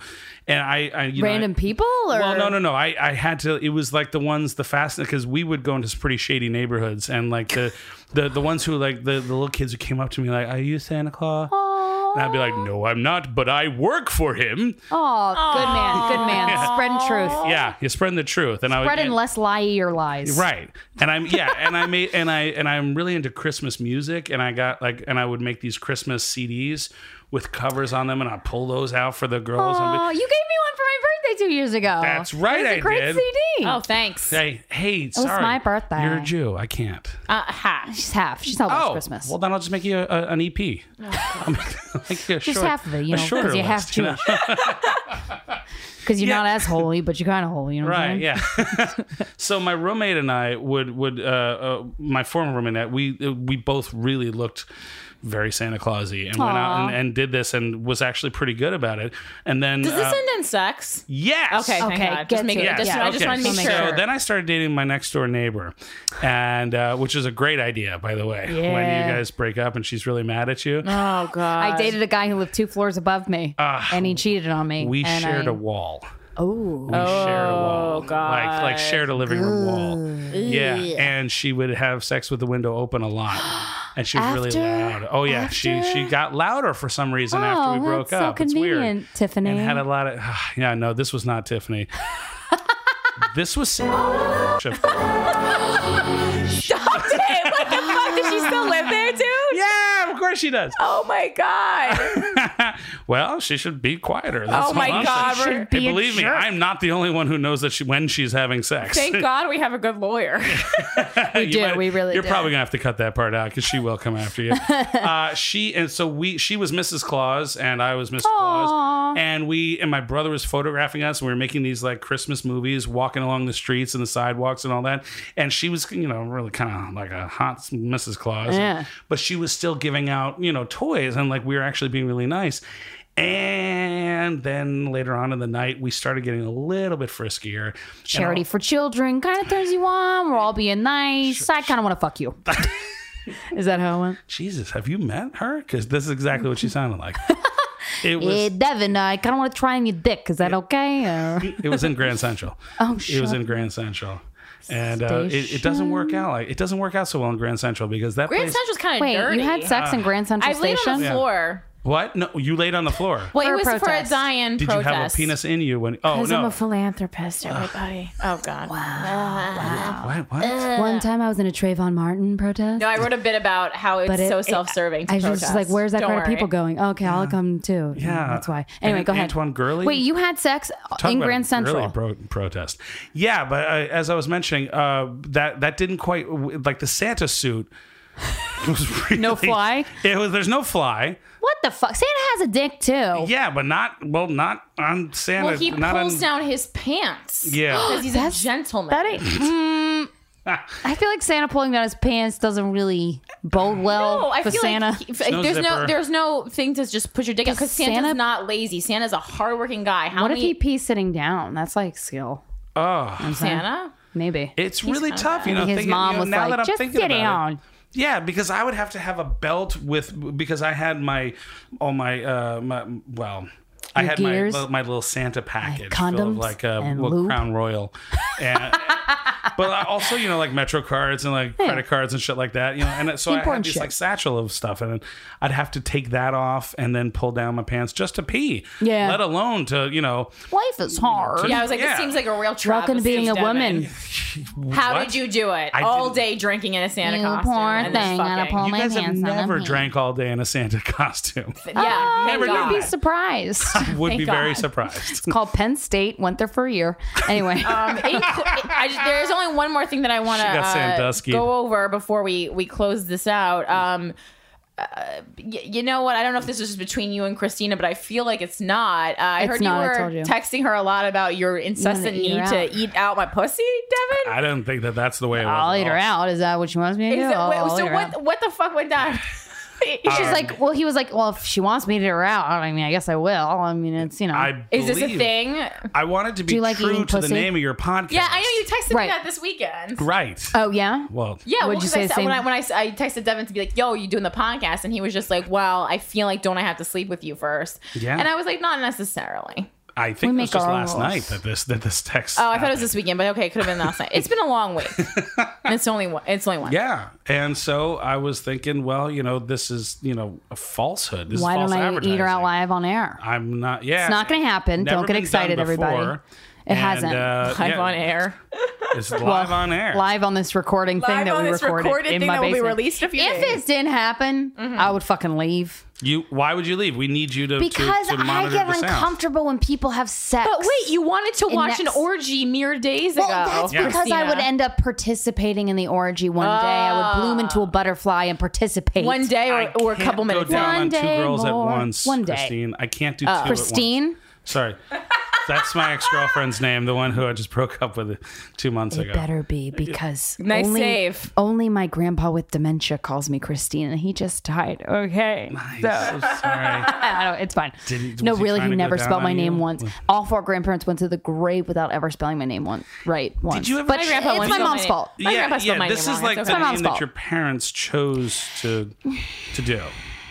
C: and I, I you know, I-
B: Random people or
C: well, no, no, no. I, I had to. It was like the ones the fast because we would go into some pretty shady neighborhoods and like the the the ones who like the the little kids who came up to me like, "Are you Santa Claus?" And I'd be like, "No, I'm not, but I work for him."
B: Oh, good man, good man. Spreading truth.
C: Yeah, you're spreading the truth, and I would
B: Spreading
C: and-
B: less lie your lies.
C: Right. And I'm yeah, and I made and I and I'm really into Christmas music and I got like and I would make these Christmas CDs with covers on them and I pull those out for the girls and
B: Oh,
C: be-
B: you gave me one for my birthday two years ago.
C: That's right,
B: It was a
C: I
B: great
C: did.
B: CD.
A: oh, thanks. Uh,
C: say, "Hey,
B: was
C: sorry.
B: my birthday.
C: You're a Jew. I can't."
A: ha.
B: she's half. She's not last Christmas.
C: Oh, Well, then I'll just make you a, a, an EP.
A: Oh.
C: I'll make- like a
B: just
C: short-
B: half of it, you know,
C: a shorter
B: because you're half
C: list, you know?
B: Jewish. Because you're not as holy, but you're kind of holy. You know what I'm
C: Right,
B: saying?
C: yeah. so my roommate and I would would uh, uh, my former roommate and I, we uh, we both really looked very Santa Clausy and went out and, and did this and was actually pretty good about it. And then
A: Does
C: uh,
A: this end in sex?
C: yes,
A: Oh, Okay, thank
B: Okay,
A: God.
B: get
A: Just make
B: to
A: it.
B: it.
A: Just,
B: Yeah,
A: I just
B: okay.
A: want to make
B: So
A: sure.
C: So then I started dating my next door neighbor, and uh, which is a great idea, by the way. When
B: Yeah.
C: you guys break up and she's really mad at you,
A: oh God.
B: I dated a guy who lived two floors above me, and he cheated on me.
C: Ah, we
B: and
C: shared
B: I-
C: a wall.
B: Oh,
C: We shared a wall.
A: God.
C: Like like shared a living room wall. Yeah. And she would have sex with the window open a lot. And she was really
B: After-
C: loud. Oh yeah. She she got louder for some reason after we broke
B: Oh, that's so
C: up.
B: convenient,
C: it's weird.
B: Tiffany.
C: And had a lot of yeah, no, this was not Tiffany. this was
A: Stop it! What the fuck? Does she still live there, dude?
C: Yeah, of course she does.
A: Oh my God.
C: well, she should be quieter. That's
A: Oh my
C: all I'm
A: God,
C: saying.
A: Robert.
C: Hey, believe me, I'm not the only one who knows that she when she's having sex.
A: Thank God we have a good lawyer.
C: we
B: do, we really
C: You're
B: do.
C: probably gonna have to cut that part out because she will come after you. uh, she and so we. She was Mrs. Claus and I was Mr. Claus, and we and my brother was photographing us. And we were making these like Christmas movies, walking along the streets and the sidewalks and all that. And she was, you know, really kind of like a hot Mrs. Claus.
B: Yeah.
C: but she was still giving out, you know, toys, and like we were actually being really nice. And then later on in the night, we started getting a little bit friskier.
B: charity for children kind of turns you on. We're all being nice. I kind of want to fuck you. Is that how it went?
C: Jesus, have you met her? Because this is exactly what she sounded like. It
B: Eh,
C: was
B: Devin, I kind of want to try on your dick. Is that okay? Or-
C: it was in Grand Central.
B: Oh,
C: It was
B: shit.
C: in Grand Central, and uh, it, it doesn't work out. Like it doesn't work out so well in Grand Central because that
A: Grand
C: place.
A: Central's kind of
B: Wait,
A: dirty.
B: you had sex in Grand Central
A: I've laid
B: Station?
A: on the floor.
C: What? No, you laid on the floor.
A: Well,
E: For
A: it
E: a
A: was for a
E: protest.
A: Zion
C: Did
A: protest.
C: you have a penis in you when? Oh
E: Because I'm
C: no!
E: a philanthropist, everybody. Oh, God.
C: what? What?
B: One time I was in a Trayvon Martin protest.
A: No, I wrote a bit about how it's
B: but it-
A: so
B: it-
A: self-serving. to
B: I was just
A: protest.
B: like, "Where's that
A: Don't
B: crowd of
A: worry.
B: people going?" Okay, I'll come too.
C: Yeah.
B: that's why.
C: And
B: Anyway, go ahead.
C: Antoine Gurley?
B: Wait, you had sex
C: Talk
B: in
C: about
B: Grand
C: a
B: Central.
C: girly pro- protest. Yeah, but uh, as I was mentioning, uh, that that didn't quite like the Santa suit. Was really,
B: No fly?
C: It was. There's no fly.
B: what the fuck? Santa has a dick too.
C: Yeah, but not well. Not on Santa.
A: Well, he
C: not
A: pulls
C: on,
A: down his pants.
C: Yeah.
A: because he's a gentleman.
B: That ain't. Mm, I feel like Santa pulling down his pants doesn't really bode well
A: No, I
B: for
A: feel
B: Santa.
A: like he- if- if
C: no
A: there's no
C: zipper.
A: there's no thing to just put your dick out because Santa's
B: Santa-
A: not lazy. Santa's a hardworking guy. How
B: what if
A: many
B: he pees sitting down? That's like skill,
C: Oh,
A: Santa?
B: maybe.
C: it's really tough. You know,
B: His
C: thinking,
B: mom
C: you know,
B: was
C: now
B: like,
C: that I'm
B: "Just
C: thinking
B: sit
C: about it."
B: down."
C: Yeah, because I would have to have a belt with because I had my all my uh my well I
B: Your
C: had
B: gears?
C: my li- my little Santa package full
B: condoms
C: of like uh,
B: and
C: well,
B: lube?
C: Crown Royal, and, but I also you know like Metro cards and like credit cards and shit like that. You know, and so I had
B: Important
C: this
B: shit.
C: like satchel of stuff, and then I'd have to take that off and then pull down my pants just to pee.
B: Yeah.
C: let alone to you know
B: Life is hard.
A: Yeah, I was like,
C: Yeah.
A: this seems like a real trap.
B: Welcome to
A: This
B: being a
A: seems done
B: woman.
A: in. How
C: what?
A: did you do it?
C: I
A: All
C: didn't-
A: day drinking in a Santa
B: You
A: costume.
B: poor
A: and then
B: thing, and I
A: fucking-
B: pull
C: You
B: my
C: guys have
B: hands down, I'm
C: never
B: peeing.
C: drank all day in a Santa costume.
A: Yeah, thank
C: Never knew
A: God.
B: Oh, You'd be surprised.
C: Would
A: Thank
C: be very
A: God.
C: surprised.
B: Called Penn State, went there for a year. Anyway,
A: Um, in- I just- there's only one more thing that I want to
C: She got
A: uh,
C: Sandusky.
A: go over before we we close this out. Um, uh, y- you know what? I don't know if this is between you and Christina, but I feel like it's not. Uh, I
B: It's
A: heard
B: not, I
A: you were
B: told you.
A: texting her a lot about your incessant
B: eat her
A: need to eat out my pussy, Devin.
C: I don't think that that's the way it was.
B: I'll
C: at
B: eat her
C: all.
B: out. Is that what she wants me to
A: Is
B: do?
A: it-
B: I'll-
A: wait,
B: I'll
A: so
B: eat her out.
A: what? What the fuck went down?
B: She's like, well, he was like, well, if she wants me to eat her out, I mean, I guess I will. I mean, it's you know,
C: I
A: Is this a
C: believe-
A: thing?
C: I wanted to be
B: you like
C: true
B: eating
C: to the
B: pussy?
C: name of your podcast.
A: Yeah, I know you texted
B: Right.
A: me that this weekend.
C: Right.
B: oh yeah,
C: well,
A: Yeah,
B: What'd
A: well,
B: you
A: 'cause
B: say,
A: I said,
B: Sam?
A: when I when I, s- I texted Devin to be like, "Yo, you doing the podcast?" and he was just like, "Well, I feel like don't I have to sleep with you first?
C: Yeah.
A: and I was like, "Not necessarily."
C: I think it
B: we
C: was
B: make
C: just
B: our own
C: last
B: rules.
C: night that this that this text.
A: Oh, I thought it was this weekend, but okay, it could have been last night. It's been a long week. And it's only one. It's only one.
C: Yeah, and so I was thinking, well, you know, this is you know a falsehood. This
B: why
C: is false
B: don't I eat her out
C: advertising.
B: live on air?
C: I'm not. Yeah,
B: It's not going to happen.
C: Never
B: Don't get
C: been done
B: excited, everybody.
C: before.
B: It
C: And,
B: hasn't.
C: uh,
A: live
C: yeah,
A: on air.
C: It's live
B: Well,
C: on air.
B: live on this recording thing
E: Live
B: that
E: on
B: we
E: this
B: recorded,
E: recorded
B: in
E: thing
B: my
E: that will be
B: basement.
E: released a few
B: if
E: days.
B: this didn't happen, I would fucking leave
C: You. Why would you leave? We need you to to-
B: because
C: to
B: I
C: monitor
B: get
C: the sound.
B: uncomfortable when people have sex.
A: But wait, you wanted to watch an
B: that's-
A: orgy mere days
B: Well,
A: ago.
B: that's because I would
A: Christina.
B: end up participating in the orgy one day. I would bloom into a butterfly and participate.
A: Ah. one day
C: I
A: or, or a
C: can't
A: couple
C: go
A: minutes.
C: down
B: One
C: on two
B: day
C: girls
B: more.
C: at once.
B: One day.
C: Christine. I can't do two. at once.
B: Uh, Christine,
C: Sorry. That's my ex girlfriend's name, the one who I just broke up with two months ago.
B: better be because
A: Nice
B: only,
A: save.
B: only my grandpa with dementia calls me Christine, and he just died. Okay,
C: I'm so sorry.
B: I don't, it's fine.
C: Didn't-
B: no,
C: was he
B: really,
C: trying
B: he
C: to go
B: never
C: down
B: spelled my
C: on
B: name
C: you?
B: once. All four grandparents went to the grave without ever spelling my name once. Right? Once.
C: you ever-
B: But
C: My
A: grandpa
B: it's
A: once
B: my
A: spelled my
B: mom's
A: name.
B: fault.
A: My
C: yeah,
A: grandpa spelled
C: yeah.
A: my
C: this
A: name
C: is
A: wrong.
C: like
A: It's
C: the
B: okay. My
C: name
B: mom's
C: that
B: fault.
C: your parents chose to to do.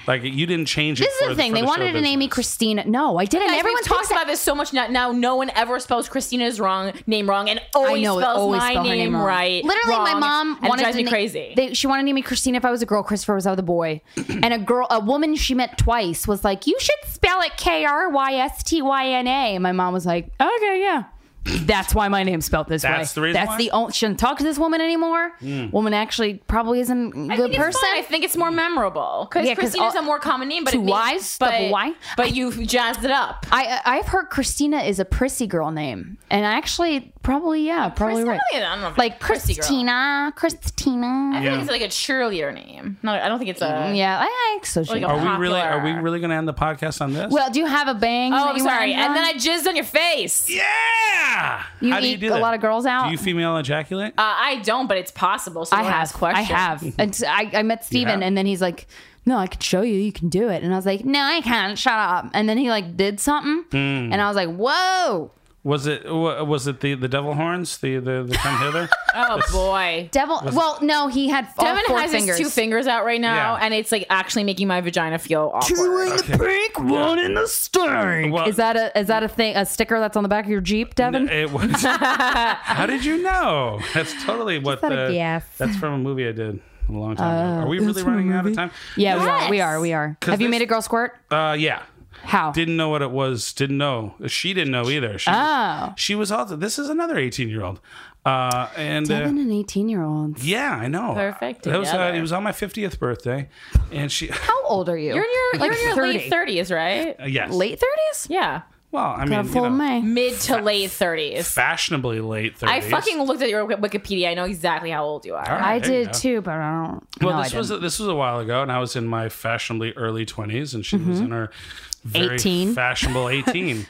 C: Like you didn't change it.
B: This is
C: for
B: the thing.
C: for
B: They
C: show
B: wanted to name me
C: business.
B: Christina. No, I didn't.
A: Guys,
B: Everyone
A: we've talks
B: thinks I-
A: about this so much now. Now no one ever spells Christina's wrong name wrong, and always
B: I know it
A: spells
B: always
A: my
B: spell her
A: name,
B: wrong.
A: right.
B: Literally, my
A: wrong,
B: mom
A: and it
B: wanted
A: drives
B: to
A: me
B: na-
A: crazy.
B: They, she wanted to name me Christina if I was a girl. Christopher was out of the boy, and a girl, a woman she met twice was like, "You should spell it K R Y S T Y N A." And my mom was like, "Okay, yeah." That's why my name's spelled this way.
C: That's the reason
B: That's
C: why? Hmm.
B: the only. Shouldn't talk to this woman anymore. Woman actually probably isn't a
A: I
B: good
A: think it's
B: person.
A: fun. I think it's more memorable because
B: Yeah, 'cause
A: Christina's
B: all-
A: a more common name, but
B: two
A: it makes-
B: Ys,
A: but,
B: double Y.
A: But you've jazzed it up.
B: I I- I've heard Christina is a prissy girl name, and I actually probably yeah probably right.
A: I don't know if
B: Like
A: it's prissy girl.
B: Christina, Christina.
A: I think
C: Yeah.
A: it's like a cheerleader name. No, I don't think it's a.
B: Mm, Yeah, I, I so.
A: Like a
C: Are we really? Are we
A: popular-
C: really going to end the podcast on this?
B: Well, do you have a bang?
A: Oh,
B: that
A: I'm
B: you wanna
A: sorry.
B: end on?
A: And then I jizzed on your face. Uh,
C: yeah.
B: You
C: How do you
B: eat
C: do
B: a
C: that?
B: lot of girls out?
C: Do you female ejaculate?
A: Uh, I don't, but it's possible. So
B: I
A: don't
B: have.
A: Ask questions.
B: I have. And so I, I met Steven
C: have?
B: and then he's like, No, I could show you. You can do it. And I was like, No, I can't. Shut up. And then he like did something. And I was like, Whoa.
C: was it? wa- Was it the the devil horns? The the the come hither?
A: Oh boy.
B: Devil. well, no, he had all
A: Devin
B: four
A: has
B: fingers.
A: his two fingers out right now,
C: Yeah.
A: and it's like actually making my vagina feel awkward.
F: the pink, one in the stink.
C: Well,
B: Is that a is that a thing a sticker that's on the back of your Jeep, Devin?
C: It was. How did you know? That's totally what
B: out of
C: the.
B: guess. Uh,
C: That's from a movie I did. a long time. ago. Are we really running out of time?
B: Yeah, we
D: Yes.
B: are. We are. We are.
C: 'Cause
B: Have you
C: this-
B: made a girl squirt?
C: Uh, yeah.
B: How?
C: Didn't know what it was. Didn't know. She didn't know either. She,
B: Oh.
C: she was also. This is another 18 year old. Uh, and uh,
B: Seven and eighteen year olds.
C: yeah, I know.
A: Perfect
C: That was, uh,
A: together.
C: it was on my 50th birthday, and she.
B: How old are you?
A: You're in your,
B: Like
A: you're in your
B: 30.
A: late thirties, right?
C: yes.
B: late thirties.
A: Yeah,
C: Well, I mean,
B: Got a
C: you
B: full
C: know,
B: May.
A: mid to late thirties.
C: fashionably late 30s.
A: I fucking looked at your Wikipedia. I know exactly how old you are.
C: All right,
B: I
C: there you
B: did
C: go.
B: too, but I don't.
C: Well,
B: no,
C: this
B: I
C: was
B: didn't.
C: a, this was a while ago, and I was in my fashionably early twenties, and she was
B: Mm-hmm.
C: in her very
B: 18.
C: fashionable eighteen,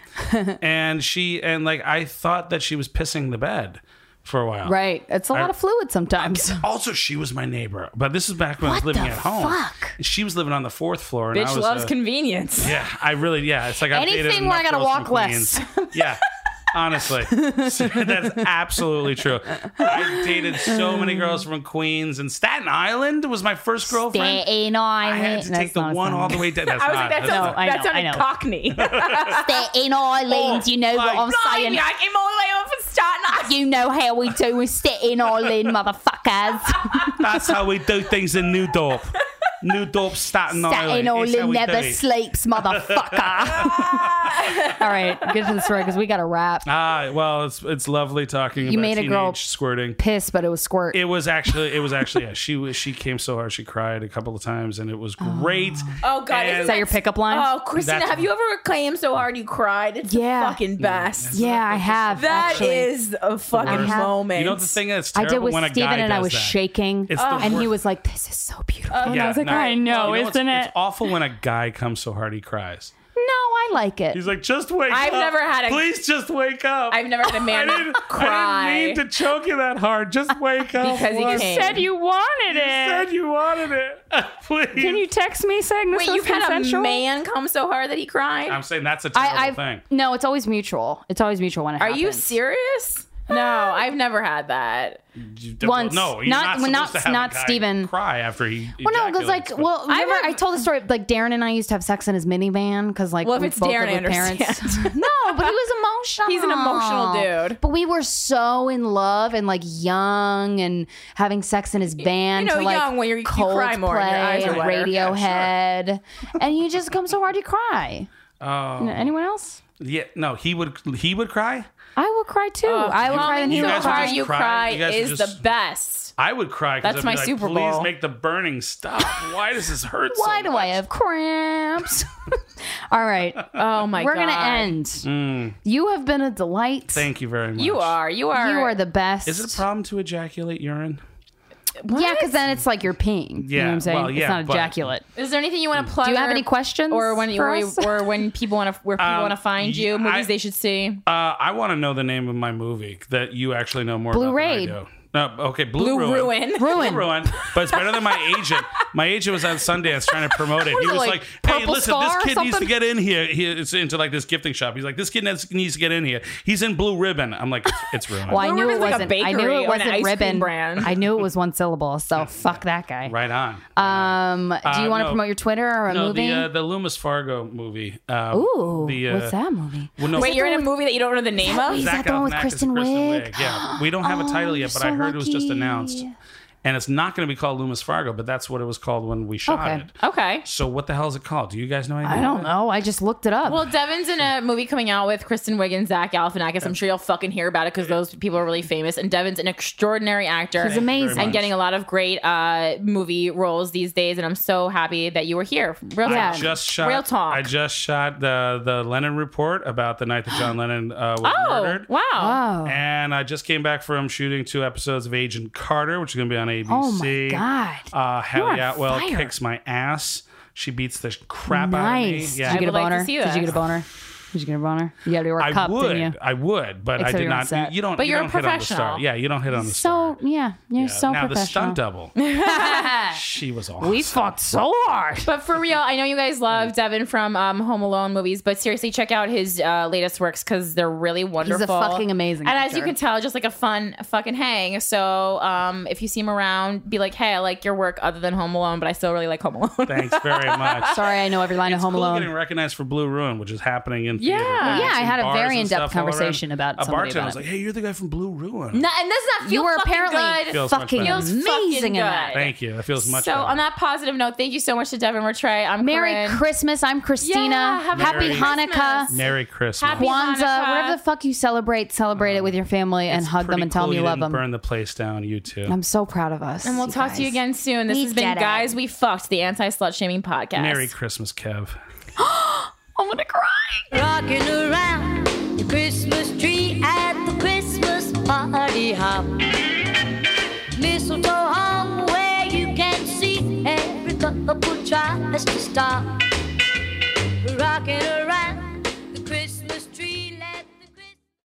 C: and she and like I thought that she was pissing the bed for a while.
B: right. It's a lot of fluid sometimes.
C: Also, she was my neighbor, but this is back when I was living at home. She was living on the fourth floor, and I
A: Bitch
C: was
A: loves
C: uh,
A: convenience.
C: yeah, I really yeah. It's like I've dated
B: Anything where I
C: enough
B: gotta
C: girls
B: walk
C: from Queens. Yeah, honestly, that's absolutely true. I dated so many girls from Queens, and Staten Island was my first girlfriend.
D: Staten
C: I had to
D: Island.
C: take the
B: not a
C: one
B: song.
C: all the way down. That's
A: I was like,
C: not,
A: that sounds,
B: No, I
A: that
B: know, I
A: sounded
B: know.
A: cockney.
D: Staten Island.
C: Oh,
D: you know what
C: my
D: I'm saying?
A: I came all the way over from Staten Island.
D: You know how we do in Staten Island, motherfuckers.
C: That's how we do things in New Dorp. New Dorp, Staten,
D: Staten
C: Island. It's how
D: Island
C: we do
D: never
C: it.
D: sleeps, motherfucker.
B: All right, get to the story because we got to wrap.
C: Ah, well, it's it's lovely talking. about
B: made a
C: teenage
B: girl-
C: squirting.
B: Piss, but it was squirt.
C: It was actually, it was actually, yeah. She was, she came so hard, she cried a couple of times, and it was great.
A: Oh god,
C: And-
A: isn't
B: Is that your pickup line?
A: Oh, Christina,
C: That's-
A: have you ever clammed so hard you cried? It's
B: Yeah.
A: the fucking best.
B: yeah, I have.
A: That
B: actually.
A: is a fucking
B: I have-
A: moment.
C: You know the thing that's
B: I
C: terrible
B: did with
C: when a
B: Steven
C: guy
B: and I
C: does
B: was
C: that?
B: shaking,
C: It's the
B: and he
C: worst. Uh,
B: was like, "This is so beautiful." and
C: Yeah,
B: I was like,
C: no.
B: "I know,
C: You
B: isn't
C: what's-
B: it?"
C: It's awful when a guy comes so hard he cries.
B: no, I like it.
C: He's like, just wake
A: I've
C: up.
A: never had a-
C: Please just wake up.
A: I've never had a man
C: I didn't,
A: cry.
C: I didn't mean to choke you that hard. Just wake up.
A: Because he
C: Look,
A: came.
C: you
A: Said
B: you wanted
C: said you wanted it. Please.
B: text me saying this
A: Wait, you've had a man come so hard that he cried?
C: I'm saying that's a terrible
B: I,
C: thing.
B: I've no. It's always mutual. It's always mutual when it
A: Are you
B: happens.
A: serious? No, I've never had that.
C: You-
B: Once.
C: no, you're
B: Not- well,
C: not, supposed
B: not-
C: to have
B: not
C: a guy
B: Steven.
C: cry after he.
B: Well, no, because like, well, remember
A: had-
B: I told the story like Darren and I used to have sex in his minivan because like,
A: Well, if
B: we
A: it's
B: both
A: Darren,
B: live
A: I
B: with parents.
A: understand.
B: no, but he was emotional.
A: He's an emotional dude.
B: But we were so in love and like young and having sex in his van.
A: you know,
B: to, like,
A: young when you're- you
B: Coldplay
A: cry more and your eyes are
B: and
A: wetter.
B: Radiohead, and you just come so hard you cry.
C: Oh,
B: Anyone else?
C: yeah, no, he would. He would cry.
B: I will cry too.
A: Oh,
B: I will cry,
A: coming
B: and he
A: so
B: will
C: guys would
A: hard
B: cry.
C: just
A: you
C: cry.
A: cry
C: You guys
A: is
C: would
A: the
C: just-
A: best.
C: I would cry. 'cause
A: That's
C: I'd be
A: my
C: like,
A: Super
C: Please
A: Bowl."
C: make the burning stop. Why does this hurt?
B: Why
C: so
B: do I have cramps? All right,
A: Oh my
B: we're
A: god.
B: gonna end. You have been a delight.
C: Mm. Thank you very much.
A: You are. You are.
B: you are the best.
C: Is it a problem to ejaculate urine?
B: Yeah, because then it's like you're peeing. you know
C: Yeah,
B: what I'm saying?
C: well, yeah,
B: it's not
C: but-
B: ejaculate.
A: Is there anything you want
C: Mm.
A: to plug?
B: Do you have
A: or-
B: any questions
A: Or when you,
B: for
A: or,
B: us?
A: or when people want to where people
C: Um,
A: want to find you,
C: yeah,
A: movies
C: I-
A: they should see.
C: Uh, I want to know the name of my movie that you actually know more
B: Blue
C: about
B: Raid.
C: than I do. No, okay, Blue,
A: Blue
C: Ruin.
A: Ruin.
B: Ruin.
C: Ruin, but it's better than my agent. My agent was on Sundance trying to promote it. He
B: is it,
C: was
B: like,
C: like, "Hey,
B: Purple
C: listen,
B: Scar or
C: this kid needs to
B: something?
C: get in here. He, it's into like this gifting shop. He's like, this kid needs, needs to get in here. He's in Blue Ribbon. I'm like, it's, it's Ruin.
B: Well, I
A: Blue
B: knew it
A: Ribbon's like a
B: wasn't. I knew
A: bakery
B: it
A: or an ice
B: wasn't
A: cream
B: ribbon.
A: brand.
B: I knew it was one syllable. So fuck that guy.
C: right on.
B: Um, do you
C: Uh,
B: want to
C: no.
B: promote your Twitter or a
C: no,
B: movie?
C: the uh, the Loomis Fargo movie. Um,
B: Ooh,
C: the, uh,
B: what's that movie?
C: Well, no,
A: Wait, you're in a movie that you don't know the name of?
B: Is that
C: Zach
B: the one with
C: Galifianakis and
B: Kristen Wiig? Oh,
C: Yeah, we don't have a title yet, but I
B: so
C: heard it was just
B: lucky.
C: announced, and it's not going to be called Loomis Fargo, but that's what it was called when we shot
B: Okay.
C: it.
A: Okay.
C: So what the hell is it called? Do you guys know anything?
B: I don't know. I just looked it up.
A: Well, Devin's in a movie coming out with Kristen Wiig and Zach Galifianakis. I'm sure you'll fucking hear about it because those people are really famous. And Devin's an extraordinary actor.
B: He's amazing.
A: And getting a lot of great uh, movie roles these days. And I'm so happy that you were here. Real
B: Yeah.
A: talk.
C: Just shot.
A: Real talk.
C: I just shot the the Lennon report about the night that John Lennon uh, was
A: oh,
C: murdered.
A: wow.
B: oh,
C: And I just came back from shooting two episodes of Agent Carter, which is going to be on ABC.
B: oh my god.
C: Uh,
B: You are
C: Hallie Atwell
B: fire.
C: kicks my ass. She beats the crap
B: nice. Did
C: out of
B: you
C: me.
A: I
B: get a
A: would like to
B: boner?
A: see
B: Did
A: that.
B: you get a boner? Did you get a boner? You got to wear a
C: I
B: cup, didn't
C: would,
B: you?
C: I would, but
B: Except
C: I
B: you're
C: did
B: on
C: not.
B: set.
C: You don't.
A: But
C: you
A: you're a
C: don't hit on the star.
A: professional.
C: Yeah, you don't hit on
B: So
C: the star.
B: yeah, you're so
C: now the
B: professional.
C: stunt double. she was awesome.
B: we fucked so hard.
A: But for real, I know you guys love Devin from um, Home Alone movies, but seriously, check out his uh, latest works because they're really wonderful.
B: fucking amazing
A: And as
B: actor.
A: you can tell, just like a fun fucking hang. So um, if you see him around, be like, hey, I like your work other than Home Alone, but I still really like Home Alone.
C: Thanks very much.
B: Sorry, I know every line of Home
C: cool
B: Alone.
C: getting recognized for Blue Ruin, which is happening in theater.
A: Yeah.
B: Yeah, I
C: and
B: had a
C: bars
B: very
C: and
B: in-depth
C: stuff all around.
B: conversation about
C: a
B: somebody
C: bartender.
B: about
C: was
B: it.
C: like, "Hey, you're the guy from Blue Ruin."
A: No, and this not feel
B: you were
A: fucking
B: apparently
A: good.
C: Feels much
B: fucking
C: better. Feels
B: amazing
A: fucking
B: in
A: good.
B: that.
C: Thank you. That feels much.
A: so
C: better.
A: on that positive note, thank you so much to Devin Rattray. I'm
B: Merry
A: Corinne.
B: Christmas. I'm Christina.
A: Yeah, have a
B: Happy
C: Merry
B: Hanukkah.
A: Christmas.
C: Merry Christmas.
A: Happy
B: Kwanzaa,
A: Hanukkah.
B: whatever the fuck you celebrate, celebrate it with your family and
C: Um, It's
B: hug them
C: pretty
B: and tell
C: cool
B: them you love them.
C: didn't Burn the place down, you two.
B: I'm so proud of us.
A: And we'll talk to you
B: guys.
A: again soon. This
D: We
A: has been
D: did it.
A: Guys We Fucked, the anti slut shaming podcast.
C: Merry Christmas, Kev.
B: I'm gonna cry.
G: Rocking around the Christmas tree at the Christmas party hop. Mistletoe hung where you can see every couple tries to stop.